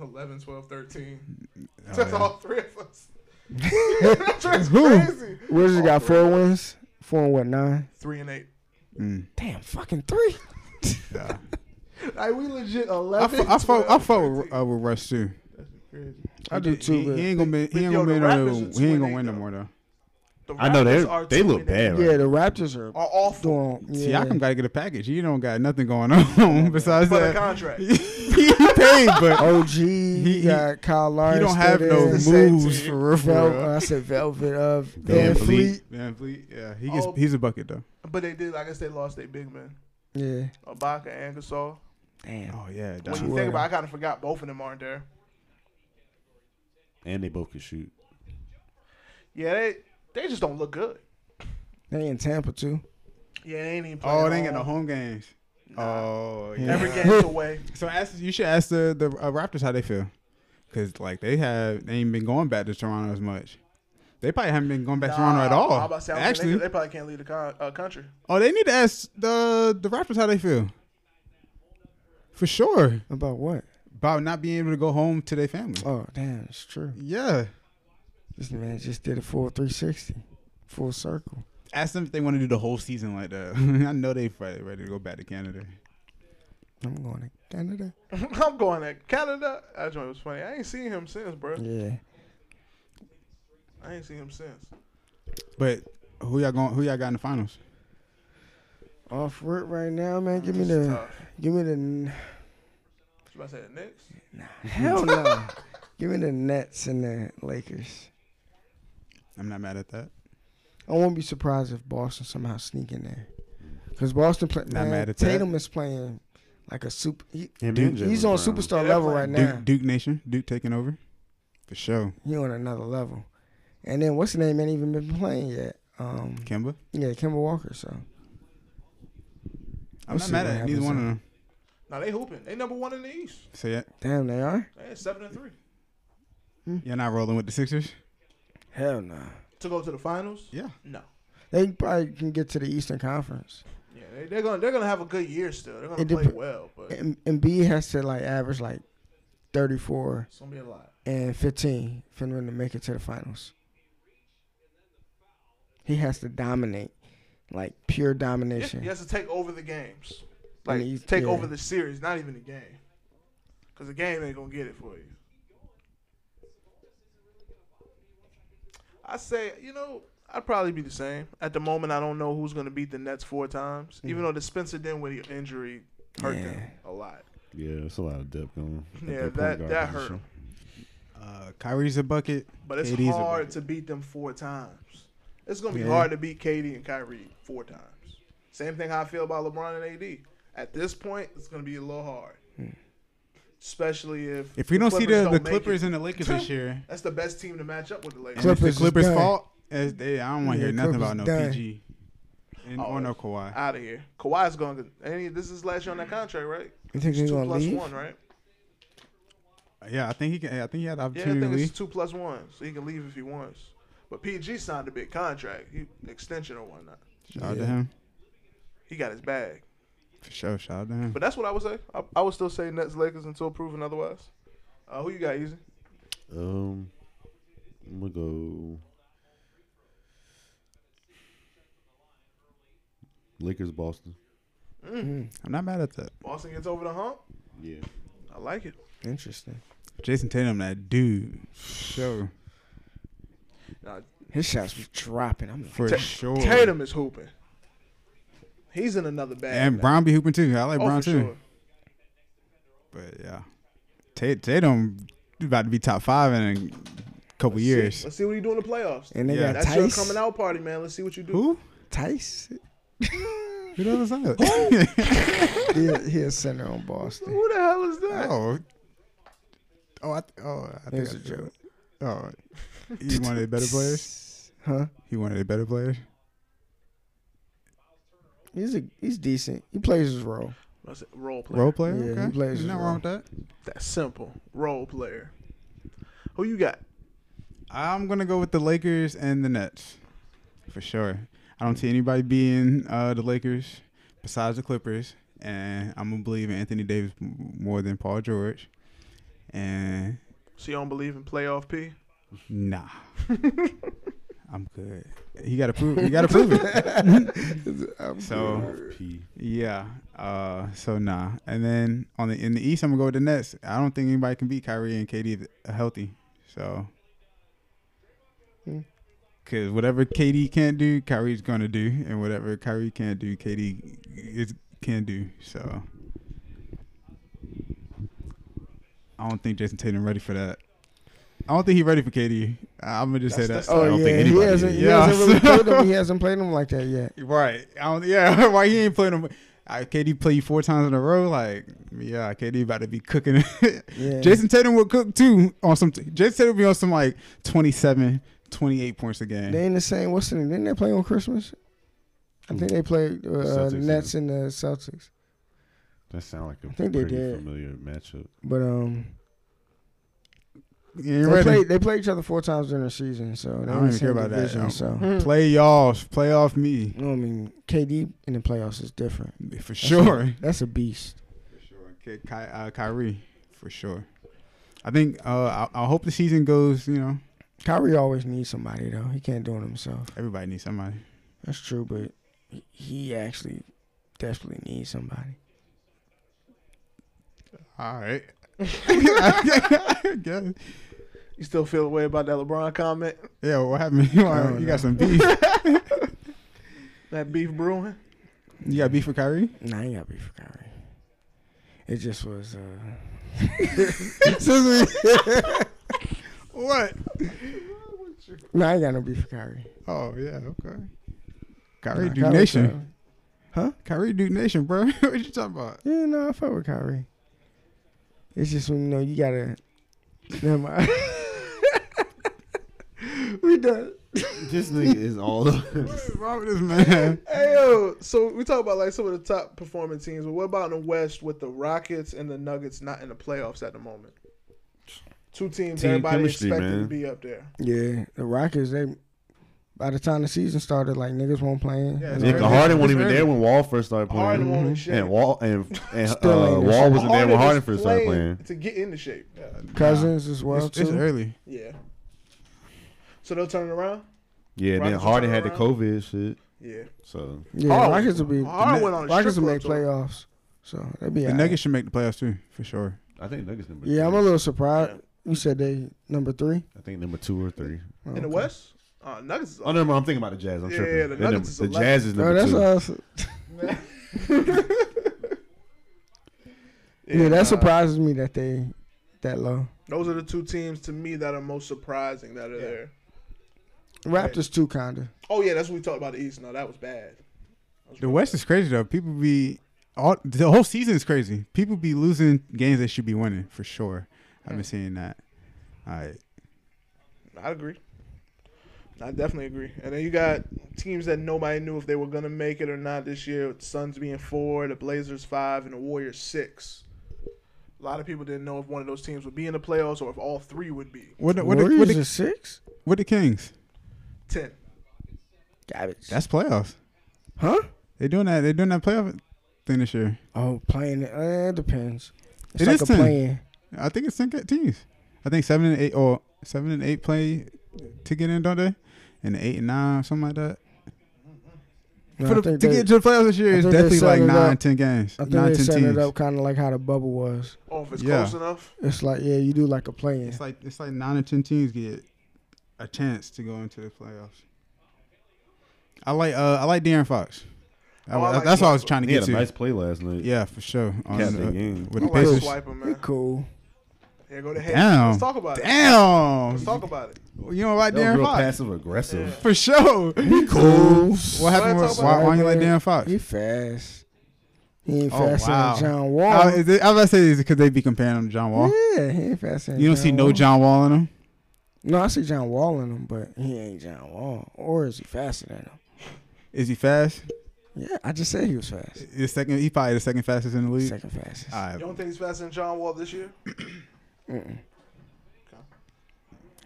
H: 11, 12, 13.
G: Oh,
H: That's
G: yeah.
H: all three of us. That's
I: Who?
H: crazy.
I: Wizards
H: All
I: got
H: three.
I: four wins. Four and what nine?
H: Three and eight.
G: Mm.
I: Damn, fucking three.
G: Yeah.
H: Like, we legit
G: I
H: 11.
G: fu- I fuck I
H: 12,
G: fuck with,
H: 13.
G: uh, with Russ too.
H: Crazy.
I: I do
G: He,
I: too.
G: he
I: but-
G: ain't gonna be
H: But
G: he ain't
H: yo,
G: gonna be
H: the Raptors
G: no,
H: are
G: he ain't
H: 28
G: gonna win no
H: though.
G: more though.
H: The
F: I know
H: Raptors
F: they
H: are
F: they
H: two
F: look
H: and eight.
F: bad. Right?
I: Yeah, the Raptors are
H: Are awful.
I: doing. Yeah.
G: Siakam got to get a package. He don't got nothing going on besides
H: For the
G: that.
H: contract.
G: [laughs] he paid, [laughs] but
I: OG. He,
G: He-
I: got Kyle Lowry.
G: he don't have
I: still
G: no
I: there.
H: It's the same
G: moves
H: team.
G: for real. For
I: Vel-
G: real.
I: I said Velvet of
F: Van
I: Van Fleet.
F: Fleet.
G: Van Fleet, yeah, he gets
H: Oh.
G: he's a bucket though.
H: But they did, like I guess they lost their big man.
I: Yeah.
H: Ibaka and Gasol.
I: Damn.
G: Oh yeah,
H: When
G: dog.
H: you think about it, I kind of forgot both of them aren't there.
F: And they both can shoot.
H: Yeah, they they just don't look good.
I: They in Tampa too.
H: Yeah, they ain't even playing.
G: oh, they ain't got no
H: home.
G: home games. Oh, yeah.
H: Every game's away.
G: So ask you should ask the the uh, Raptors how they feel, cause like they have they ain't been going back to Toronto as much. They probably haven't been going back to Toronto at
H: Nah,
G: all.
H: I'm about to say, I don't think
G: Actually,
H: they, they probably can't leave the con- uh, country.
G: oh, they need to ask the the Raptors how they feel. For sure,
I: About what?
G: about not being able to go home to their family.
I: Oh damn, it's true.
G: Yeah.
I: This man just did a full 360, full circle.
G: Ask them if they want to do the whole season like that. [laughs] I know they probably ready to go back to Canada.
I: I'm going to Canada.
H: [laughs] I'm going to Canada. I joined. It was funny. I ain't seen him since, bro.
I: Yeah.
H: I ain't seen him since.
G: But who y'all going? Who y'all got in the finals?
I: Off rip right now, man. Give me
H: It's
I: the,
H: tough.
I: give me the,
G: [laughs]
H: You about to say the Knicks?
I: hell no. Give me the Nets and the Lakers.
G: I'm not mad at that.
I: I won't be surprised if Boston somehow sneak in there, because Boston play,
G: Not
I: man,
G: mad at that.
I: Tatum is playing like a super. He,
F: Him
G: Dude,
F: and Jalen
I: he's on
F: Brown.
I: superstar
H: Yeah,
I: level
H: they're
I: right
H: playing-
I: now.
G: Duke, Duke Nation, Duke taking over, for sure.
I: He on another level. And then what's the name? Ain't even been playing yet. Um,
G: Kemba.
I: yeah, Kemba Walker. So
G: I'm
I: We'll
G: not
I: see
G: mad
I: what
G: at neither
I: happens
G: one of them.
H: No, they hooping. They number one in the East.
G: So yeah,
I: damn, they are.
H: They at seven and three.
G: you're not rolling with the Sixers.
I: Hell no.
H: to go to the finals?
G: Yeah.
H: No.
I: They probably can get to the Eastern Conference.
H: Yeah, they, they're gonna they're gonna have a good year still. They're gonna
I: It
H: play
I: dep-
H: well, but
I: M- Embiid has to like average like 34
H: it's gonna be a lot.
I: and 15 for them to make it to the finals. He has to dominate, like pure
H: Yeah,
I: domination.
H: he has to take over the games,
I: And
H: like
I: he's-
H: take
I: yeah.
H: over the series, not even the game, because the game ain't gonna get it for you. I say, you know, I'd probably be the same. At the moment, I don't know who's gonna beat the Nets four times, even
I: Mm.
H: though the Spencer Dinwiddie injury hurt them a lot.
F: Yeah, it's a lot of depth going. at
H: Yeah,
F: their point
H: that
F: guard
H: that hurt.
F: position.
H: 'em.
G: Uh, Kyrie's a bucket.
H: But it's
G: KD's a
H: hard to beat them four times. It's gonna be
G: Yeah.
H: hard to beat KD and Kyrie four times. Same thing how I feel about LeBron and AD. At this point, it's gonna be a little hard, especially if
G: Hmm. If we don't see the- the
H: make
G: Clippers
H: it.
G: and the Lakers this year.
H: That's the best team to match up with the Lakers.
G: And it's the Clippers'
H: fall
G: fault. As they, I don't want to
H: Yeah,
G: hear nothing
H: Clippers
G: about no
H: done.
G: PG and,
H: Oh.
G: or no Kawhi.
H: out of here. Kawhi's going. to This is last year on that contract, right?
G: You think
H: It's
G: he's
H: two
G: gonna
H: plus
G: leave?
H: one, right?
G: Yeah, I think he can. I think he had the
H: Yeah, I think
G: opportunity. to
H: it's
G: leave.
H: two plus one, so he can leave if he wants. But PG signed a big contract, he, extension or whatnot.
G: Shout out to him
H: He got his bag.
G: for sure. Shout out to him.
H: But that's what I would say. I, I would still say Nets Lakers until proven otherwise. Uh, who you got, Easy?
F: Um, I'm gonna go. Lakers, Boston.
H: Mm.
G: I'm not mad at that.
H: Boston gets over the hump.
F: Yeah.
H: I like it.
I: Interesting.
G: Jason Tatum, that dude, sure.
H: Nah,
I: His shots was dropping. I'm like,
G: For
I: "Damn."
G: sure.
H: Tatum is hooping. He's in another bag.
G: And
H: now.
G: Brown be hooping too. I like
H: Oh,
G: Brown
H: for
G: too.
H: sure.
G: But yeah, Ta- Tatum about to be top five in a couple years.
H: Let's see what he do in the playoffs.
G: And they got
H: that's your
G: Tice.
H: coming out party, man. Let's see what you do.
G: Who?
I: Tice.
G: Who the hell is
I: that? he, a- he a center on Boston.
H: Who the hell is that?
G: [laughs] Oh, oh, I th- oh, I think
I: It's
G: I
I: a
G: joke. Oh, he one of the better players.
I: Huh?
G: He one of the better players.
I: He's a he's decent. He plays his role.
H: That's it, role player.
G: Role player.
I: Yeah, he
G: okay.
I: plays
G: There's
I: his
G: nothing
I: role.
G: wrong with that.
H: That's simple. Role player. Who you got?
G: I'm gonna go with the Lakers and the Nets, for sure. I don't see anybody being uh, the Lakers besides the Clippers, and I'm gonna believe in Anthony Davis m- more than Paul George. And
H: So you don't believe in playoff P?
G: nah, I'm good. He gotta prove. He gotta prove it. so yeah. Uh, so nah. And then on the in the East, I'm gonna go with the Nets. I don't think anybody can beat Kyrie and KD if they're healthy. So.
I: Hmm.
G: Cause whatever KD can't do, Kyrie's gonna do, and whatever Kyrie can't do, KD is can do. So I don't think Jason Tatum ready for that. I don't think he's ready for KD. I'm gonna just say that.
I: That's- oh yeah, he hasn't, he hasn't really played
G: [laughs]
I: him. He hasn't played him like that yet.
G: Right. I don't, yeah. [laughs] Why he ain't playing Uh, him? I, KD played four times in a row. Like, yeah, KD about to be cooking. [laughs]
I: Yeah.
G: Jason Tatum will cook too on some. Jason Tatum be on some like 27, 28 points a game.
I: They ain't the same. What's the name? Didn't they play on Christmas? I think they played uh,
F: Celtics,
I: the Nets and the Celtics.
F: That sound like a
I: I think they
F: pretty
I: did.
F: familiar matchup.
I: But um,
G: You ain't
I: they
G: ready.
I: played, they played each other four times during the season, so they
G: I
I: ain't
G: don't even care
I: same
G: about
I: division,
G: that. [laughs]
I: So
G: Um, Playoffs, playoff me.
I: No, I mean KD in the playoffs is different
G: for
I: That's a-
G: sure.
I: that's a beast.
G: Ky- Ky- uh, Kyrie, for sure. I think. Uh, I, I hope the season goes. You know,
I: Kyrie always needs somebody though. He can't do it himself.
G: everybody needs somebody.
I: That's true, but he- he actually desperately needs somebody.
G: All right. [laughs] I guess.
H: You still feel the way about that LeBron comment?
G: Yeah, what happened? [laughs] You,
H: I
I: Oh,
G: are,
H: don't
G: you
H: know.
G: got some beef.
H: That beef brewing?
G: you got beef with
I: [laughs]
G: Kyrie?
I: Nah, I ain't got beef for Kyrie. It just was. uh
G: [laughs] What?
I: Nah, I ain't got no beef for Kyrie.
G: Oh yeah, okay. Kyrie
I: Nah,
G: Duke
I: Kyrie
G: Nation.
I: Huh?
G: Kyrie Duke Nation, bro. [laughs] what you talking about?
I: Yeah, no, I fuck with Kyrie. It's just when you know you gotta. Never mind. [laughs] we done.
F: This nigga is all.
G: [laughs] wrong with
F: [laughs]
G: this man?
H: Hey yo, so we talk about like some of the top performing teams, but what about in the West with the Rockets and the Nuggets not in the playoffs at the moment? Two teams
F: Team
H: everybody
F: chemistry,
H: expected to
F: man.
H: be up there.
I: Yeah, the Rockets. They by the time the season started, like niggas won't playing.
H: Yeah,
I: And
F: Yeah,
I: like-
F: 'cause Harden wasn't even there when Wall first started playing.
H: Harden wasn't in shape.
F: mm-hmm. and Wall and, [laughs] and uh,
I: Still ain't in
F: Wall
I: shape.
F: wasn't there when
H: Harden
F: Harden
H: is
F: first started
H: playing
F: playing.
H: to get into shape. Yeah.
I: Cousins as well
G: It's- it's
I: too.
G: early.
H: Yeah. So they'll turn it around.
F: Yeah, then
H: Rockets will
F: Harden
H: turn
F: had
H: it
F: the
H: around.
F: COVID shit.
H: Yeah.
F: So
I: Yeah,
G: Oh,
H: Harden-
I: Rockets will be.
H: Harden went on a
I: Rockets
H: strip
I: will make
H: club tour.
I: playoffs. So they be.
G: The
I: all right.
G: Nuggets should make the playoffs too, for sure.
F: I think Nuggets number.
I: Yeah, I'm
F: three.
I: a little surprised. You said they number three.
F: I think number two or three.
H: In the West, uh, Nuggets is
F: Oh, never mind. I'm thinking about the Jazz. I'm
H: Yeah,
F: tripping.
H: yeah, the
F: They're
H: Nuggets
F: number-
H: is
F: the
H: 11.
F: Jazz is
I: Bro,
F: number
I: Oh, that's
F: two.
I: awesome. Yeah, that
H: nah.
I: surprises me that they that low.
H: Those are the two teams to me that are most surprising that are there.
I: Raptors too, kinda.
H: Oh yeah, that's what we talked about the East. No, that was bad.
G: The West is crazy though. People be all the whole season is crazy. People be losing games they should be winning for sure. I've
F: Hmm.
G: been seeing that. All right.
H: I agree. I definitely agree. And then you got teams that nobody knew if they were gonna make it or not this year. with The Suns being four, the Blazers five, and the Warriors six. A lot of people didn't know if one of those teams would be in the playoffs or if all three would be
G: What the, what, the,
I: Warriors
G: what,
I: are
G: the,
I: six?
G: what the Kings?
H: ten.
I: Garbage.
G: That's playoffs.
I: Huh?
G: They doing that. They doing that playoff thing this year.
I: Oh, playing it. Uh, it depends. It's
G: It
I: like
G: is
I: a
G: ten.
I: playing.
G: I think it's ten teams. I think seven and eight or seven and eight play to get in, don't they? And eight and nine, something like that.
I: No,
G: For
I: I
G: the, to
I: think they-
G: get to the playoffs this year
I: I
G: is
I: think they
G: definitely
I: set
G: like
I: it
G: nine,
I: up.
G: ten games,
I: I think
G: nine,
I: they
G: ten
I: set
G: teams.
I: it up kind of like how the bubble was.
H: Oh, if it's
G: Yeah.
H: close enough.
I: It's like yeah, you do like a playing.
G: It's like it's like nine or ten teams get a chance to go into the playoffs. I like uh I like Darren Fox. I-
H: Oh, I like
G: that's what I
H: Darren
G: was trying to
F: He
G: get
F: had a
G: to.
F: nice play last night.
G: yeah, for sure. On,
F: Capped the
G: uh,
F: game.
G: with
H: I
G: the
H: like
G: Pacers.
H: Swiper,
I: They
H: man.
I: cool.
H: Yeah, go to hate.
G: Damn.
H: Let's talk about it.
G: Damn.
H: Let's talk about it.
G: You don't like
F: That was
G: Darren
F: real
G: Fox
F: passive aggressive.
G: [laughs] for sure.
I: Cool.
G: What happened?
H: Let's
G: Was,
H: talk about
G: why why
I: it,
G: you like
I: man.
G: Darren Fox?
I: He fast. He ain't
G: Oh,
I: faster
G: wow.
I: than John
G: How
I: Wall.
G: is it, I was about to say this because they be comparing him to John Wall.
I: Yeah, he ain't faster. Than
G: You don't see no
I: Wall.
G: John Wall in him.
I: No, I see John Wall in him, but he ain't John Wall. Or is he faster than him?
G: Is he fast?
I: Yeah, I just said he was fast.
G: The second, he probably the second fastest in the league.
I: Second fastest.
G: All right.
H: You don't think he's faster than John Wall this year?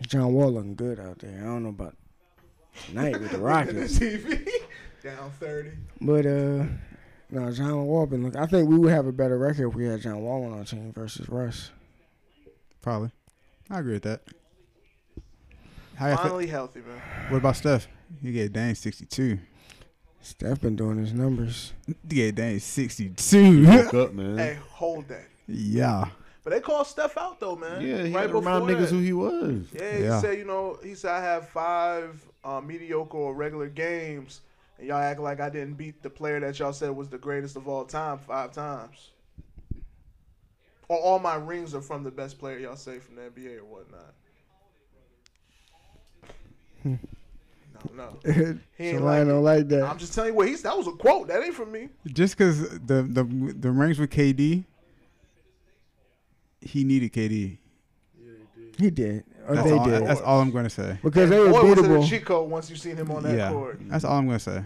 I: John Wall looking good out there. I don't know about tonight with
H: [laughs]
I: the
H: In the
I: Rockets,
H: TV, down thirty.
I: but uh, no, John Wall been looking. I think we would have a better record if we had John Wall on our team versus Russ.
G: Probably. I agree with that. How you feel-
H: Finally healthy, man.
G: what about Steph? He get Dane 62.
I: Steph been doing his numbers. [laughs]
G: He get Dane 62.
F: Woke up, man.
H: Hey, hold that.
G: yeah.
H: But they called Steph out though, man.
F: Yeah, he
H: right
F: had
H: before
F: around niggas
H: that.
F: who he was.
H: Yeah,
G: Yeah.
H: he said, you know, he said I have five uh, mediocre or regular games, and y'all act like I didn't beat the player that y'all said was the greatest of all time five times. Or all my rings are from the best player y'all say from the NBA or whatnot.
I: Hmm.
H: no, no, he ain't
I: Somebody
H: like.
I: don't like that.
H: I'm just telling you what he's. That was a quote. That ain't from me.
G: Just because the, the the rings with KD, he needed KD.
I: he did. Or
G: That's,
I: they
G: all,
I: did.
G: that's all I'm going to say.
I: because they were
H: Boy, was it a
I: beatable.
H: cheat code once you seen him on that
G: Yeah.
H: court.
G: That's all I'm going to say.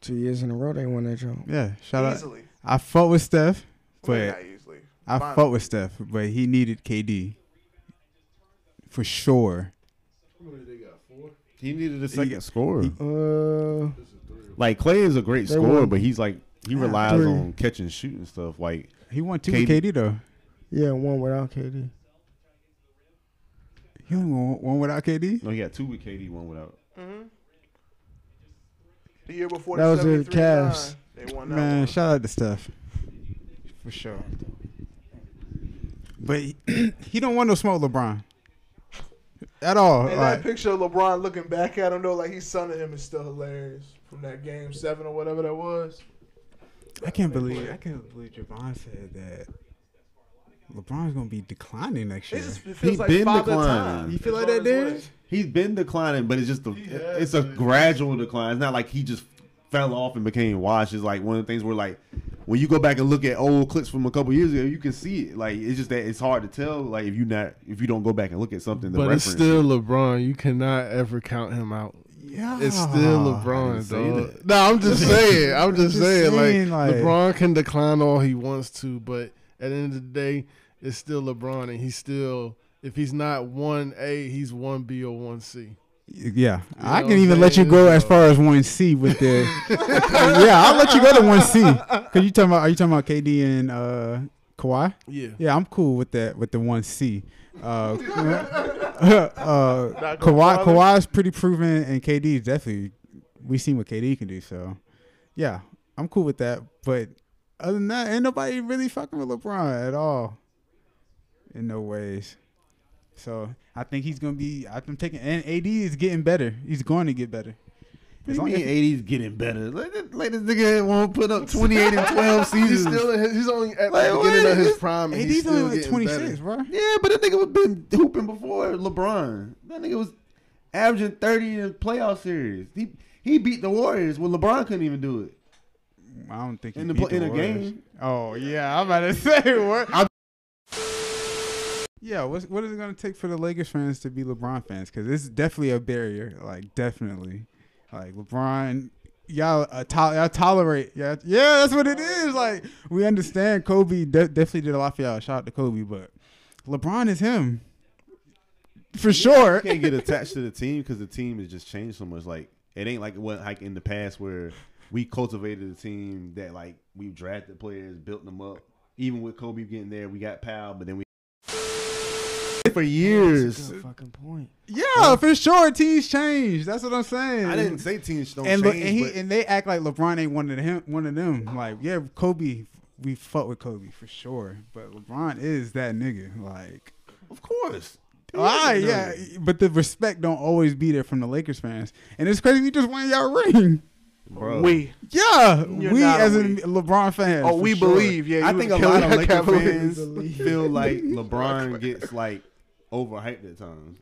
I: Two years in a row they won that job.
G: Yeah. Shout out.
H: Easily.
G: I fought with Steph,
H: Well,
G: but
H: not easily.
G: I
H: Finally.
G: fought with Steph, but he needed KD. For sure.
B: How many they got? Four?
F: He needed a second scorer.
I: Uh,
B: This is three.
F: like Clay is a great
I: They
F: scorer,
I: won.
F: but he's like he relies
I: three.
F: on catch and shoot and stuff. Like
G: He won two with
F: KD.
G: KD, though.
I: yeah, one without KD.
G: He only won one without KD.
F: no, he got two with KD, one without.
H: The year before
I: That
H: the
I: was the
H: 73
I: Cavs.
H: They won that
G: Man,
H: one.
G: shout out to Steph. For sure. But he, [clears throat] he don't want no smoke LeBron. At all.
H: And
G: Like,
H: that picture of LeBron looking back at him though, like he's son of him, is still hilarious from that game seven or whatever that was.
G: I can't believe I can't believe Javon said that LeBron's gonna be declining next
H: It
G: year.
H: just it feels
F: He
H: like
F: been
H: father
F: declining.
H: time.
F: You
G: feel
H: It's
G: like that,
H: always
G: Darren?
H: was.
F: He's been declining, but it's just a,
B: He has
F: it's a
B: been.
F: gradual decline. It's not like he just fell off and became washed. It's like one of the things where like when you go back and look at old clips from a couple years ago, you can see it. Like it's just that it's hard to tell. Like if you not if you don't go back and look at something, the
B: But it's
F: reference.
B: still LeBron. You cannot ever count him out.
G: yeah,
B: It's still
F: I didn't
B: LeBron,
F: say
B: though.
F: that.
B: No, I'm
G: [laughs]
B: just saying. I'm just,
G: Just
B: saying,
G: saying,
B: like,
G: like-
B: LeBron can decline all he wants to, but at the end of the day, it's still LeBron, and he still If he's not one A, he's one B or one C.
G: Yeah,
B: You
G: I
B: know
G: can
B: what I'm
G: even let you
B: saying?
G: go as far as one C with the. yeah, I'll let you go to one C. Cause you talking about? Are you talking about KD and uh, Kawhi?
B: Yeah.
G: Yeah, I'm cool with that with the one C.
B: [laughs]
G: Uh, uh,
B: Not gonna
G: Kawhi
B: bother?
G: Kawhi's pretty proven, and KD is definitely. We seen what KD can do, so yeah, I'm cool with that. But other than that, ain't nobody really fucking with LeBron at all. In no ways. So I think he's gonna be. I'm taking and AD is getting better. He's going to get better.
F: What do [laughs] you mean
G: AD's getting better.
F: Like this nigga won't put [laughs] up 28 and 12 seasons.
B: He's still in his, he's only at
F: Like,
B: the
F: what
B: beginning of
F: is
B: his
F: this?
B: prime. And
F: AD 's
B: he's still
F: only like
B: getting
F: 26,
B: better.
G: bro.
F: Yeah, but that nigga was been hooping before LeBron. That nigga was averaging 30 in the playoff series. He he beat the Warriors when LeBron couldn't even do it.
G: I don't think
F: in
G: he
F: the,
G: beat
F: pl-
G: the
F: in a
G: Warriors.
F: game.
G: Oh yeah, I'm about to [laughs] say what. yeah, what's, what is it gonna take for the Lakers fans to be LeBron fans? Because it's definitely a barrier. Like definitely, like LeBron. Y'all, uh, tol- y'all tolerate. Yeah, yeah, that's what it is. Like we understand Kobe de- definitely did a lot for y'all. Shout out to Kobe, but LeBron is him for sure.
F: You can't [laughs] get attached to the team because the team has just changed so much. Like it ain't like what like in the past where we cultivated a team that like we drafted players, built them up. Even with Kobe getting there, we got Powell, but then we for years.
I: fucking point.
G: Yeah, for sure, teams change. That's what I'm saying.
F: I didn't say teams don't
G: and look,
F: change,
G: and, he,
F: but-
G: and they act like LeBron ain't one of him, one of them. Like, yeah, Kobe, we fuck with Kobe for sure, but LeBron is that nigga. Like,
F: Of course.
G: ah,
F: is a
G: yeah, but the respect don't always be there from the Lakers fans, and it's crazy. We just won y'all ring. [laughs]
F: Bro.
H: We.
G: yeah,
H: You're
G: we
H: not a
G: as a
H: we.
G: LeBron fan.
H: Oh, we believe, yeah,
F: I
H: you
F: think a
H: would
F: lot
H: kill
F: of
G: [laughs]
H: that
F: Laker
H: Cavaliers.
F: fans feel like LeBron gets like overhyped at times.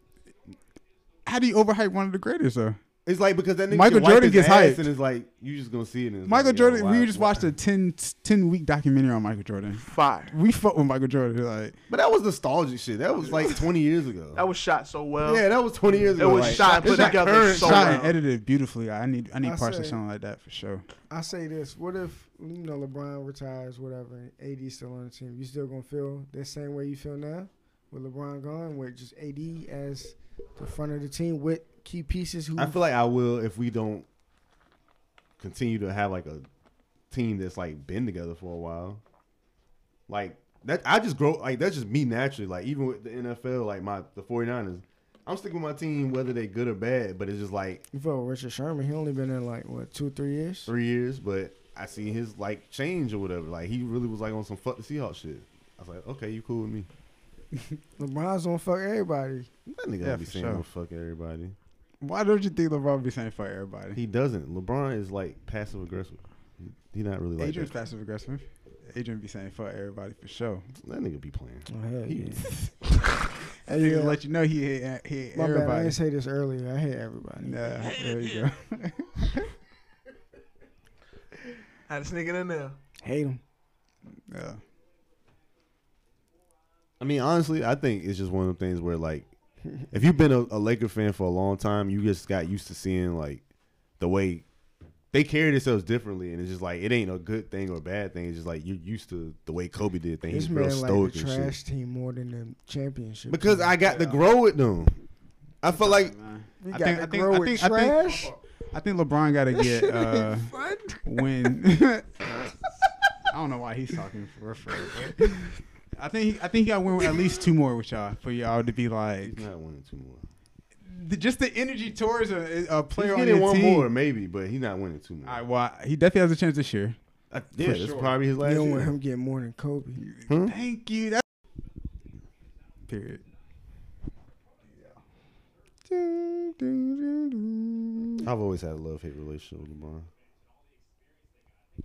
G: How do you overhype one of the greatest though?
F: It's like because that nigga
G: Michael
F: can wipe his
G: Jordan gets
F: ass
G: hyped.
F: and it's like you just gonna see it. And it's
G: Michael
F: like, yo,
G: Jordan,
F: why-
G: we just watched a 10, 10 week documentary on Michael Jordan.
H: Fire.
G: We fuck with Michael Jordan. Like,
F: But that was nostalgic shit. That was like 20 years ago.
H: That was shot so well.
F: Yeah, that was 20
H: It
F: years ago,
H: was
F: like,
H: shot and
F: it's
H: put
F: not
H: together
F: current
H: so
G: shot
H: well.
G: and edited beautifully. I need I need
I: I
G: parts of
I: say-
G: something like that for sure.
I: I say this: What if you know LeBron retires, whatever, and AD still on the team? You still gonna feel the same way you feel now with LeBron gone, with just AD as the front of the team with key pieces who
F: I feel like I will if we don't continue to have like a team that's like been together for a while. Like that I just grow like that's just me naturally. Like even with the NFL, like my the 49ers, I'm sticking with my team whether they good or bad, but it's just like
I: you feel with Richard Sherman. He only been in like what two, three years.
F: three years, but I see his like change or whatever. Like he really was like on some fuck the Seahawks shit. I was like, okay, you cool with me.
I: LeBron's gonna fuck everybody.
F: That nigga
G: Yeah,
F: don't be
G: for
F: saying
G: sure.
F: no fuck everybody.
G: Why don't you think LeBron be saying for everybody?
F: He doesn't. LeBron is like passive aggressive. He, he not really like
G: Adrian's
F: that.
G: passive aggressive. Adrian be saying for everybody for sure.
F: That nigga be playing.
I: Oh, hell
F: He-
G: [laughs] And
I: yeah.
G: you let you know he hit, he hit
I: My bad. I
G: everybody.
I: didn't say this earlier. I hate everybody.
G: Nah,
F: [laughs]
G: there you go.
H: Had to sneak it in there.
I: Hate him.
G: yeah.
F: I mean, honestly, I think it's just one of the things where like, if you've been a, a Laker fan for a long time, you just got used to seeing like the way they carry themselves differently, and it's just like it ain't a good thing or a bad thing. It's just like you're used to the way Kobe did things.
I: This
F: He's real
I: man like
F: stoic
I: the
F: and shit.
I: trash team more than the championship.
F: Because
I: team.
F: I got to grow with them. I felt like
I: we
G: I
I: got
G: think-
I: to
G: I think-
I: grow
G: I
I: with
G: think- I think-
I: trash.
G: I think LeBron got to get uh, when.
I: [laughs]
G: [laughs] I don't know why he's talking for a friend. I think he, I think he got to win with at least two more with y'all for y'all to be like
F: not winning two more.
G: the, just the energy towards a, a player
F: He's
G: on
F: getting
G: your
F: one
G: team.
F: more maybe, but he's not winning two more.
G: All right, well, he definitely has a chance this year.
F: I- Uh, yeah,
G: for
F: this
G: sure.
F: probably his last
I: You don't want
F: year.
I: him getting more than Kobe.
F: Huh?
G: Thank you. That period.
F: I've always had a love hate relationship with LeBron.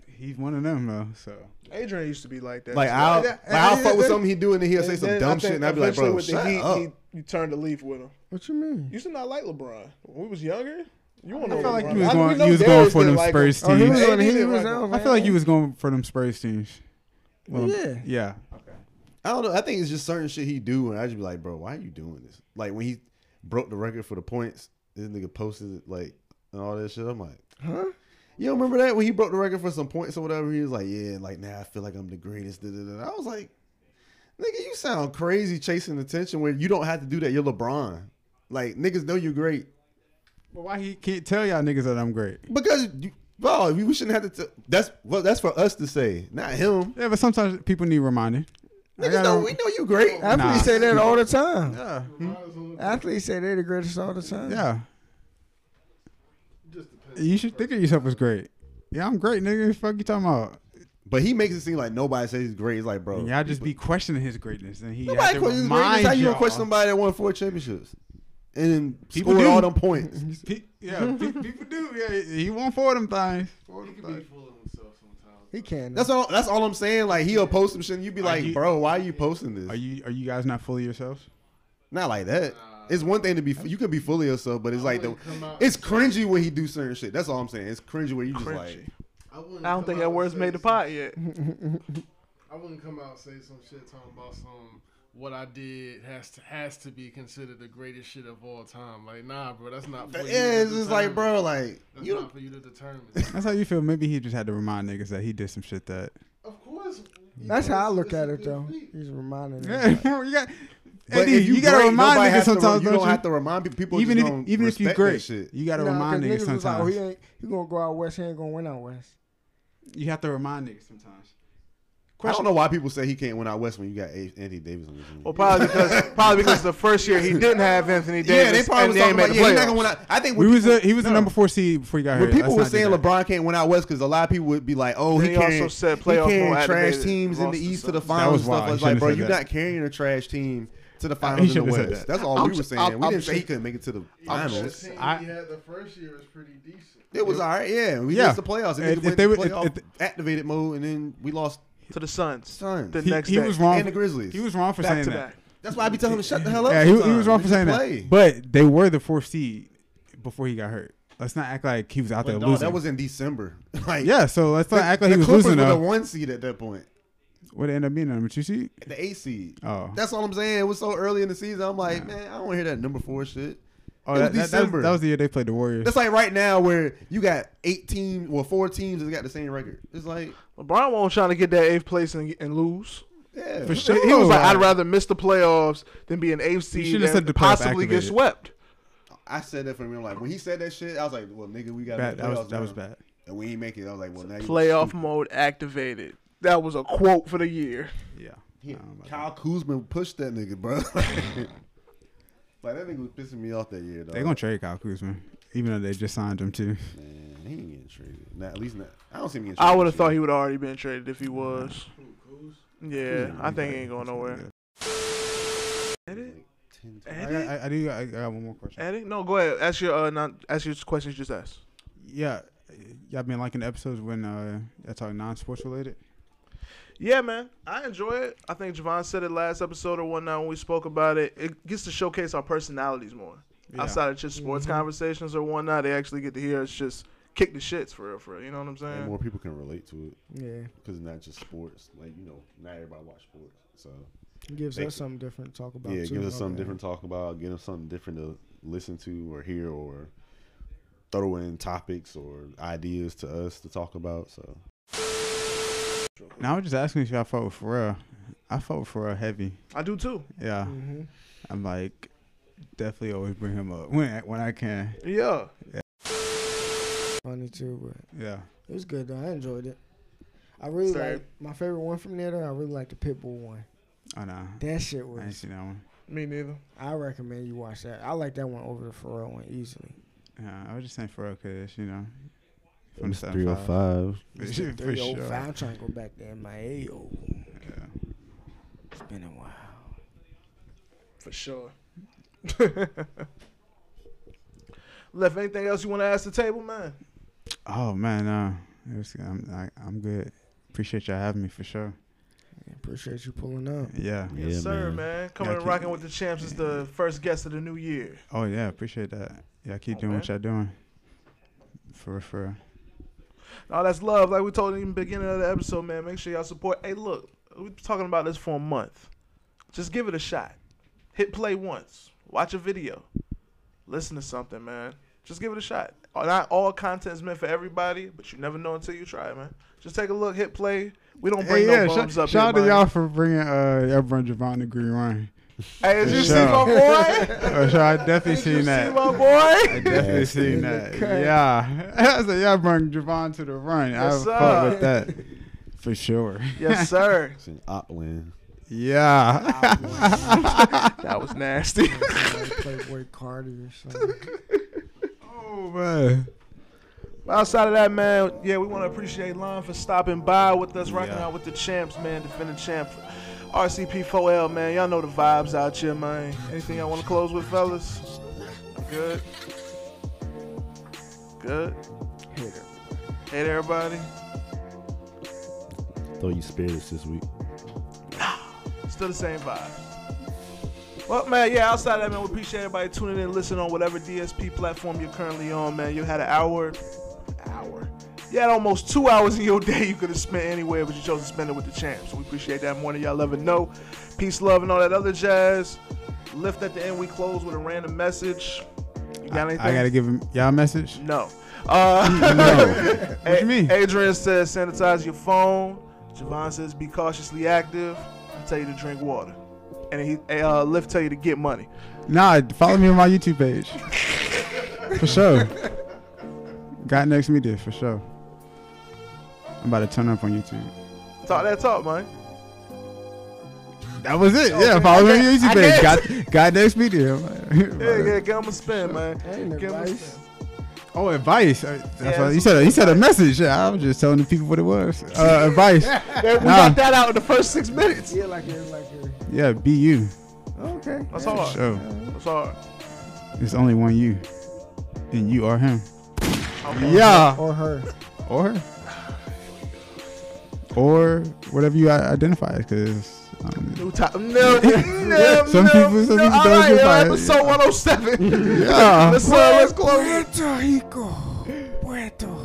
G: He's one of them though. So
H: Adrian used to be like that.
F: Like
H: too.
F: I'll,
H: And
F: like, I'll
H: then-
F: fuck with something he do, and then he'll say
H: and
F: some
H: then I
F: dumb
H: think
F: shit, and I'll be like,
H: eventually
F: bro,
H: with the
F: shut
H: Heat,
F: up.
H: He, you turned the leaf with him.
I: What you mean?
H: You used to not like LeBron. When we was younger, you want
G: I
H: to
G: felt like
H: LeBron.
G: you was
H: I mean, we
G: going,
H: know
G: you was
H: Darius
G: going for
H: didn't
G: them
H: like him.
G: Spurs
I: Oh, he
G: teams.
I: was
H: AD
I: on. He
H: didn't
I: was
H: like him.
I: on.
G: I feel like you was going for them Spurs teams.
I: Well, yeah.
G: Yeah.
F: I don't know. I think it's just certain shit he do, and I just be like, bro, why are you doing this? Like when he broke the record for the points, this nigga posted it, like and all that shit. I'm like,
I: Huh?
F: you don't remember that when he broke the record for some points or whatever? He was like, yeah, like now I feel like I'm the greatest. da, da, da. I was like, Nigga, you sound crazy chasing attention when you don't have to do that. You're LeBron. Like niggas know you great.
G: But why he can't tell y'all niggas that I'm great?
F: Because you, bro, we we shouldn't have to. T- that's well, that's for us to say, not him.
G: Yeah, but sometimes people need reminding. I
F: Niggas
G: gotta-
F: know we know you great.
G: Nah.
I: Athletes say that all the time.
G: Yeah.
I: Athletes say they're the greatest all the time.
G: Yeah. You should think of yourself as great. Yeah, I'm great, nigga. Fuck you talking about?
F: But he makes it seem like nobody says he's great. It's like, bro,
G: Y'all just be questioning his greatness, and he had
F: nobody
G: to
F: questions
G: remind
F: greatness. How you gonna
G: y'all.
F: question somebody that won four championships and then
G: People
F: scored
G: do.
F: all them points?
G: Pe- yeah, pe- people do. Yeah, he won four of them things.
I: He can.
F: That's all. That's all I'm saying. Like he'll post some shit, and you be like,
G: you-
F: "Bro, why are you posting this?" Are
G: you Are you guys not fully yourselves?
F: Not like that. It's one thing to be. You can be full of yourself, but it's like the. It's cringy when he do certain shit. That's all I'm saying. It's cringy when you just like.
B: I,
H: I don't
B: wouldn't come
H: think
B: out
H: that
B: and
H: word's
B: say
H: made the
B: some-
H: pot yet.
B: I wouldn't come out and say some shit talking about some what I did has to has to be considered the greatest shit of all time. Like, nah, bro, that's not. For you to
F: Yeah, it's just like,
B: determine.
F: bro, like
B: that's
F: you.
B: not
F: Don't,
B: for you to determine.
G: That's how you feel. Maybe he just had to remind niggas that he did some
F: [laughs]
G: shit that.
B: Of course,
I: That's how I look at it though. He's reminding me.
G: Yeah, you got.
F: But
G: Eddie,
F: if
G: you,
F: you
G: gotta
F: great,
G: remind
F: nobody
G: niggas
F: has to re-
G: sometimes.
F: you
G: don't
F: don't have to remind people. People
G: even
F: just
G: if
F: don't
G: even if you
F: respect that
G: great,
F: shit.
G: you gotta
I: Nah, 'cause
G: remind niggas
I: was Like, oh,
G: sometimes.
I: he ain't he gonna go out west. He ain't gonna win out west.
G: you have to remind niggas sometimes.
F: I don't know why people say he can't win out west when you got A- Anthony Davis on your team.
H: Well, probably [laughs] because probably because the first year he didn't have Anthony Davis.
F: yeah, they probably
H: and
F: was
H: they
F: talking
H: ain't made
F: about
H: the
F: yeah, he's not
H: playoffs.
F: gonna win out. I think
G: We
F: when
G: was
F: people,
G: a, he was the number four seed before he got
F: when
G: hurt.
F: people
G: Let's
F: were
G: not do
F: saying
G: that.
F: LeBron can't win out west because a lot of people would be like, oh, he
H: Then he also
F: can't.
H: said
F: he
H: playoff
F: can't
H: more
F: trash
H: activated.
F: teams in
H: Lost
F: the
H: and
F: East to the
H: stuff.
G: That
F: finals
G: was
F: and stuff.
G: wild.
F: I was
G: He
F: like,
G: shouldn't
F: bro,
G: have
F: you're
G: said that.
F: not carrying a trash team to the finals in the
G: shouldn't have said
F: West.
G: that.
F: That's all
H: I'm
F: we were
H: just-
F: saying.
H: I'm-
F: we
H: I'm
F: didn't say he
H: just-
F: couldn't make it to the
B: I'm
F: finals.
B: just saying
G: I-
B: he had the first year is pretty decent.
F: It was all right. Yeah, we
G: Yeah.
F: missed the playoffs. And if,
G: If- if they
F: they were
G: would- if-
F: playoff
G: if-
F: activated mode, and then we lost
H: to the Suns.
F: Suns
H: The
G: He,
H: next
G: he
H: day.
G: was wrong.
F: and the Grizzlies.
G: He was wrong for
H: back
G: saying
H: to
G: that.
H: back.
F: That's why I be telling him shut the hell up.
G: Yeah, he, he was
F: sometimes.
G: wrong for
F: We just
G: saying
F: play.
G: that. But they were the fourth seed before he got hurt. Let's not act like he was out there
F: But dog,
G: losing.
F: that was in December. Like
G: yeah, so let's not
F: the-
G: act like
F: the
G: he was
F: Clippers
G: losing
F: were the
G: though.
F: one seed at that point.
G: What ended up being number two seed?
F: The eight seed.
G: Oh,
F: That's all I'm saying. It was so early in the season. I'm like, man, I don't want to hear that number four shit.
G: oh,
F: it was
G: that, that- that,
F: December.
G: was, that was the year they played the Warriors.
F: That's like right now where you got eight teams, well, four teams that got the same record. It's like,
H: LeBron won't trying to get that eighth place and, and lose.
F: yeah,
G: For
H: He he was like, I'd
G: Sure.
H: rather miss the playoffs than be an eighth seed
G: should've said
H: and
G: the playoff
H: possibly get
G: activated.
H: swept.
F: I said that for me. I'm like, when he said that shit, I was like, well, nigga, we got
G: bad. That was that was
F: bad.
G: bad.
F: And we ain't make it. I was like, well, now you
H: Playoff mode activated. That was a quote for the year.
G: Yeah.
F: He,
G: I don't know about
F: Kyle Kuzma pushed that nigga,
G: [laughs]
F: bro. [laughs] like that nigga was pissing me off that year, though.
G: that. They gonna trade Kyle Kuzma, even though they just signed him too.
F: Man, he ain't getting traded. Nah, at least not. I don't see him getting traded.
H: I would have
F: this
H: thought
F: year.
H: he would have already been traded if he was. Yeah, I think he ain't going nowhere. Edit?
F: Ten-
G: I,
H: Edit?
G: got, I, I do. I, I got one more question.
H: Edit? No, go ahead. Ask your uh, non, ask your questions. Just ask.
G: Yeah, y'all been liking the episodes when uh, y'all talk non-sports related.
H: Yeah, man, I enjoy it. I think Javon said it last episode or whatnot when we spoke about it. It gets to showcase our personalities more
G: Yeah.
H: outside of just sports conversations or whatnot. They actually get to hear us just kick the shits for real, for real. You know what I'm
F: And
H: saying?
F: more people can relate to it
I: Yeah,
F: because it's not just sports. Like you know, not everybody watch sports, so
I: it gives
F: Thank
I: us
F: you.
I: something different to talk about.
F: yeah, it
I: too.
F: gives us something
I: Okay.
F: different to talk about. Give us something different to listen to or hear or throw in topics or ideas to us to talk about. So
G: Now I was just asking if y'all fought with Pharrell. I fought with Pharrell heavy.
H: I do too.
G: Yeah,
I: Mm-hmm.
G: I'm like definitely always bring him up when I- when I can.
H: Yeah.
I: Funny too, but
G: Yeah.
I: it was good though. I enjoyed it. I really
H: Same.
I: like my favorite one from there. Though I really like the Pitbull one.
G: Oh no,
I: That shit
G: I ain't
I: was.
G: seen that one.
H: Me neither.
I: I recommend you watch that. I like that one over the Pharrell one easily.
G: Yeah, I was just saying Pharrell because you know from the seven
F: three oh
G: five.
F: five.
G: For
I: [laughs] It's the
G: sure.
I: 305. I'm trying to go back there in my AO.
G: Yeah.
I: It's been a while.
H: For [laughs] sure. Left anything else you want to ask the table, man?
G: Oh man, uh, it was, I'm I, I'm good. Appreciate y'all having me for sure.
I: Yeah, appreciate you pulling up.
G: Yeah.
F: Yeah,
H: yes, sir, man.
F: man.
H: Coming
G: Yeah,
H: and
G: keep-
H: rocking with the champs is the first guest of the new year.
G: Oh yeah, appreciate that. Y'all keep
H: Oh,
G: doing
H: man.
G: what y'all doing. For real, for real.
H: All that's love. Like we told you in the beginning of the episode, man. Make sure y'all support. Hey, look, we've been talking about this for a month. Just give it a shot. Hit play once. Watch a video. Listen to something, man. Just give it a shot. Uh, Not all content's meant for everybody, but you never know until you try, man. Just take a look, hit play. We don't bring no
G: shout,
H: bums up
G: shout out
H: here,
G: to
H: man.
G: y'all for bringing uh, y'all bring Javon the green wine.
H: Hey, did
G: For
H: you see
G: sure.
H: my
G: [laughs]
H: boy?
G: For sure, [laughs] I definitely
H: Did
G: seen
H: you see
G: that.
H: my boy?
G: [laughs] I definitely [laughs]
H: Yes,
G: seen
H: in the
G: that.
H: cut.
G: Yeah, [laughs] I said y'all bring Javon to the run.
H: Yes,
G: I fuck
H: sir. [laughs]
G: with that for sure.
H: Yes, sir.
F: It's an op win.
G: [laughs] Yeah.
H: that was nasty.
I: Playboy Cardi or [laughs] something.
G: oh man.
H: But Outside of that, man, yeah, we want to appreciate Lon for stopping by with us, rocking out with the champs, man, defending champ, RCP4L, man. Y'all know the vibes out here, man. Anything y'all want to close with, fellas? Good. Good.
I: Hit it.
H: Hey, everybody.
F: Throw you spirits this week.
H: Still the same vibe. Well, man, yeah, outside of that, man, we appreciate everybody tuning in, listening on whatever DSP platform you're currently on, man. You had an hour, hour. You had almost two hours in your [laughs] day you could have spent anywhere, but you chose to spend it with the champs. We appreciate that more than y'all ever know. Peace, love, and all that other jazz. Lift at the end, we close with a random message. You got anything?
G: I gotta give him y'all a message.
H: No. Uh, [laughs]
G: [laughs] No. What you mean?
H: Adrian says sanitize your phone. Javon says be cautiously active. I tell you to drink water. And he uh, Lift tell you to get money.
G: Nah, follow me on my YouTube page. for sure. Got next media for sure. I'm about to turn up on YouTube.
H: Talk that talk, man.
G: That was it.
H: Oh,
G: Yeah,
H: Okay,
G: follow me
H: I
G: on
H: did-
G: YouTube
H: I
G: page.
H: did.
G: Got, got next [laughs] media.
H: Yeah, yeah, give him a spin, man. Give him a spin.
G: Oh, advice. Uh, That's
H: Yeah,
G: what you said. You said a message. Yeah, I was just telling the people what it was.
H: [laughs]
G: Uh, advice.
H: we
G: Nah.
H: got that out in the first six minutes.
I: Yeah, like it, like it.
G: Yeah, be you.
I: Okay.
H: That's
I: Yeah.
H: hard.
G: Sure.
H: That's hard.
G: It's only one you, and you are him.
H: Okay.
G: Yeah.
I: Or her.
G: Or her. Or whatever you i- identify as, um, because
H: New top. No,
G: [laughs]
H: no,
G: Some
H: no,
G: people- some
H: no.
G: people
H: All
G: don't
H: right,
G: get
H: yeah,
G: fired.
H: episode
G: [laughs]
H: 107.
G: Yeah.
H: let's, uh, let's close.
I: Puerto Rico. Puerto.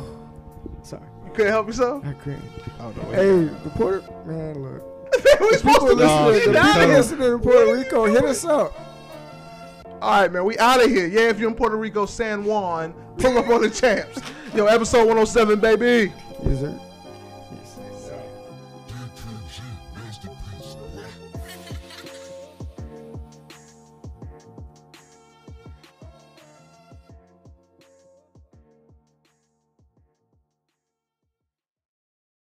I: Sorry.
H: You couldn't help yourself?
I: I couldn't.
G: hey,
I: Hey, Oh, the Puerto man, look.
H: we supposed to
I: People
G: No,
H: listen to
I: listening,
G: the people-
I: people
H: that.
I: listening in Puerto Rico, hit us up.
H: All right, man, we out of here. Yeah, if you're in Puerto Rico, San Juan, pull up on the champs. Yo, episode 107, baby.
I: Yes, sir.